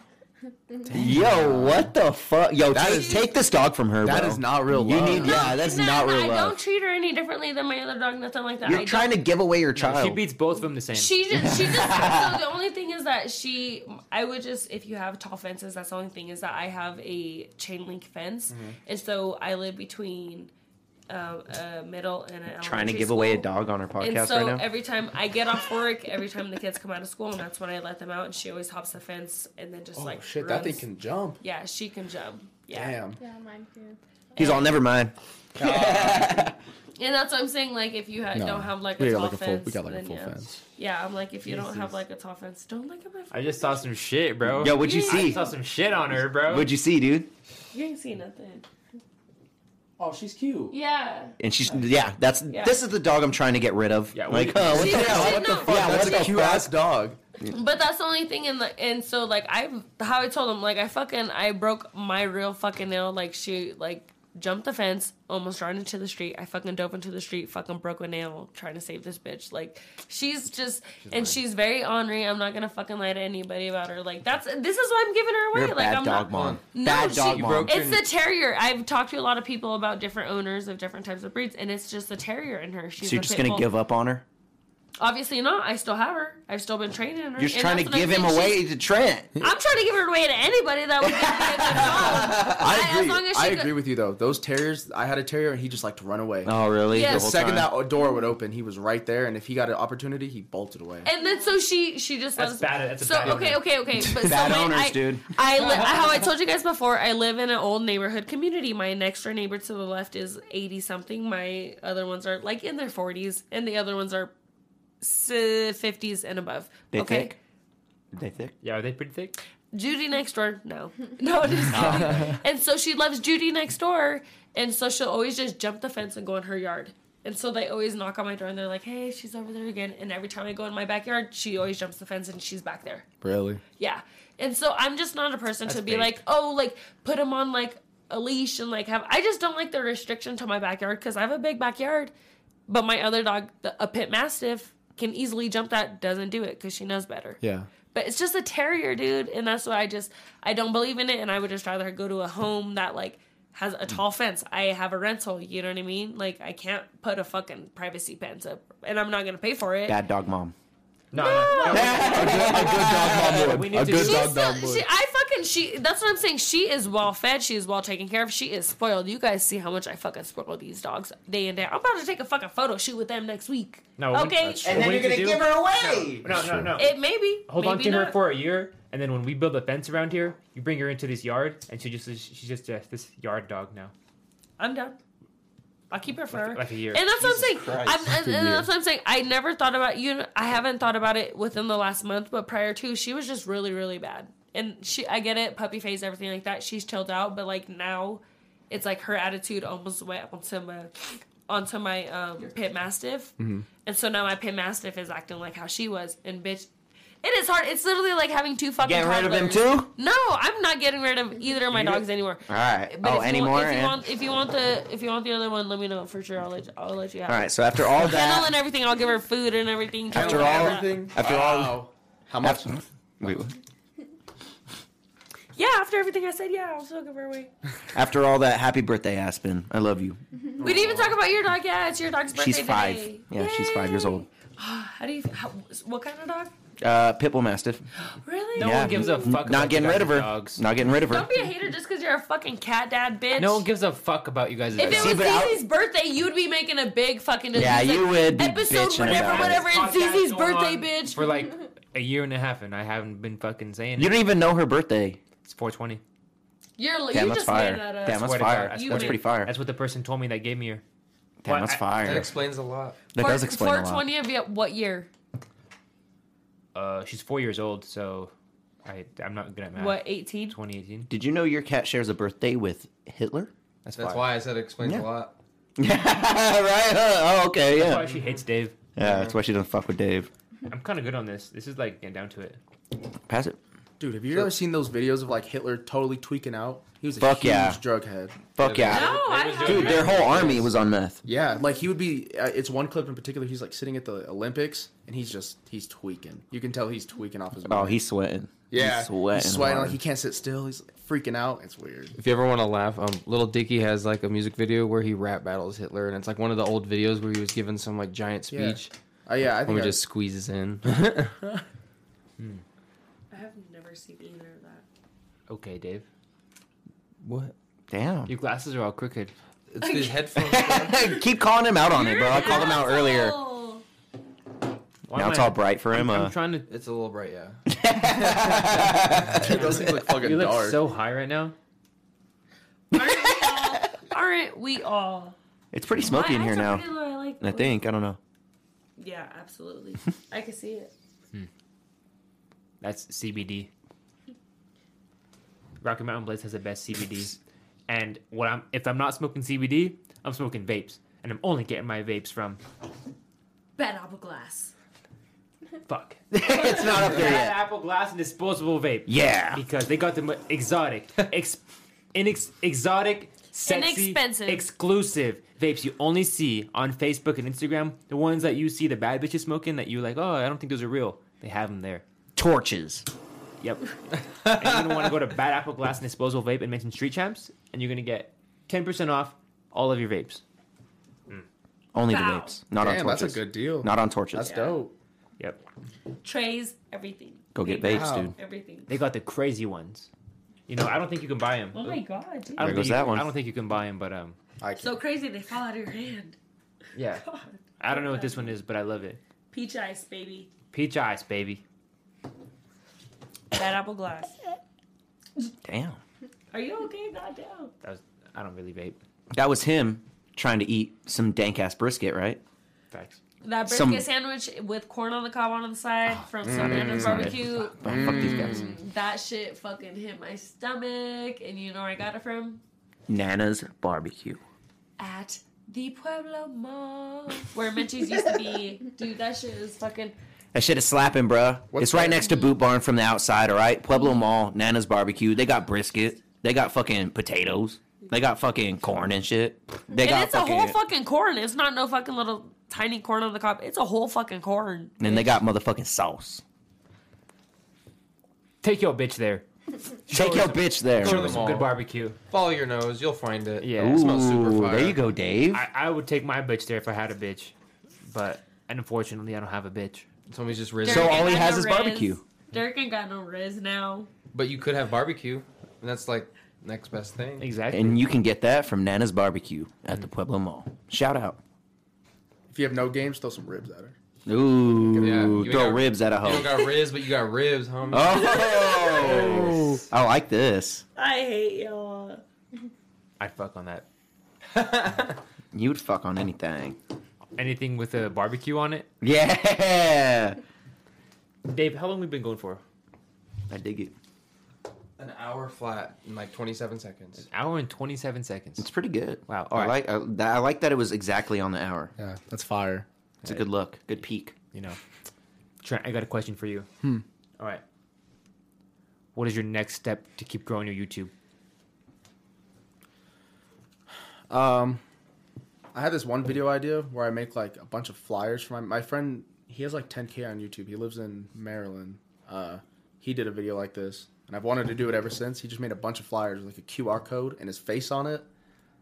Speaker 3: Yo, what the fuck? Yo,
Speaker 6: That
Speaker 3: take,
Speaker 6: is-
Speaker 3: take this dog from her,
Speaker 6: That
Speaker 3: bro.
Speaker 6: is not real
Speaker 3: You
Speaker 6: love.
Speaker 3: need- Yeah, that's
Speaker 2: No,
Speaker 3: not
Speaker 2: no,
Speaker 3: real
Speaker 2: I
Speaker 3: love.
Speaker 2: don't treat her any differently than my other dog. Nothing like that.
Speaker 3: You're
Speaker 2: I
Speaker 3: trying to give away your child.
Speaker 1: she beats both of them the same.
Speaker 2: She just, she just. so the only thing is that she, I would just, if you have tall fences, that's the only thing is that I have a chain link fence,
Speaker 3: Mm-hmm.
Speaker 2: and so I live between um, a middle and an
Speaker 3: trying to
Speaker 2: elementary
Speaker 3: give away a
Speaker 2: school.
Speaker 3: dog on her podcast
Speaker 2: And so
Speaker 3: right now.
Speaker 2: every time I get off work, every time the kids come out of school, and that's when I let them out, and she always hops the fence and then just
Speaker 6: Oh
Speaker 2: like
Speaker 6: shit, that thing
Speaker 2: runs.
Speaker 6: can jump.
Speaker 2: Yeah, she can jump. Yeah,
Speaker 6: Damn.
Speaker 7: Yeah, mine too.
Speaker 3: He's all never mind.
Speaker 2: and that's what I'm saying. Like if you ha-
Speaker 6: No,
Speaker 2: don't have like
Speaker 6: we
Speaker 2: a
Speaker 6: got
Speaker 2: tall
Speaker 6: like a full.
Speaker 2: fence,
Speaker 6: We got like a
Speaker 2: then
Speaker 6: full
Speaker 2: yeah.
Speaker 6: fence.
Speaker 2: Yeah, I'm like if you don't have like a tall fence, don't look at my.
Speaker 1: I
Speaker 2: Phone.
Speaker 1: just saw some shit, bro.
Speaker 3: Yo, what'd you
Speaker 1: I
Speaker 3: see?
Speaker 1: saw some shit on her, bro.
Speaker 3: What'd you see, dude?
Speaker 2: You ain't see nothing.
Speaker 6: Oh, she's cute.
Speaker 2: Yeah.
Speaker 3: And she's yeah. That's this is the dog I'm trying to get rid of.
Speaker 1: Yeah,
Speaker 3: like
Speaker 1: we-
Speaker 3: oh, what
Speaker 2: She-
Speaker 3: the
Speaker 2: she-
Speaker 3: fuck?
Speaker 2: no,
Speaker 3: Yeah,
Speaker 6: that's
Speaker 3: what
Speaker 6: a
Speaker 3: the
Speaker 6: cute
Speaker 3: fuck?
Speaker 6: ass dog.
Speaker 2: But that's the only thing in the and so like I how I told him like I fucking I broke my real fucking nail like she like jumped the fence almost ran into the street I fucking dove into the street fucking broke a nail trying to save this bitch like she's just and she's very ornery I'm not gonna fucking lie to anybody about her like that's this is why I'm giving her away
Speaker 3: You're a
Speaker 2: like
Speaker 3: bad
Speaker 2: I'm not
Speaker 3: dog mom.
Speaker 2: No,
Speaker 3: bad
Speaker 2: she-
Speaker 3: dog
Speaker 2: You
Speaker 3: mom.
Speaker 4: broke-
Speaker 2: it's the terrier. I've talked to a lot of people about different owners of different types of breeds, and it's just the terrier in her. She's
Speaker 3: so you're
Speaker 2: a
Speaker 3: just
Speaker 2: pit
Speaker 3: gonna
Speaker 2: bull.
Speaker 3: give up on her?
Speaker 2: Obviously not. I still have her. I've still been training her.
Speaker 3: You're just
Speaker 2: and
Speaker 3: trying to
Speaker 2: that's what I'm
Speaker 3: give him
Speaker 2: saying. She's-
Speaker 3: away to Trent.
Speaker 2: I'm trying to give her away to anybody that would give me a good dog.
Speaker 6: I
Speaker 2: as
Speaker 6: agree.
Speaker 2: long as she
Speaker 6: I
Speaker 2: could-
Speaker 6: agree with you though. Those terriers, I had a terrier and he just liked to run away.
Speaker 3: Oh really?
Speaker 2: Yes.
Speaker 3: The
Speaker 6: the
Speaker 3: whole
Speaker 6: second
Speaker 3: time?
Speaker 6: that door would open, he was right there, and if he got an opportunity, he bolted away.
Speaker 2: And then so she she just
Speaker 1: That's
Speaker 2: loves-
Speaker 1: bad- that's a
Speaker 2: so
Speaker 1: bad
Speaker 2: okay
Speaker 1: owner.
Speaker 2: okay okay. But
Speaker 3: Bad
Speaker 2: so when
Speaker 3: owners,
Speaker 2: I,
Speaker 3: dude.
Speaker 2: I li- how I told you guys before, I live in an old neighborhood community. My next door neighbor to the left is eighty something. My other ones are like in their forties, and the other ones are fifties and above.
Speaker 3: They
Speaker 2: okay,
Speaker 3: thick? They thick.
Speaker 1: yeah, are they pretty thick?
Speaker 2: Judy next door, no, no, just kidding. and so she loves Judy next door, and so she'll always just jump the fence and go in her yard. And so they always knock on my door and they're like, "Hey, she's over there again." And every time I go in my backyard, she always jumps the fence and she's back there.
Speaker 6: Really?
Speaker 2: Yeah. And so I'm just not a person to
Speaker 1: That's
Speaker 2: be
Speaker 1: big.
Speaker 2: like, oh, like put them on like a leash and like have. I just don't like the restriction to my backyard because I have a big backyard. But my other dog, the, a pit mastiff, can easily jump that. Doesn't do it because she knows better.
Speaker 6: Yeah.
Speaker 2: But it's just a terrier, dude, and that's why I just I don't believe in it, and I would just rather go to a home that like has a tall fence. I have a rental, you know what I mean? Like I can't put a fucking privacy fence up, and I'm not gonna pay for it.
Speaker 3: Bad dog mom.
Speaker 1: No, no, no. We need
Speaker 6: a
Speaker 1: to
Speaker 6: good
Speaker 1: do-
Speaker 6: dog
Speaker 2: She's
Speaker 6: mom
Speaker 2: still-
Speaker 6: would.
Speaker 2: she, I fucking she. That's what I'm saying. She is well fed. She is well taken care of. She is spoiled. You guys see how much I fucking spoil these dogs day in day. out. I'm about to take a fucking photo shoot with them next week.
Speaker 1: No, Oh, we-
Speaker 2: okay.
Speaker 1: that's
Speaker 3: And
Speaker 1: What
Speaker 3: then
Speaker 1: we
Speaker 3: you're gonna
Speaker 1: need to
Speaker 3: give
Speaker 1: do-
Speaker 3: her away.
Speaker 1: No, no, no.
Speaker 2: It maybe.
Speaker 1: Hold
Speaker 2: maybe
Speaker 1: on to her
Speaker 2: not.
Speaker 1: for a year, and then when we build a fence around here, you bring her into this yard, and she just she's just uh, this yard dog now.
Speaker 2: I'm down. I'll keep her forever.
Speaker 1: like a year.
Speaker 2: And that's what I'm saying.
Speaker 3: Christ.
Speaker 2: I'm, and, and that's what I'm saying. I never thought about you. know, I haven't thought about it within the last month, but prior to, she was just really, really bad. And she, I get it, puppy face, everything like that. She's chilled out, but like now, it's like her attitude almost went onto my, onto my um, pit mastiff,
Speaker 3: Mm-hmm.
Speaker 2: and so now my pit mastiff is acting like how she was. And bitch, it is hard. It's literally like having two fucking.
Speaker 3: Getting rid of them
Speaker 2: toddlers.
Speaker 3: too?
Speaker 2: No, I'm not getting rid of either of my dogs anymore.
Speaker 3: All right.
Speaker 2: But
Speaker 3: Oh,
Speaker 2: if you
Speaker 3: any
Speaker 2: want-
Speaker 3: more?
Speaker 2: If you,
Speaker 3: And-
Speaker 2: want, if you want the if you want the other one, let me know for sure. I'll let you, I'll let you have.
Speaker 3: All
Speaker 2: it.
Speaker 3: right. So after all
Speaker 2: Kennel and
Speaker 3: that,
Speaker 2: everything. I'll give her food and everything. too.
Speaker 3: After all-
Speaker 6: Everything.
Speaker 3: after all,
Speaker 6: Wow. How much?
Speaker 3: after, wait,
Speaker 2: yeah, after everything I said, yeah, I'll still give her away.
Speaker 3: after all that, happy birthday, Aspen. I love you.
Speaker 2: We didn't even talk about your dog. Yeah, it's your dog's birthday
Speaker 3: She's five.
Speaker 2: today.
Speaker 3: Yeah, she's five years old.
Speaker 2: How do you? How, what kind of dog?
Speaker 3: Uh, Pitbull Mastiff.
Speaker 2: Really?
Speaker 1: No
Speaker 3: Yeah.
Speaker 1: one gives a fuck.
Speaker 3: Not
Speaker 1: about you
Speaker 3: getting rid
Speaker 1: guys'
Speaker 3: of her.
Speaker 1: Dogs.
Speaker 3: Not getting rid of her.
Speaker 2: Don't be a hater just because you're a fucking cat dad, bitch.
Speaker 1: No one gives a fuck about you guys.
Speaker 2: If it
Speaker 3: See,
Speaker 2: was
Speaker 3: but I-
Speaker 2: Zizi's birthday, you'd be making a big fucking.
Speaker 3: Yeah,
Speaker 2: It's like,
Speaker 3: you would be
Speaker 2: Episode
Speaker 3: bitching
Speaker 2: whatever,
Speaker 3: about it.
Speaker 2: whatever. It's
Speaker 1: Podcast
Speaker 2: Zizi's
Speaker 1: going
Speaker 2: birthday,
Speaker 1: on
Speaker 2: bitch.
Speaker 1: for like a year and a half, and I haven't been fucking saying
Speaker 3: You
Speaker 1: it.
Speaker 3: don't even know her birthday.
Speaker 1: It's 420.
Speaker 2: You're you
Speaker 3: Damn, that's
Speaker 2: just
Speaker 3: fire.
Speaker 2: made that up.
Speaker 3: Damn, that's
Speaker 1: Swear to
Speaker 3: fire.
Speaker 1: God, I
Speaker 3: That's
Speaker 2: swear to
Speaker 3: pretty
Speaker 2: God.
Speaker 3: fire.
Speaker 1: That's what the person told me that gave me her.
Speaker 3: Damn,
Speaker 1: Well,
Speaker 3: that's
Speaker 1: I-
Speaker 4: That
Speaker 3: fire.
Speaker 4: explains a lot.
Speaker 3: That does explain a lot.
Speaker 2: 420 of you- what year?
Speaker 1: Uh, she's four years old, so I I'm not good at math.
Speaker 2: What 18?
Speaker 1: 2018.
Speaker 3: Did you know your cat shares a birthday with Hitler?
Speaker 1: That's,
Speaker 4: That's
Speaker 1: fire.
Speaker 4: why I said it explains
Speaker 3: Yeah.
Speaker 4: a lot.
Speaker 3: Yeah, right? Oh, okay,
Speaker 1: That's why
Speaker 3: yeah.
Speaker 1: she hates Dave.
Speaker 3: Yeah, that's why she doesn't fuck with Dave.
Speaker 1: I'm kind of good on this. This is like getting down to it.
Speaker 3: Pass it.
Speaker 6: Dude, have you ever seen those videos of like Hitler totally tweaking out? He was a
Speaker 3: Fuck
Speaker 6: huge
Speaker 3: yeah.
Speaker 6: drug head.
Speaker 3: Fuck yeah.
Speaker 2: No, I
Speaker 1: was
Speaker 2: haven't.
Speaker 3: Dude, their whole army was on meth.
Speaker 6: Yeah, like he would be. Uh, it's one clip in particular. He's like sitting at the Olympics, and he's just he's tweaking. You can tell he's tweaking off his.
Speaker 3: Oh,
Speaker 6: mind.
Speaker 3: he's sweating.
Speaker 6: yeah,
Speaker 3: He's sweating.
Speaker 6: He's sweating
Speaker 3: hard.
Speaker 6: like he can't sit still. He's freaking out. It's weird.
Speaker 4: If you ever want to laugh, um, Little Dicky has like a music video where he rap battles Hitler, and it's like one of the old videos where he was given some like giant
Speaker 6: Yeah.
Speaker 4: speech,
Speaker 6: Oh yeah, I
Speaker 4: and
Speaker 6: think
Speaker 4: we
Speaker 6: I,
Speaker 4: just squeezes in.
Speaker 2: I have never seen either of that.
Speaker 1: Okay, Dave.
Speaker 4: what?
Speaker 3: Damn.
Speaker 1: Your glasses are all crooked.
Speaker 4: It's these headphones. bro.
Speaker 3: Keep calling him out on it, bro. I called him out earlier.
Speaker 1: Why
Speaker 3: Now
Speaker 1: am
Speaker 3: it's
Speaker 1: I-
Speaker 3: all bright for him.
Speaker 1: I'm,
Speaker 3: Uh,
Speaker 1: I'm trying to.
Speaker 4: It's a little bright, yeah.
Speaker 6: Dude, those things look fucking
Speaker 1: You look
Speaker 6: dark.
Speaker 1: so high right now.
Speaker 2: Aren't we all?
Speaker 3: it's pretty smoky in
Speaker 2: My
Speaker 3: here
Speaker 2: eyes are
Speaker 3: now.
Speaker 2: pretty low, I, like
Speaker 3: I
Speaker 2: blue.
Speaker 3: think. I don't know.
Speaker 2: Yeah, absolutely. I can see it.
Speaker 1: That's CBD. Rocky Mountain Blaze has the best CBD. And what I'm if I'm not smoking CBD, I'm smoking vapes, and I'm only getting my vapes from
Speaker 2: Bad apple glass.
Speaker 1: fuck
Speaker 3: it's not up there
Speaker 1: Bad
Speaker 3: yet.
Speaker 1: Apple Glass and disposable vape.
Speaker 3: Yeah.
Speaker 1: because they got the mo- exotic, ex, inex, exotic, sexy,
Speaker 2: Inexpensive.
Speaker 1: exclusive vapes you only see on Facebook and Instagram. The ones that you see the bad bitches smoking that you're like, oh, I don't think those are real. They have them there.
Speaker 3: Torches.
Speaker 1: Yep. and you're gonna want to go to Bad Apple Glass and Disposable Vape and mention Street Champs, and you're gonna get 10% off all of your vapes.
Speaker 3: Only the
Speaker 2: Wow.
Speaker 3: vapes. Not on
Speaker 6: Damn,
Speaker 3: torches.
Speaker 6: that's a good deal.
Speaker 3: Not on torches.
Speaker 6: that's dope.
Speaker 1: Yep.
Speaker 2: Trays, everything.
Speaker 3: Go get
Speaker 2: Big Mac,
Speaker 3: vapes, dude.
Speaker 2: Everything.
Speaker 1: They got the crazy ones. You know, I don't think you can buy them.
Speaker 2: Oh my god, dude.
Speaker 1: I don't
Speaker 3: There goes
Speaker 1: think you-
Speaker 3: that one.
Speaker 1: I don't think you can buy them, but um,
Speaker 6: I can't.
Speaker 2: So crazy they fall out of your hand.
Speaker 1: yeah.
Speaker 2: God.
Speaker 1: I don't know what this one is, but I love it.
Speaker 2: Peach ice, baby.
Speaker 1: Peach ice, baby.
Speaker 2: Bad apple glass.
Speaker 3: Damn.
Speaker 2: Are you okay? Goddamn.
Speaker 1: That was, I don't really vape.
Speaker 3: That was him trying to eat some dank ass brisket, right?
Speaker 1: Facts.
Speaker 2: That brisket
Speaker 3: Some- Ah, mm,
Speaker 2: sandwich with corn on the cob on the side from Savannah's Barbecue.
Speaker 3: Oh, fuck these guys.
Speaker 6: Mm.
Speaker 2: That shit fucking hit my stomach, and you know where I got it from?
Speaker 3: Nana's barbecue.
Speaker 2: At the Pueblo Mall, where Minchie's used to be. Dude, that shit is fucking.
Speaker 3: That shit is slapping, bruh.
Speaker 6: What's
Speaker 3: it's right
Speaker 6: that?
Speaker 3: next to Boot Barn from the outside, all right? Pueblo Mall, Nana's Barbecue. They got brisket. They got fucking potatoes. They got fucking corn and shit. They
Speaker 2: And
Speaker 3: got
Speaker 2: it's
Speaker 3: fucking,
Speaker 2: a whole fucking corn. It's not no fucking little tiny corn on the cob. It's a whole fucking corn.
Speaker 3: and they got motherfucking sauce.
Speaker 1: Take your bitch there.
Speaker 3: Take your bitch there.
Speaker 1: Show them
Speaker 4: them
Speaker 1: some
Speaker 4: all.
Speaker 1: good barbecue.
Speaker 4: Follow your nose, you'll find it.
Speaker 1: Yeah.
Speaker 4: it smells super
Speaker 3: Ooh,
Speaker 4: fire.
Speaker 3: there you go, Dave.
Speaker 1: I, I would take my bitch there if I had a bitch, but unfortunately I don't have a bitch.
Speaker 4: Somebody's just risen.
Speaker 2: Derek
Speaker 3: So
Speaker 2: ain't
Speaker 3: all he
Speaker 2: got
Speaker 3: has
Speaker 2: no
Speaker 3: is
Speaker 2: riz.
Speaker 3: barbecue.
Speaker 2: Derek ain't got no riz now.
Speaker 4: but you could have barbecue, and that's like next best thing.
Speaker 1: Exactly.
Speaker 3: And you can get that from Nana's Barbecue at the Pueblo Mall. Shout out.
Speaker 6: If you have no games, throw some ribs at her.
Speaker 3: Ooh,
Speaker 4: Yeah, you
Speaker 3: throw
Speaker 4: got-
Speaker 3: ribs at a
Speaker 4: You don't
Speaker 3: hoe.
Speaker 4: got ribs, but you got ribs, homie.
Speaker 3: Oh, I like this.
Speaker 2: I hate y'all.
Speaker 1: I'd fuck on that.
Speaker 4: Oh.
Speaker 3: You would fuck on anything.
Speaker 1: Anything with a barbecue on it.
Speaker 3: Yeah,
Speaker 1: Dave, how long we been going for?
Speaker 3: I dig it.
Speaker 4: An hour flat in like 27 seconds.
Speaker 1: Hour and twenty seven seconds.
Speaker 3: It's pretty good.
Speaker 1: Wow, all
Speaker 3: I
Speaker 1: right.
Speaker 3: like I, that, I like that it was exactly on the hour.
Speaker 6: Yeah, that's fire.
Speaker 3: It's a good look, good peek.
Speaker 1: You know. Trent, I got a question for you. Hmm. All right. What is your next step to keep growing your YouTube?
Speaker 6: Um, I had this one video idea where I make like a bunch of flyers for my my friend. He has like 10k on YouTube. He lives in Maryland. Uh, he did a video like this, and I've wanted to do it ever since. He just made a bunch of flyers with like a QR code and his face on it.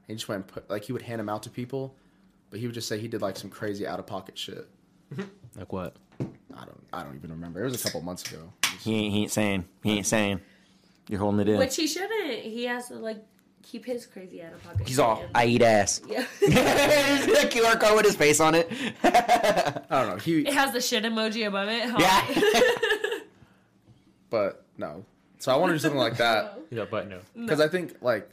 Speaker 6: He just went and put like he would hand them out to people, but he would just say he did like some crazy out of pocket shit.
Speaker 1: Like what?
Speaker 6: I don't I don't even remember. It was a couple months ago.
Speaker 3: He ain't, he ain't saying. He ain't saying. You're holding it in.
Speaker 2: Which he shouldn't. He has to like keep his crazy out of pocket.
Speaker 3: He's all.
Speaker 2: shit.
Speaker 3: I eat ass.
Speaker 2: Yeah.
Speaker 3: There's a QR code with his face on it.
Speaker 6: I don't know. He
Speaker 2: it has the shit emoji above it. huh?
Speaker 3: yeah.
Speaker 6: but no. So I want to do something like that.
Speaker 1: No, but no.
Speaker 6: Because I think, like,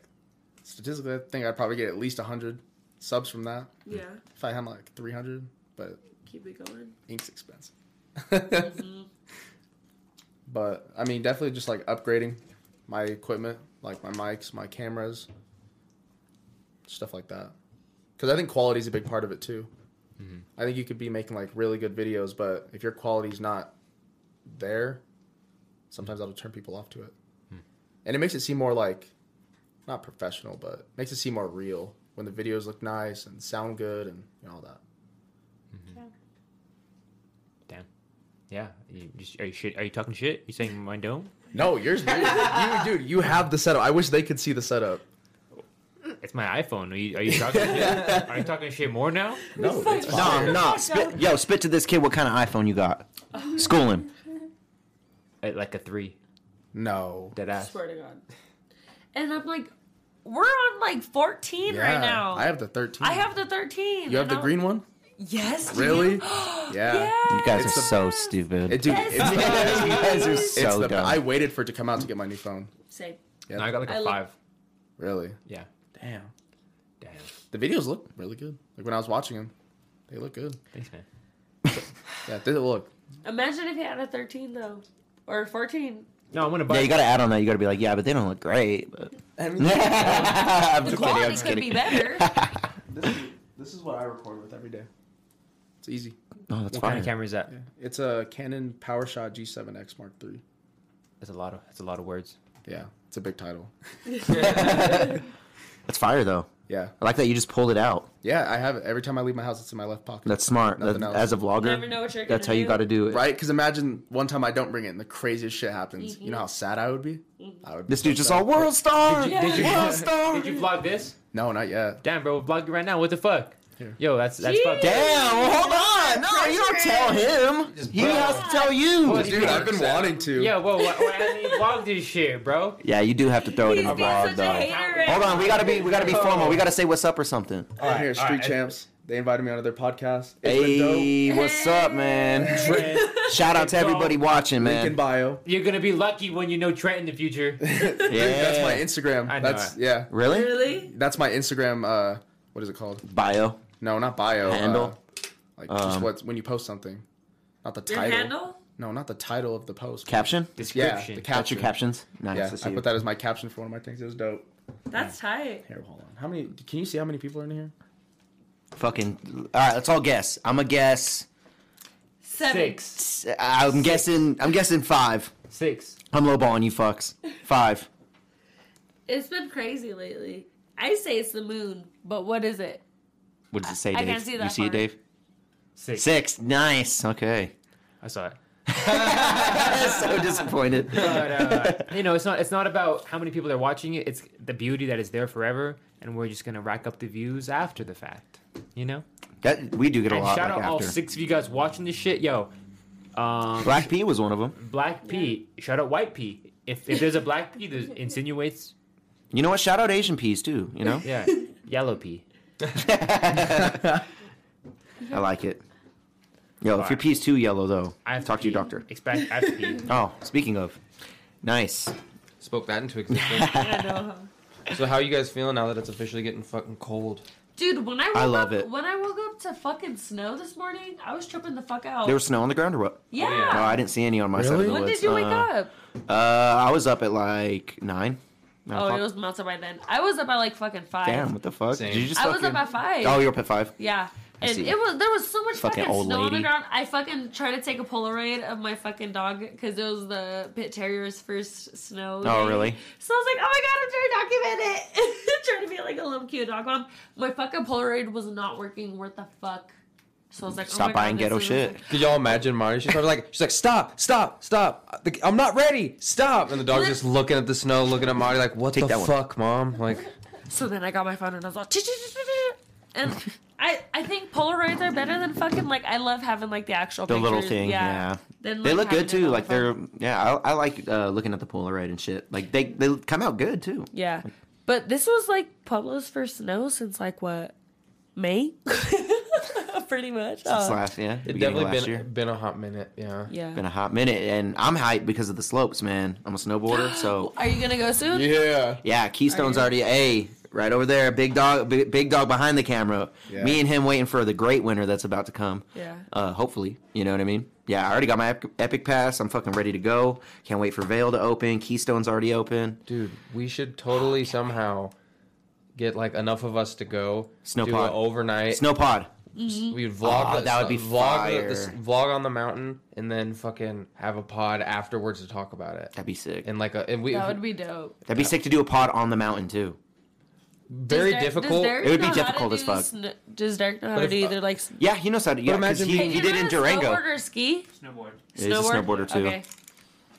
Speaker 6: statistically, I think I'd probably get at least 100 subs from that.
Speaker 2: Yeah.
Speaker 6: If I had, like, 300, but
Speaker 2: Keep it going.
Speaker 6: ink's expensive.
Speaker 2: Mm-hmm.
Speaker 6: But, I mean, definitely just, like, upgrading my equipment, like my mics, my cameras, stuff like that. Because I think quality's a big part of it, too. I think you could be making, like, really good videos, but if your quality's not there, sometimes that'll turn people off to it. And it makes it seem more like not professional, but makes it seem more real when the videos look nice and sound good and you know, all that.
Speaker 1: Yeah. You just, are you shit? Are you talking shit? You saying mine don't?
Speaker 6: No, yours, dude. you, dude, you have the setup. I wish they could see the setup.
Speaker 1: It's my iPhone. Are you, are you talking shit? Are you talking shit more now?
Speaker 6: No, it's fine.
Speaker 3: No, no. Spit, yo, spit to this kid. What kind of iPhone you got? School him.
Speaker 1: At like a three.
Speaker 6: no.
Speaker 1: Dead ass.
Speaker 2: Swear to God. And I'm like, we're on like 14
Speaker 6: Yeah,
Speaker 2: right now.
Speaker 6: I have the 13.
Speaker 2: I have the 13.
Speaker 6: You have
Speaker 2: and
Speaker 6: the
Speaker 2: I'm-
Speaker 6: green one?
Speaker 2: Yes. you-
Speaker 6: Really?
Speaker 2: Yes.
Speaker 6: yeah.
Speaker 3: You guys
Speaker 6: It's
Speaker 3: are
Speaker 6: the-
Speaker 3: so stupid.
Speaker 6: It, dude,
Speaker 2: Yes.
Speaker 6: it's, the-
Speaker 3: you guys are
Speaker 6: it's
Speaker 3: so
Speaker 6: the-
Speaker 3: dumb.
Speaker 6: I waited for it to come out to get my new phone.
Speaker 2: Same.
Speaker 1: No, I got like a
Speaker 2: I love-
Speaker 1: five.
Speaker 6: Really?
Speaker 1: Yeah.
Speaker 6: Damn.
Speaker 1: Damn.
Speaker 6: The videos look really good. Like when I was watching them, they look good.
Speaker 1: Thanks, man.
Speaker 6: Yeah, they look.
Speaker 2: Imagine if you had a 13 though, or 14.
Speaker 1: No, I'm gonna buy.
Speaker 3: yeah, you gotta add on that. You gotta be like, yeah, but they don't look great. But...
Speaker 6: I mean,
Speaker 3: I'm
Speaker 2: The
Speaker 3: just kidding. I'm
Speaker 2: quality
Speaker 3: just
Speaker 2: could be better.
Speaker 3: kidding.
Speaker 6: This, this is what I record with every day. It's easy.
Speaker 3: No, that's
Speaker 1: what kind
Speaker 3: fine.
Speaker 1: of camera is that?
Speaker 6: It's a Canon PowerShot G7X Mark III.
Speaker 1: That's a lot of. That's a lot of words.
Speaker 6: Yeah, it's a big title.
Speaker 3: That's fire though.
Speaker 6: Yeah,
Speaker 3: I like that you just pulled it out.
Speaker 6: yeah. I have it every time I leave my house. It's in my left pocket.
Speaker 3: That's smart. That-
Speaker 6: Nothing else.
Speaker 3: as a
Speaker 2: Never know
Speaker 3: vlogger,
Speaker 2: what you're gonna
Speaker 3: that's how you
Speaker 2: do.
Speaker 3: gotta do it.
Speaker 6: right. Because imagine one time I don't bring it, and the craziest shit happens. You know
Speaker 2: Mm-hmm.
Speaker 6: how sad I would be.
Speaker 2: Mm.
Speaker 6: I would. be
Speaker 3: This
Speaker 6: so
Speaker 3: dude's just
Speaker 6: sad.
Speaker 3: all world star.
Speaker 1: Did you,
Speaker 3: World star.
Speaker 1: did you vlog this?
Speaker 6: No, not yet.
Speaker 1: Damn, bro, vlog you right now. What the fuck? Yo, that's that's
Speaker 2: Jeez.
Speaker 1: fucked. up.
Speaker 3: Damn. Well, hold on. No, you don't tell him. He has to tell you.
Speaker 6: Dude, I've been wanting to.
Speaker 1: Yeah, whoa, why, why didn't you vlog this shit, bro?
Speaker 3: Yeah, you do have to throw it in the
Speaker 2: He's being
Speaker 3: vlog
Speaker 2: such a Oh.
Speaker 3: though.
Speaker 2: hater.
Speaker 3: Hold on, we gotta be we gotta be formal. We gotta say what's up or something.
Speaker 6: I'm here, at Street
Speaker 1: alright.
Speaker 6: Champs. They invited me onto their podcast. It's been dope.
Speaker 3: Hey, what's up, man? Shout out to everybody watching,
Speaker 6: Link in
Speaker 3: man.
Speaker 6: bio.
Speaker 1: You're gonna be lucky when you know Trent in the future.
Speaker 6: That's my
Speaker 3: Yeah.
Speaker 6: Instagram.
Speaker 1: I know
Speaker 6: That's
Speaker 1: it.
Speaker 6: yeah.
Speaker 3: Really?
Speaker 2: Really?
Speaker 6: That's my Instagram. Uh, what is it called?
Speaker 3: Bio.
Speaker 6: No, not bio. uh,
Speaker 3: Handle?
Speaker 6: like just
Speaker 3: Um,
Speaker 6: what when you post something, not the
Speaker 2: Your
Speaker 6: title.
Speaker 2: handle?
Speaker 6: No, not the title of the post.
Speaker 3: Caption.
Speaker 6: Yeah,
Speaker 1: Description.
Speaker 6: the
Speaker 3: That's your
Speaker 6: caption.
Speaker 3: captions. Nice.
Speaker 6: Yeah,
Speaker 3: that's
Speaker 6: I
Speaker 3: you.
Speaker 6: put that as my caption for one of my things. It was dope.
Speaker 2: That's tight.
Speaker 6: Here, hold on. How many? Can you see how many people are in here?
Speaker 3: Fucking. All right, let's all guess. I'm a guess.
Speaker 2: Seven.
Speaker 1: Six.
Speaker 3: I'm guessing. I'm guessing five.
Speaker 1: Six.
Speaker 3: I'm lowballing you fucks. Five.
Speaker 2: It's been crazy lately. I say it's the moon, but what is it?
Speaker 3: What does it say,
Speaker 2: I
Speaker 3: Dave?
Speaker 2: can't see
Speaker 3: you
Speaker 2: that
Speaker 3: see it,
Speaker 2: far.
Speaker 3: Dave?
Speaker 1: Six.
Speaker 3: Six. Nice. Okay.
Speaker 1: I saw it.
Speaker 3: so disappointed.
Speaker 1: but uh, you know, it's not it's not about how many people are watching it. It's the beauty that is there forever, and we're just gonna rack up the views after the fact. You know.
Speaker 3: That, we do get a
Speaker 1: And
Speaker 3: lot
Speaker 1: shout
Speaker 3: like
Speaker 1: out all
Speaker 3: after.
Speaker 1: six of you guys watching this shit, yo. Um,
Speaker 3: Black P was one of them.
Speaker 1: Black P, shout out White P. If if there's a Black P that insinuates,
Speaker 3: You know what? Shout out Asian peas too. You know,
Speaker 1: yeah, Yellow P.
Speaker 3: I like it. Yo, if your peas too yellow though,
Speaker 1: I have
Speaker 3: talk to,
Speaker 1: pee.
Speaker 3: your doctor.
Speaker 1: Expect I have to pee.
Speaker 3: Oh, speaking of, nice.
Speaker 4: Spoke that into existence.
Speaker 2: I know, huh?
Speaker 4: so how you guys feeling now that it's officially getting fucking cold?
Speaker 2: Dude, when I woke
Speaker 3: love
Speaker 2: up,
Speaker 3: it.
Speaker 2: when I woke up to fucking snow this morning, I was tripping the fuck out.
Speaker 3: There was snow on the ground or what?
Speaker 2: yeah.
Speaker 1: Oh,
Speaker 3: No, I didn't see any on my side of
Speaker 6: Really?
Speaker 3: the
Speaker 2: when
Speaker 3: woods.
Speaker 2: did you wake
Speaker 3: Uh,
Speaker 2: up?
Speaker 3: Uh, I was up at like nine. nine
Speaker 2: Oh,
Speaker 3: o'clock.
Speaker 2: it was melted by then. I was up by like fucking five.
Speaker 3: Damn, what the fuck?
Speaker 4: Same.
Speaker 3: Did you just
Speaker 2: I was up
Speaker 3: fucking-
Speaker 2: by five.
Speaker 3: Oh, you were up at five.
Speaker 2: Yeah. And
Speaker 3: see.
Speaker 2: it was there was so much
Speaker 3: Fucking
Speaker 2: fucking,
Speaker 3: old
Speaker 2: snow on the
Speaker 3: lady.
Speaker 2: ground. I fucking tried to take a Polaroid of my fucking dog because it was the pit terrier's first snow.
Speaker 3: Oh,
Speaker 2: day.
Speaker 3: really?
Speaker 2: So I was like, oh my god, I'm trying to document it, trying to be like a little cute dog mom. My fucking Polaroid was not working. What the fuck? So I was like, oh
Speaker 3: Stop
Speaker 2: my
Speaker 3: buying
Speaker 2: God, this
Speaker 3: ghetto
Speaker 2: is-
Speaker 3: shit.
Speaker 4: Could y'all imagine Marty? She's probably like, she's like, stop, stop, stop. The- I'm not ready. Stop. And the dog's just looking at the snow, looking at Marty, like, what
Speaker 3: Take
Speaker 4: the
Speaker 3: that one.
Speaker 4: fuck, mom? Like,
Speaker 2: So then I got my phone and I was all, "Ch-ch-ch-ch-ch-ch." and I I think Polaroids are better than fucking like I love having like the actual
Speaker 3: The little
Speaker 2: pictures.
Speaker 3: thing, yeah.
Speaker 2: Than,
Speaker 3: They
Speaker 2: like,
Speaker 3: look
Speaker 2: having
Speaker 3: good
Speaker 2: it
Speaker 3: too.
Speaker 2: on
Speaker 3: Like
Speaker 2: the phone.
Speaker 3: they're yeah. I, I like uh, looking at the Polaroid and shit. Like they they come out good too.
Speaker 2: Yeah. But this was like Pueblo's first snow since like what? May? Pretty much.
Speaker 3: It's
Speaker 2: Uh,
Speaker 3: last yeah.
Speaker 4: it
Speaker 3: beginning of
Speaker 4: definitely
Speaker 3: last
Speaker 4: been
Speaker 3: year.
Speaker 4: been a hot minute. Yeah.
Speaker 2: yeah.
Speaker 3: Been a hot minute, and I'm hyped because of the slopes, man. I'm a snowboarder, so
Speaker 2: Are you gonna go soon?
Speaker 6: Yeah.
Speaker 3: yeah. Keystone's already a right over there. Big dog, big, big dog behind the camera.
Speaker 6: Yeah.
Speaker 3: Me and him waiting for the great winter that's about to come.
Speaker 2: Yeah.
Speaker 3: Uh, hopefully, you know what I mean. Yeah, I already got my Ep- epic pass. I'm fucking ready to go. Can't wait for Vale to open. Keystone's already open.
Speaker 4: Dude, we should
Speaker 3: Oh,
Speaker 4: totally somehow get like enough of us to go
Speaker 3: Snow
Speaker 4: do
Speaker 3: pod.
Speaker 4: an overnight.
Speaker 3: Snowpod.
Speaker 4: We
Speaker 2: Mm-hmm.
Speaker 4: vlog.
Speaker 3: Aw,
Speaker 4: the-
Speaker 3: that would be
Speaker 4: vlog. the-
Speaker 3: fire.
Speaker 4: The, vlog on the mountain, and then fucking have a pod afterwards to talk about it.
Speaker 3: That'd be sick.
Speaker 4: And like a, and we
Speaker 2: That would be dope.
Speaker 3: That'd be sick to do a pod on the mountain too.
Speaker 2: Does
Speaker 4: very
Speaker 2: Derek- does
Speaker 4: difficult.
Speaker 2: Derek
Speaker 3: It would be
Speaker 2: know how to
Speaker 3: difficult as
Speaker 2: do
Speaker 3: fuck.
Speaker 2: sn- does Derek know how
Speaker 4: But
Speaker 2: to
Speaker 4: if- uh,
Speaker 2: do either like? s-
Speaker 3: Yeah, he knows how to. Yeah, because
Speaker 4: imagine
Speaker 3: he,
Speaker 4: being-
Speaker 3: he
Speaker 2: You're
Speaker 3: did
Speaker 2: not
Speaker 3: in
Speaker 2: a
Speaker 3: Durango.
Speaker 2: Snowboard or ski?
Speaker 1: Snowboard.
Speaker 3: He's a snowboarder, too.
Speaker 2: Okay.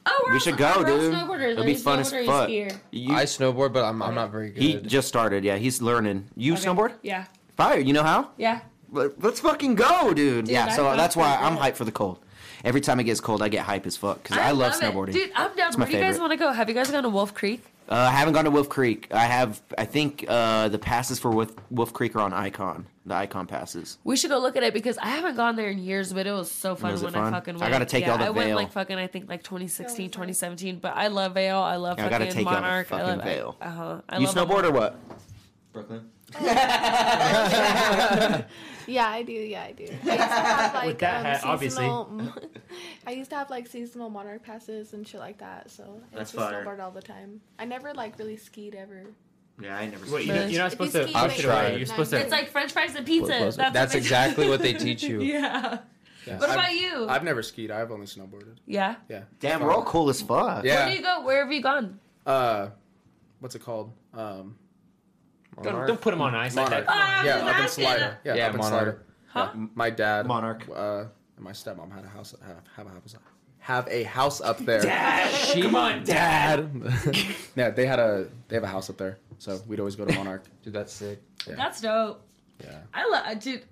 Speaker 2: Oh, we're
Speaker 3: We
Speaker 2: all-
Speaker 3: should
Speaker 2: we're
Speaker 3: go,
Speaker 2: all
Speaker 3: dude.
Speaker 2: snowboarders.
Speaker 3: It'd
Speaker 2: Are
Speaker 3: be
Speaker 2: you
Speaker 3: fun as
Speaker 2: snowboarder or
Speaker 3: fuck.
Speaker 2: skier?
Speaker 3: You-
Speaker 4: I snowboard, but I'm I'm not very good.
Speaker 3: he just started. Yeah, he's learning. You
Speaker 2: Okay.
Speaker 3: snowboard?
Speaker 2: Yeah,
Speaker 3: Fire. You know how?
Speaker 2: yeah.
Speaker 3: Let- Let's fucking go, dude. yeah.
Speaker 2: I
Speaker 3: So
Speaker 2: thought
Speaker 3: that's why
Speaker 2: for
Speaker 3: I'm
Speaker 2: that.
Speaker 3: hyped for the cold. Every time it gets cold, I get hype as fuck because I, love,
Speaker 2: it.
Speaker 3: snowboarding.
Speaker 2: dude. I'm down.
Speaker 3: It's my
Speaker 2: Where do you guys
Speaker 3: favorite.
Speaker 2: want to go? Have you guys gone to Wolf Creek?
Speaker 3: Uh, I haven't gone to Wolf Creek. I have. I think uh, the passes for Wolf, Wolf Creek are on Icon. The Icon passes.
Speaker 2: We should go look at it because I haven't gone there in years, but it was so fun
Speaker 3: was it
Speaker 2: when
Speaker 3: fun?
Speaker 2: I fucking
Speaker 3: I
Speaker 2: went.
Speaker 3: gotta take
Speaker 2: yeah,
Speaker 3: y'all to
Speaker 2: I went
Speaker 3: Vail.
Speaker 2: like fucking I think like 2016, 2017, but I love Vale. I love
Speaker 3: Yeah,
Speaker 2: fucking
Speaker 3: I gotta take y'all to
Speaker 2: Monarch.
Speaker 3: fucking
Speaker 2: I love
Speaker 3: Vail.
Speaker 2: I, uh-huh. I
Speaker 3: you
Speaker 2: love
Speaker 3: snowboard or what?
Speaker 11: Brooklyn.
Speaker 7: Yeah, I do. Yeah, I do. I used to have like
Speaker 1: that hat,
Speaker 7: um,
Speaker 1: obviously.
Speaker 7: seasonal. I used to have like seasonal monarch passes and shit like that. So I
Speaker 11: That's
Speaker 7: used to
Speaker 11: fire.
Speaker 7: snowboard all the time. I never like really skied ever.
Speaker 11: Yeah, I ain't never
Speaker 1: Wait,
Speaker 11: seen
Speaker 1: you
Speaker 11: it.
Speaker 1: know, you're not
Speaker 7: If you
Speaker 1: supposed to
Speaker 7: ski,
Speaker 1: push
Speaker 7: like,
Speaker 1: it away.
Speaker 4: nine
Speaker 1: You're supposed
Speaker 7: minutes.
Speaker 1: to.
Speaker 2: It's like French fries and pizza.
Speaker 4: That's,
Speaker 2: That's, what they-
Speaker 4: exactly what they teach you.
Speaker 2: yeah. What
Speaker 6: I've-
Speaker 2: about you?
Speaker 6: I've never skied. I've only snowboarded.
Speaker 2: yeah.
Speaker 3: Damn, we're all cool as fuck.
Speaker 2: Where do
Speaker 6: Yeah.
Speaker 2: you go? Where have you gone?
Speaker 6: Uh, what's it called? Um,
Speaker 1: Don't, don't put him on ice like
Speaker 6: Monarch.
Speaker 1: that.
Speaker 2: Ah,
Speaker 6: yeah,
Speaker 2: just
Speaker 6: up in
Speaker 2: asking.
Speaker 6: Slider. Yeah,
Speaker 4: Yeah,
Speaker 6: up in
Speaker 4: Monarch.
Speaker 6: Slider.
Speaker 2: Huh?
Speaker 6: Yeah, My dad,
Speaker 3: Monarch.
Speaker 6: uh, and my stepmom had a house. Have, have a house. Have a house up there.
Speaker 1: She, Come on,
Speaker 6: Dad. yeah, they had a they have a house up there, so we'd always go to Monarch.
Speaker 4: Dude, that's sick.
Speaker 2: That's dope.
Speaker 6: Yeah.
Speaker 2: I love, dude.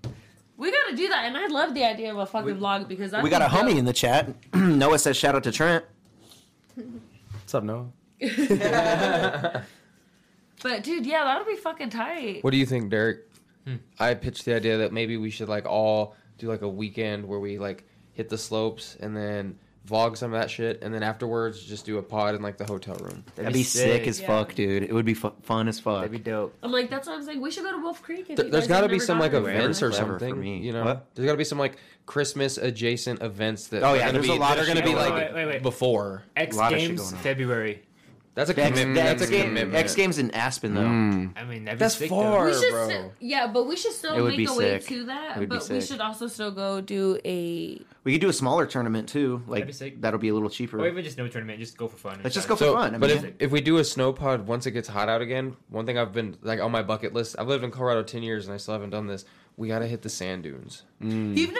Speaker 2: We gotta do that, and I love the idea of a fucking vlog because that's
Speaker 3: We got a homie in the chat. Noah says shout out to Trent.
Speaker 6: What's up, Noah?
Speaker 2: But dude, yeah, that'll be fucking tight.
Speaker 4: What do you think, Derek?
Speaker 2: Hmm.
Speaker 4: I pitched the idea that maybe we should like all do like a weekend where we like hit the slopes and then vlog some of that shit, and then afterwards just do a pod in like the hotel room.
Speaker 3: That'd be sick as
Speaker 2: Yeah.
Speaker 3: fuck, dude. It would be fu- fun as fuck.
Speaker 1: That'd be dope.
Speaker 2: I'm like, that's what I'm saying. We should go to Wolf Creek. If
Speaker 4: There,
Speaker 2: you
Speaker 4: has
Speaker 2: guys
Speaker 4: got to
Speaker 2: have
Speaker 4: be
Speaker 2: never
Speaker 4: some
Speaker 2: gone.
Speaker 4: like
Speaker 3: Whatever
Speaker 4: events or
Speaker 3: for
Speaker 4: something,
Speaker 3: me.
Speaker 4: you know.
Speaker 3: What?
Speaker 4: There's got to be some like Christmas adjacent events that.
Speaker 3: Oh,
Speaker 4: are
Speaker 3: yeah,
Speaker 4: gonna
Speaker 3: there's
Speaker 4: be,
Speaker 3: a lot
Speaker 4: They're
Speaker 3: of
Speaker 4: gonna be
Speaker 3: shit
Speaker 4: like
Speaker 3: going
Speaker 1: on. Wait, wait, wait.
Speaker 4: before.
Speaker 1: X
Speaker 3: Lot of shit
Speaker 1: Games
Speaker 3: going on.
Speaker 1: February.
Speaker 4: That's a
Speaker 3: The X-
Speaker 4: commitment.
Speaker 3: the
Speaker 4: That's a
Speaker 3: X Game-
Speaker 4: commitment.
Speaker 3: X Games in Aspen though.
Speaker 2: Mm.
Speaker 1: I mean, that'd be
Speaker 4: That's
Speaker 1: sick, Though.
Speaker 4: far,
Speaker 2: We should
Speaker 4: bro.
Speaker 2: still- yeah, but we should still
Speaker 3: It would
Speaker 2: make
Speaker 3: be
Speaker 2: a way
Speaker 3: sick.
Speaker 2: to
Speaker 3: It
Speaker 2: that.
Speaker 3: would be
Speaker 2: But we
Speaker 3: sick.
Speaker 2: should also still go do a.
Speaker 3: We could do a smaller tournament too. Like
Speaker 1: That'd be sick.
Speaker 3: that'll be a little cheaper.
Speaker 1: Or even just no tournament. Just go for fun.
Speaker 3: Let's just go for
Speaker 4: So,
Speaker 3: fun. I
Speaker 4: but
Speaker 3: mean,
Speaker 4: if, if we do a snow pod once it gets hot out again, one thing I've been like on my bucket list. I've lived in Colorado ten years and I still haven't done this. We gotta hit the sand dunes.
Speaker 2: You've never been in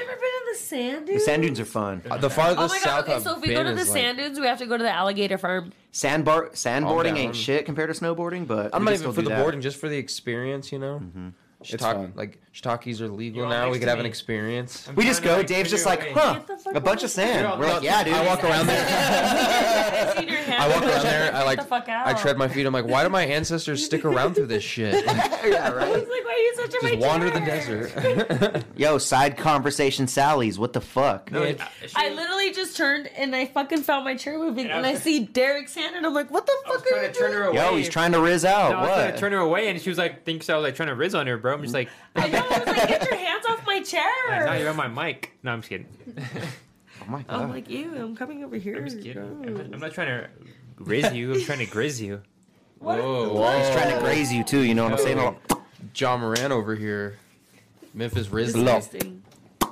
Speaker 2: the sand
Speaker 3: The
Speaker 2: dunes?
Speaker 3: sand dunes are fun.
Speaker 4: Uh, The farthest
Speaker 2: Oh my god,
Speaker 4: south
Speaker 2: okay,
Speaker 4: I've
Speaker 2: so if we
Speaker 4: been
Speaker 2: go to the
Speaker 4: is, like-
Speaker 2: sand dunes, we have to go to the alligator farm.
Speaker 3: Sandbar sandboarding
Speaker 4: down.
Speaker 3: ain't shit compared to snowboarding, but
Speaker 4: I'm
Speaker 3: we can
Speaker 4: not even
Speaker 3: still
Speaker 4: for
Speaker 3: do
Speaker 4: the
Speaker 3: that. Mm-hmm.
Speaker 4: boarding, just for the experience, you know.
Speaker 6: fun.
Speaker 4: Shiitake, like shiitakes are legal
Speaker 1: You're all
Speaker 4: now.
Speaker 1: next
Speaker 4: We could
Speaker 1: to
Speaker 4: have an
Speaker 1: me.
Speaker 4: experience.
Speaker 3: We just go. Dave's just like, huh?
Speaker 2: Get the fuck
Speaker 3: A bunch
Speaker 2: away.
Speaker 3: of sand. We're like, yeah, dude.
Speaker 4: I walk around there.
Speaker 2: I seen your hand.
Speaker 4: I walk around there.
Speaker 2: Get
Speaker 4: I like.
Speaker 2: the fuck out.
Speaker 4: I tread my feet. I'm like, why do my ancestors stick around through this shit?
Speaker 3: yeah,
Speaker 2: I was
Speaker 3: right.
Speaker 2: like, why are you such a
Speaker 4: just
Speaker 2: big
Speaker 4: wander the
Speaker 2: jerk?
Speaker 4: desert.
Speaker 3: Yo, side conversation, Sally's. What the fuck?
Speaker 11: No,
Speaker 4: Yeah.
Speaker 11: I-
Speaker 2: I literally just turned and I fucking found my chair moving
Speaker 1: And
Speaker 2: and,
Speaker 1: I
Speaker 2: I
Speaker 1: was-
Speaker 2: see Derek's hand and I'm like, what the
Speaker 1: I was
Speaker 2: fuck are
Speaker 1: trying
Speaker 2: you
Speaker 1: to turn
Speaker 2: doing?
Speaker 1: her away.
Speaker 3: Yo, he's trying to riz out.
Speaker 1: No, I was trying to
Speaker 3: what?
Speaker 1: turn her away, and she was like, thinks I was like trying to rizz on her, bro. I'm just like,
Speaker 2: I know, I was like, get your hands off my
Speaker 1: "Nah, now you're
Speaker 2: chair.
Speaker 1: on my mic. No, I'm just kidding.
Speaker 3: Oh my god.
Speaker 2: I'm like, ew, I'm coming over here.
Speaker 1: I'm
Speaker 4: Oh
Speaker 1: just kidding. I'm not, I'm not trying to rizz you. I'm trying to grizz you.
Speaker 2: What if- what
Speaker 4: Whoa, whoa.
Speaker 2: if-
Speaker 3: He's trying to graze you too. You know what I'm saying?
Speaker 4: Oh. John Moran over here. Memphis Rizzo.
Speaker 2: Disgusting.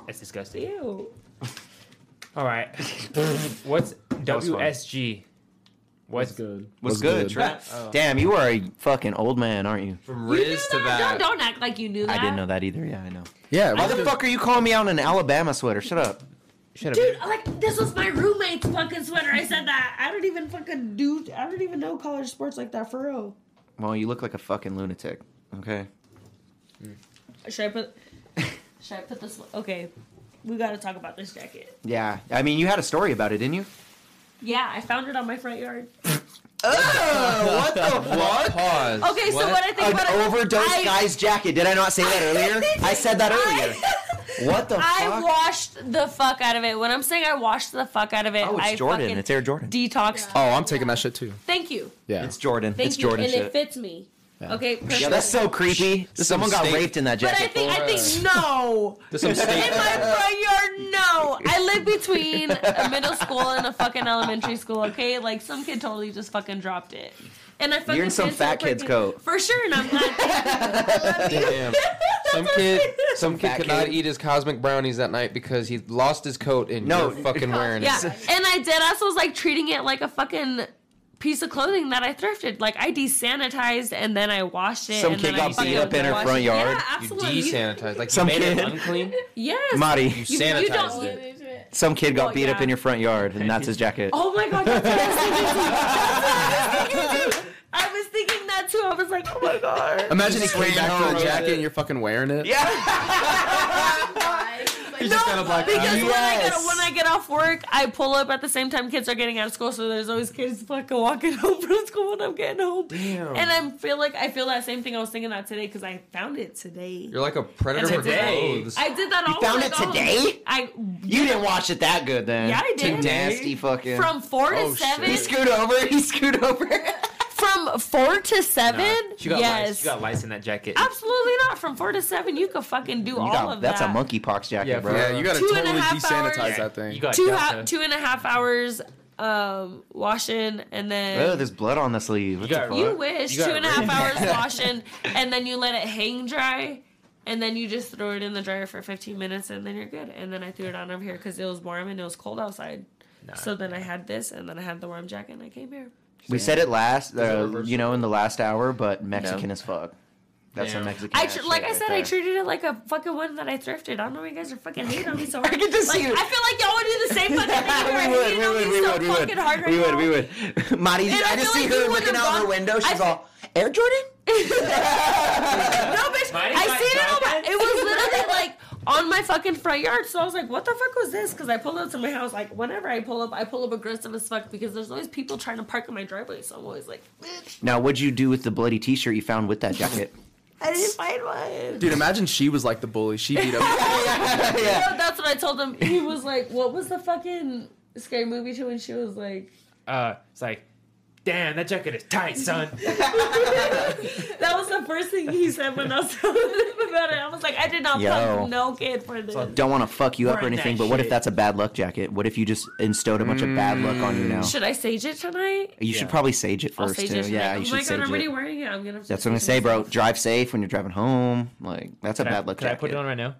Speaker 1: That's disgusting.
Speaker 2: Ew.
Speaker 1: All right. What's
Speaker 3: was fun.
Speaker 1: WSG? What's
Speaker 6: good.
Speaker 3: What's good, Trent? Damn, you are a fucking old man, aren't you?
Speaker 4: From
Speaker 2: You
Speaker 4: Riz
Speaker 2: knew that.
Speaker 4: to that.
Speaker 2: Don't, don't act like you knew that.
Speaker 3: I didn't know that either. Yeah, I know.
Speaker 6: Yeah,
Speaker 3: Why
Speaker 6: it was
Speaker 3: the
Speaker 6: good.
Speaker 3: fuck are you calling me out in an Alabama sweater? Shut up. Shut up.
Speaker 2: Dude, like this was my roommate's fucking sweater. I said that. I don't even fucking do. I don't even know college sports like that for real.
Speaker 3: Well, you look like a fucking lunatic. Okay.
Speaker 2: Should I put? Should I put this? one- Okay, we got to talk about this jacket.
Speaker 3: Yeah. I mean, you had a story about it, didn't you?
Speaker 2: Yeah, I found it on my front yard.
Speaker 3: Oh, what the fuck?
Speaker 4: Pause.
Speaker 2: Okay, so what I think about
Speaker 3: An
Speaker 2: it,
Speaker 3: overdose
Speaker 2: I-
Speaker 3: guy's jacket. Did I not say that earlier? I said that earlier. What the
Speaker 2: I
Speaker 3: fuck?
Speaker 2: washed the fuck out of it. When I'm saying I washed the fuck out of it,
Speaker 3: oh, it's
Speaker 2: I
Speaker 3: Jordan.
Speaker 2: fucking
Speaker 3: It's Air Jordan.
Speaker 2: detoxed.
Speaker 6: Oh, I'm taking that shit too.
Speaker 2: Thank you.
Speaker 6: Yeah.
Speaker 3: It's Jordan.
Speaker 2: Thank
Speaker 3: it's
Speaker 2: you.
Speaker 3: Jordan
Speaker 2: and
Speaker 3: shit.
Speaker 2: it fits me. Okay, perfect.
Speaker 3: Yeah, that's so creepy. Someone got
Speaker 4: state-
Speaker 3: raped in that
Speaker 2: but I
Speaker 3: jacket.
Speaker 2: think I think no.
Speaker 4: There's some
Speaker 2: In
Speaker 4: state.
Speaker 2: my front yard, no. I live between a middle school and a fucking elementary school. Okay, like some kid totally just fucking dropped it, and I fucking
Speaker 3: You're in some
Speaker 2: danced in a
Speaker 3: fat kid's
Speaker 2: freaking-
Speaker 3: coat.
Speaker 2: for sure. And I'm not.
Speaker 4: Damn. Some kid, some kid
Speaker 3: Fat
Speaker 4: could not
Speaker 3: kid.
Speaker 4: eat his cosmic brownies that night because he lost his coat and
Speaker 3: No.
Speaker 4: no, you're fucking wearing
Speaker 2: yeah,
Speaker 4: it.
Speaker 2: and I dead ass was like treating it like a fucking piece of clothing that I thrifted. Like I desanitized and then I washed it.
Speaker 3: Some
Speaker 2: and
Speaker 3: kid
Speaker 2: then
Speaker 3: got
Speaker 2: I fucking
Speaker 3: beat up in her
Speaker 2: washed
Speaker 3: front
Speaker 2: it.
Speaker 3: yard.
Speaker 2: Yeah,
Speaker 4: You
Speaker 2: absolutely. You-
Speaker 4: desanitized, like
Speaker 3: Some
Speaker 4: you made it
Speaker 3: kid-
Speaker 4: unclean.
Speaker 2: Yes.
Speaker 3: Marty,
Speaker 4: You
Speaker 2: You- you
Speaker 4: sanitized
Speaker 2: don't-
Speaker 4: it.
Speaker 3: some kid got
Speaker 2: Well,
Speaker 3: beat up
Speaker 2: yeah.
Speaker 3: in your front yard, and that's his jacket.
Speaker 2: Oh my god, that's what I was thinking too. That's what I was thinking too. I was thinking that too. I was like, oh my god.
Speaker 6: Imagine he came
Speaker 3: ran
Speaker 6: back
Speaker 3: home.
Speaker 6: with a jacket and you're fucking wearing it.
Speaker 3: Yeah.
Speaker 6: He's just got a black
Speaker 2: because
Speaker 6: eye.
Speaker 2: when, I get,
Speaker 3: Yes.
Speaker 2: when I get off work, I pull up at the same time kids are getting out of school, so there's always kids fucking walking home from school when I'm getting home. And I feel like I feel that same thing I was thinking that today because I found it today.
Speaker 4: You're like a predator
Speaker 1: And
Speaker 4: for
Speaker 1: today-
Speaker 4: clothes.
Speaker 2: I did that. all
Speaker 3: found
Speaker 2: like,
Speaker 3: it
Speaker 2: all-
Speaker 3: today?
Speaker 2: I
Speaker 3: You didn't watch it that good then.
Speaker 2: Yeah, I
Speaker 3: Too
Speaker 2: did.
Speaker 3: Nasty fucking.
Speaker 2: from four to
Speaker 4: Oh, shit.
Speaker 2: seven.
Speaker 3: he scoot over. He scoot over.
Speaker 2: From four to seven.
Speaker 1: Nah, she got
Speaker 2: yes.
Speaker 1: lice. She got lice in that jacket.
Speaker 2: Absolutely not. From four to seven, you could fucking do all
Speaker 3: You got-
Speaker 2: of
Speaker 3: that's
Speaker 2: that.
Speaker 3: a monkeypox jacket,
Speaker 4: Yeah,
Speaker 3: bro.
Speaker 6: Yeah, you gotta
Speaker 2: Two and a
Speaker 6: totally
Speaker 2: half
Speaker 6: desanitize
Speaker 2: hours.
Speaker 6: that thing.
Speaker 1: You got
Speaker 2: two
Speaker 1: Delta.
Speaker 2: ha- two and a half hours um washing and
Speaker 3: Oh,
Speaker 2: then
Speaker 3: there's blood on the sleeve. What
Speaker 1: You
Speaker 3: the
Speaker 1: got-
Speaker 3: fuck?
Speaker 2: you wish
Speaker 1: You got
Speaker 2: two and a half
Speaker 1: rid-
Speaker 2: hours washing and then you let it hang dry and then you just throw it in the dryer for 15 minutes and then you're good and then i threw it on over here because it was warm and it was cold outside so then i had this and then i had the warm jacket and i came here
Speaker 3: we said it last, uh, you know, in the last hour, but Mexican as fuck. That's
Speaker 1: Yeah.
Speaker 3: a Mexican.
Speaker 2: I
Speaker 3: ass
Speaker 2: tr-
Speaker 3: shit
Speaker 2: like I
Speaker 3: right
Speaker 2: said, I
Speaker 3: there.
Speaker 2: treated it like a fucking one that I thrifted. I don't know why you guys are fucking hating on me so hard. I
Speaker 3: can just
Speaker 2: like,
Speaker 3: see you.
Speaker 2: I feel like y'all would do the same fucking thing. if
Speaker 3: we
Speaker 2: you were hating on
Speaker 3: would, we would,
Speaker 2: me
Speaker 3: we
Speaker 2: so
Speaker 3: would, we
Speaker 2: fucking
Speaker 3: would,
Speaker 2: hard right
Speaker 3: we would,
Speaker 2: now.
Speaker 3: we would. Marty,
Speaker 2: And I
Speaker 3: I, just
Speaker 2: feel
Speaker 3: see
Speaker 2: like
Speaker 3: her
Speaker 2: you
Speaker 3: looking
Speaker 2: would've
Speaker 3: out her
Speaker 2: gone-
Speaker 3: window. She's
Speaker 2: I-
Speaker 3: all Air Jordan.
Speaker 2: No, bitch.
Speaker 1: Mighty
Speaker 2: I
Speaker 1: Mighty
Speaker 2: seen it on my.
Speaker 1: Falcon?
Speaker 2: It was literally like on my fucking front yard. So I was like, what the fuck was this? Because I pulled up to my house. Like, whenever I pull up, I pull up aggressive as fuck because there's always people trying to park in my driveway. So I'm always like, bitch,
Speaker 3: Now, what'd you do with the bloody T-shirt you found with that jacket?
Speaker 2: I didn't find one.
Speaker 6: Dude, imagine she was like the bully. She beat up.
Speaker 2: No, that's what I told him. He was like, what was the fucking scary movie to when she was like,
Speaker 1: Uh, it's like, damn, that jacket is tight, son.
Speaker 2: that was the first thing he said when I was telling him about it. I was like, I did not
Speaker 3: Yo.
Speaker 2: fuck no kid for this.
Speaker 3: Don't want to fuck you up or
Speaker 1: Burn that
Speaker 3: anything, but what if
Speaker 1: shit.
Speaker 3: that's a bad luck jacket? What if you just instilled a bunch of bad luck on you now?
Speaker 2: Should I sage it tonight?
Speaker 3: You should probably sage it 1st
Speaker 2: Mm. I'll sage
Speaker 3: too.
Speaker 2: it tonight.
Speaker 3: yeah,
Speaker 2: oh
Speaker 3: you
Speaker 2: my
Speaker 3: should
Speaker 2: god,
Speaker 3: sage
Speaker 2: I'm already
Speaker 3: it.
Speaker 2: wearing it. I'm gonna.
Speaker 3: That's what I'm gonna say, bro. Drive safe when you're driving home. Like that's a
Speaker 1: Can I,
Speaker 3: bad luck
Speaker 1: can I
Speaker 3: jacket.
Speaker 1: put it on right now?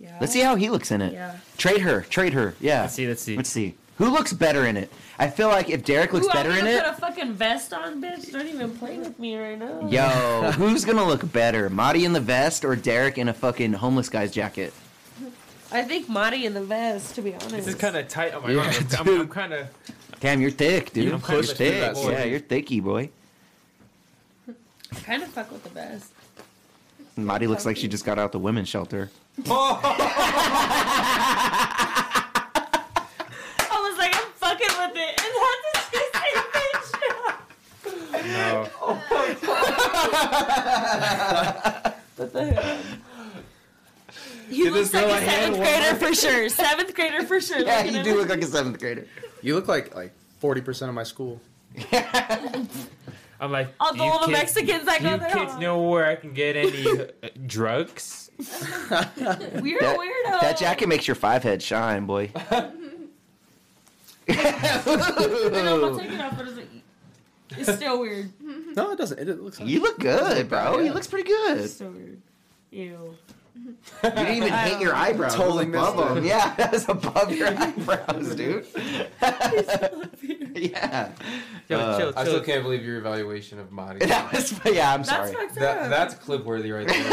Speaker 2: Yeah.
Speaker 3: Let's see how he looks in it.
Speaker 2: Yeah.
Speaker 3: Trade her. Trade her. Yeah.
Speaker 1: Let's see. Let's see.
Speaker 3: Let's see. Who looks better in it? I feel like if Derek looks
Speaker 2: Ooh,
Speaker 3: better
Speaker 2: I'm
Speaker 3: in
Speaker 2: gonna
Speaker 3: it,
Speaker 2: Put a fucking vest on, bitch. Don't even play with me right now.
Speaker 3: yo, who's gonna look better? Marty in the vest or Derek in a fucking homeless guy's jacket?
Speaker 2: I think Marty in the vest, to be honest.
Speaker 1: This is kind of tight on my
Speaker 3: Yeah,
Speaker 1: arm. I'm- I'm, kind of.
Speaker 3: Damn, you're thick, dude.
Speaker 1: You don't push
Speaker 3: you're
Speaker 1: through
Speaker 3: thick.
Speaker 1: that boy.
Speaker 3: Yeah, you're thicky, boy.
Speaker 2: kind of fuck with the vest.
Speaker 3: Maddie looks like she just got out the women's shelter.
Speaker 2: I was like, I'm fucking with it, and that's the same picture.
Speaker 1: No.
Speaker 2: Oh What the hell? He looks like a seventh grader for sure. Seventh grader for sure.
Speaker 3: Yeah,
Speaker 2: Look at
Speaker 3: you
Speaker 2: him.
Speaker 3: do look like a seventh grader.
Speaker 6: You look like like forty percent of my school.
Speaker 1: I'm like.
Speaker 2: All the
Speaker 1: "Do you
Speaker 2: little
Speaker 1: kids-
Speaker 2: Mexicans that
Speaker 1: do
Speaker 2: go
Speaker 1: you
Speaker 2: there.
Speaker 1: kids know where I can get any uh, drugs?
Speaker 2: We're
Speaker 3: That,
Speaker 2: a weirdo.
Speaker 3: that jacket makes your five head shine, boy.
Speaker 2: I know, I'll take it off, but it's, like- it's still weird.
Speaker 6: No, it doesn't. It, it looks.
Speaker 3: you look good, bro. You looks pretty good.
Speaker 2: It's still weird. Ew.
Speaker 3: You didn't even hit your eyebrows.
Speaker 6: Totally
Speaker 3: It was above
Speaker 6: missed
Speaker 3: them. Yeah, that's above your eyebrows, dude. yeah,
Speaker 1: Yo,
Speaker 3: Uh,
Speaker 1: chill,
Speaker 4: I still
Speaker 1: chill.
Speaker 4: can't believe your evaluation of Marty.
Speaker 3: that was. Yeah, I'm
Speaker 2: That's
Speaker 3: sorry.
Speaker 2: fucked
Speaker 4: That,
Speaker 2: up.
Speaker 4: that's clip worthy right there. That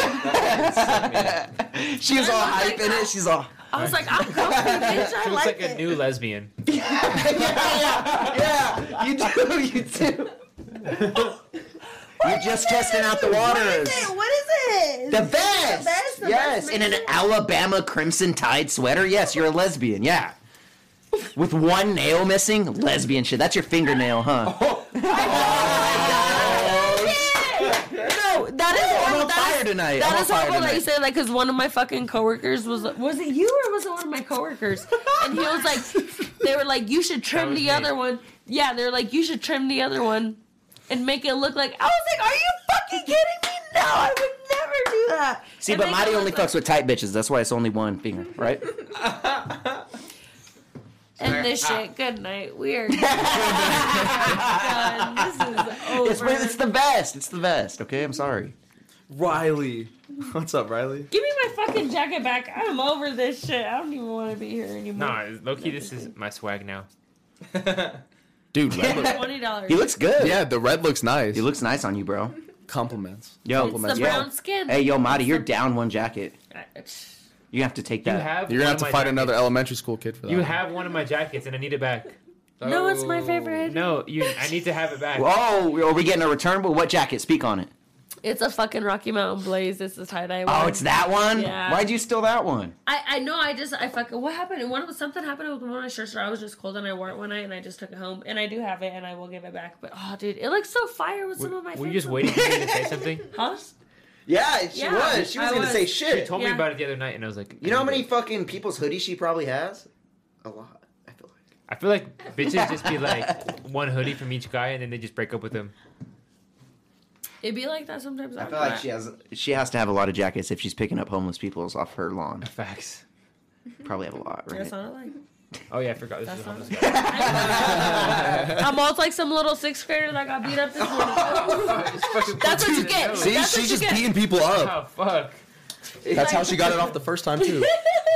Speaker 4: really set me up.
Speaker 3: She was all hype in it. She's all.
Speaker 2: I was like, I'm comfy, bitch. I
Speaker 1: She looks
Speaker 2: like,
Speaker 1: like
Speaker 2: it.
Speaker 1: a new lesbian.
Speaker 3: yeah, yeah, yeah. You do. You do. You're just testing out the waters.
Speaker 2: what is it?
Speaker 3: The best.
Speaker 2: best, the
Speaker 3: yes,
Speaker 2: best
Speaker 3: in an
Speaker 2: man.
Speaker 3: Alabama Crimson Tide sweater. Yes, you're a lesbian. Yeah. With one nail missing, lesbian shit. That's your fingernail, huh?
Speaker 2: No, that is
Speaker 3: I'm
Speaker 2: horrible.
Speaker 3: on
Speaker 2: That
Speaker 3: fire
Speaker 2: is,
Speaker 3: tonight.
Speaker 2: that
Speaker 3: I'm
Speaker 2: is
Speaker 3: on fire
Speaker 2: horrible that you
Speaker 3: tonight.
Speaker 2: say that because one of my fucking coworkers was was it you or was it one of my coworkers? And he was like, they were like, you should
Speaker 1: That
Speaker 2: trim
Speaker 1: was
Speaker 2: the
Speaker 1: me.
Speaker 2: other one. Yeah, they're like, you should trim the other one and make it look like. I was like, are you fucking kidding me? No, I would never do that.
Speaker 3: See,
Speaker 2: And
Speaker 3: but
Speaker 2: then
Speaker 3: Marty
Speaker 2: I
Speaker 3: only
Speaker 2: was like-
Speaker 3: fucks with tight bitches. That's why it's only one finger, right?
Speaker 2: And this shit. Good night. Weird. God, this is over.
Speaker 3: It's, it's the best. It's the best. Okay, I'm sorry.
Speaker 6: Riley, what's up, Riley?
Speaker 2: Give me my fucking jacket back. I'm over this shit. I don't even want to be here anymore.
Speaker 1: Nah, Loki, this is my swag now.
Speaker 6: Dude, red look-
Speaker 2: Twenty dollars.
Speaker 3: He looks good.
Speaker 6: yeah, the red looks nice.
Speaker 3: He looks nice on you, bro.
Speaker 6: compliments.
Speaker 3: Yo,
Speaker 2: It's the
Speaker 3: yo.
Speaker 2: brown skin.
Speaker 3: Hey, yo, Marty, you're down one jacket.
Speaker 2: I-
Speaker 3: You have to take
Speaker 1: You
Speaker 3: that.
Speaker 1: have.
Speaker 6: You're
Speaker 1: one
Speaker 6: gonna
Speaker 1: of
Speaker 6: have to
Speaker 1: my
Speaker 6: fight
Speaker 1: jackets.
Speaker 6: another elementary school kid for that.
Speaker 1: You
Speaker 6: one.
Speaker 1: have one of my jackets, and I need it back.
Speaker 2: No, it's my
Speaker 4: Oh.
Speaker 2: favorite.
Speaker 1: No, you. I need to have it back.
Speaker 3: oh, are we getting a return? But what jacket? Speak on it.
Speaker 2: It's a fucking Rocky Mountain Blaze. It's the tie dye one.
Speaker 3: Oh, it's that one.
Speaker 2: Yeah.
Speaker 3: Why'd you steal that one?
Speaker 2: I, I know. I just I fucking what happened? One was something happened with one of my shirts. Where I was just cold and I wore it one night and I just took it home and I do have it and I will give it back. But oh, dude, it looks so fire with some of my.
Speaker 1: Were you just
Speaker 2: friends on-
Speaker 1: waiting for me to say something?
Speaker 2: Huh?
Speaker 3: Yeah, she
Speaker 2: Yeah, was. She was I gonna was. say
Speaker 1: She
Speaker 3: shit.
Speaker 1: told me
Speaker 2: Yeah.
Speaker 1: about it the other night, and I was like,
Speaker 3: You know how many fucking people's hoodies she probably has? A lot. I feel like.
Speaker 1: I feel like bitches just be like one hoodie from each guy, and then they just break up with them.
Speaker 2: It'd be like that sometimes.
Speaker 3: I feel like she has. She has to have a lot of jackets if she's picking up homeless people's off her lawn.
Speaker 1: Facts.
Speaker 3: Probably have a lot, right?
Speaker 2: That's not like.
Speaker 1: Oh yeah, I forgot this is a
Speaker 2: That's
Speaker 1: homeless guy.
Speaker 2: I'm almost like some little sixth grader that got beat up this morning. That's what you get.
Speaker 6: See,
Speaker 2: That's
Speaker 6: she's
Speaker 2: what you
Speaker 6: just
Speaker 2: get.
Speaker 6: beating people up.
Speaker 1: Oh fuck.
Speaker 6: That's how Oh, she got it off the first time too.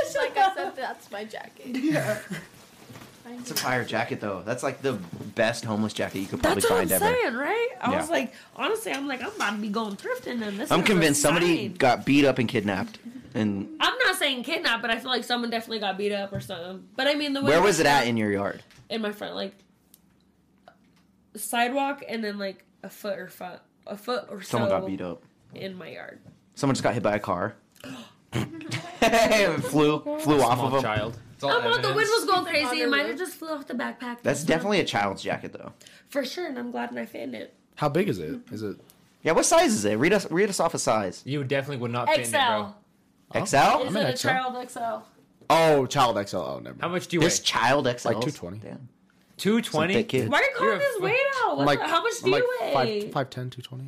Speaker 7: It's like I said, that's my jacket.
Speaker 3: It's a fire jacket though. That's like the best homeless jacket you could probably
Speaker 2: That's what I'm
Speaker 3: find ever.
Speaker 2: saying, right? I
Speaker 3: Yeah.
Speaker 2: was like, honestly, I'm like, I'm about to be going thrifting, and this.
Speaker 3: I'm
Speaker 2: is a
Speaker 3: convinced somebody
Speaker 2: sign.
Speaker 3: got beat up and kidnapped. And
Speaker 2: I'm not saying kidnapped, but I feel like someone definitely got beat up or something. But I mean, the way
Speaker 3: where was it at in your yard?
Speaker 2: in my front, like sidewalk, and then like a foot or foot, a foot or
Speaker 3: Someone
Speaker 2: so
Speaker 3: got beat up.
Speaker 2: in my yard.
Speaker 3: Someone just got hit by a car. flew flew off of
Speaker 1: Small
Speaker 3: them.
Speaker 1: child.
Speaker 4: It's all
Speaker 2: I'm out. The wind
Speaker 4: evidence.
Speaker 2: was going crazy. It
Speaker 7: the
Speaker 2: might have
Speaker 7: roof.
Speaker 2: just flew off the backpack.
Speaker 3: That's definitely a child's jacket though.
Speaker 2: for sure, and I'm glad and I found it.
Speaker 6: How big is it? Is it?
Speaker 3: Yeah, what size is it? Read us read us off a size.
Speaker 1: You definitely would not fit in
Speaker 2: XL.
Speaker 1: it, bro.
Speaker 3: XL?
Speaker 2: Is
Speaker 6: I'm an
Speaker 2: it a
Speaker 6: XL.
Speaker 2: child XL?
Speaker 6: Oh, child XL. Oh, never.
Speaker 1: How
Speaker 6: Mind.
Speaker 1: much do you weigh?
Speaker 3: This child XL.
Speaker 6: 220.
Speaker 3: Damn.
Speaker 1: Two
Speaker 3: Some
Speaker 1: twenty.
Speaker 3: thick kid.
Speaker 2: Why are you
Speaker 1: You're
Speaker 2: calling
Speaker 1: a
Speaker 2: this
Speaker 1: fuck-
Speaker 2: weight out? What
Speaker 6: I'm
Speaker 2: the- how much do
Speaker 6: I'm
Speaker 2: you
Speaker 6: like
Speaker 2: weigh?
Speaker 6: Five, five ten, two twenty.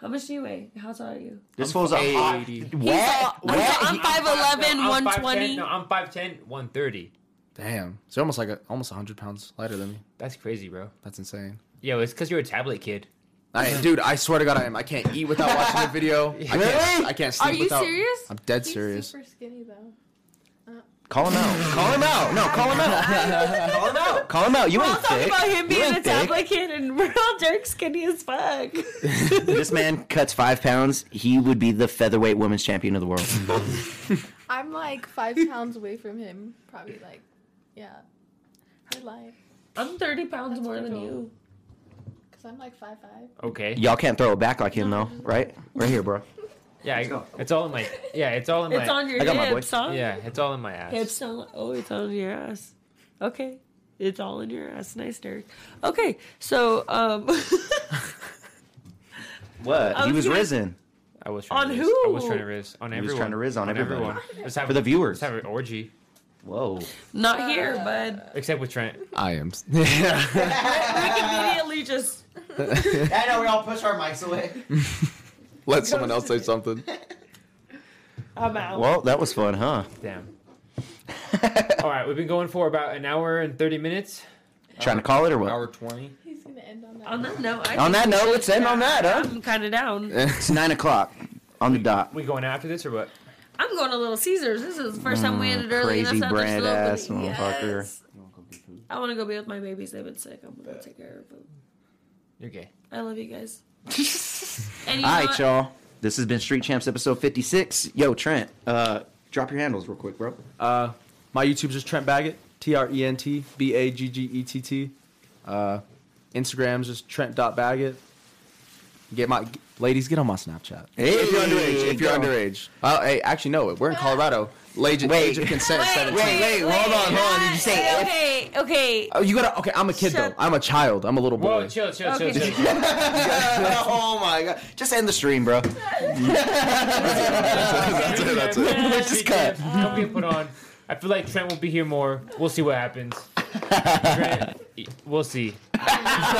Speaker 2: How much do you weigh? How tall are you?
Speaker 3: This fool's a hot.
Speaker 1: He's
Speaker 3: Wet,
Speaker 2: I'm,
Speaker 3: wet.
Speaker 2: I'm 5'11",
Speaker 1: No, I'm
Speaker 2: 120.
Speaker 1: 5'10", No, I'm 5'10", 130.
Speaker 6: Damn. So you're almost like a, almost hundred pounds lighter than me.
Speaker 1: That's crazy, bro.
Speaker 6: That's insane.
Speaker 1: Yo, it's because you're a tablet kid.
Speaker 6: I, dude, I swear to God, I am. I can't eat without watching a video. I can't, I can't sleep
Speaker 2: Are you
Speaker 6: without.
Speaker 2: serious?
Speaker 6: I'm dead
Speaker 7: He's
Speaker 6: serious.
Speaker 7: super skinny though.
Speaker 3: Call him out. call him out. No, call him out. call him out. Call him out. You
Speaker 2: We're all
Speaker 3: ain't
Speaker 2: talking
Speaker 3: thick.
Speaker 2: about him
Speaker 3: You
Speaker 2: being
Speaker 3: ain't
Speaker 2: a
Speaker 3: thick.
Speaker 2: tablet kid and we're all jerks skinny as fuck.
Speaker 3: this man cuts five pounds. He would be the featherweight women's champion of the world.
Speaker 7: I'm like five pounds away from him. Probably like, yeah. Hard life.
Speaker 2: I'm 30 pounds
Speaker 7: That's
Speaker 2: more than
Speaker 7: pretty cool.
Speaker 2: you.
Speaker 7: Because I'm like five five.
Speaker 1: Okay.
Speaker 3: Y'all can't throw it back like him though, right? Right here, bro.
Speaker 1: Yeah, I,
Speaker 12: go.
Speaker 1: it's all in my. Yeah, it's all in my.
Speaker 2: It's on your
Speaker 3: I got my
Speaker 2: hips, huh?
Speaker 1: yeah, it's all in my ass.
Speaker 2: Hips on, oh, it's on your ass. Okay. It's all in your ass. Nice, Derek. Okay. So, um,
Speaker 3: What?
Speaker 2: I
Speaker 3: He
Speaker 2: was
Speaker 3: was
Speaker 2: gonna-
Speaker 3: risen.
Speaker 1: I was trying
Speaker 2: On
Speaker 1: to riz. I was
Speaker 2: who?
Speaker 1: trying to riz on
Speaker 3: He
Speaker 1: everyone.
Speaker 3: was trying to riz on everybody.
Speaker 1: everyone. Let's have
Speaker 3: For the viewers.
Speaker 1: Let's have an orgy.
Speaker 3: Whoa.
Speaker 2: not here, bud.
Speaker 1: Except with Trent.
Speaker 13: I am. s-
Speaker 2: Rick immediately just,
Speaker 12: I know we all push our mics away.
Speaker 13: Let someone else say something.
Speaker 2: I'm out.
Speaker 3: Well, that was fun, huh?
Speaker 1: Damn. all right, we've been going for about an hour and thirty minutes.
Speaker 3: Trying to call it or what?
Speaker 6: Hour twenty.
Speaker 7: He's gonna end on that.
Speaker 2: on that note, I
Speaker 3: On that
Speaker 2: think we
Speaker 3: note,
Speaker 2: should-
Speaker 3: let's end on that, huh?
Speaker 2: I'm kind of down.
Speaker 3: It's nine o'clock on the dot.
Speaker 1: We going after this or what?
Speaker 2: I'm going to Little Caesars. This is the first time we ended early.
Speaker 3: Mm,
Speaker 2: and
Speaker 3: crazy
Speaker 2: I thought there's
Speaker 3: brand
Speaker 2: a little
Speaker 3: ass
Speaker 2: bit-
Speaker 3: motherfucker.
Speaker 2: Yes. I want to go be with my babies. They've been sick. I'm going to take care of them.
Speaker 1: You're gay.
Speaker 2: I love you guys. and you
Speaker 3: All
Speaker 2: know
Speaker 3: right,
Speaker 2: what?
Speaker 3: y'all. This has been Street Champs episode 56. Yo, Trent, uh, drop your handles real quick, bro.
Speaker 6: Uh, my YouTube's just Trent Baggett, T R E N T B A G G E T T. Uh, Instagram's just Trent.Baggett. Get my ladies, get on my Snapchat.
Speaker 3: Hey,
Speaker 6: if you're underage, if you're
Speaker 3: go.
Speaker 6: underage. Oh, hey, actually, no, we're
Speaker 2: Uh,
Speaker 6: in Colorado. Age, age of consent is 17.
Speaker 3: wait, wait, hold on, hold on. Did you say
Speaker 2: Wait,
Speaker 3: if?
Speaker 2: okay, okay.
Speaker 6: Oh, you gotta, okay, I'm a kid,
Speaker 2: Shut-
Speaker 6: though. I'm a child. I'm a little boy.
Speaker 1: Whoa, chill, chill,
Speaker 2: Okay.
Speaker 1: chill, chill. chill.
Speaker 3: oh my god. Just end the stream, bro.
Speaker 1: that's
Speaker 13: it, that's it.
Speaker 3: Just cut.
Speaker 1: Don't get put on. I feel like Trent will be here more. We'll see what happens. Trent, we'll see.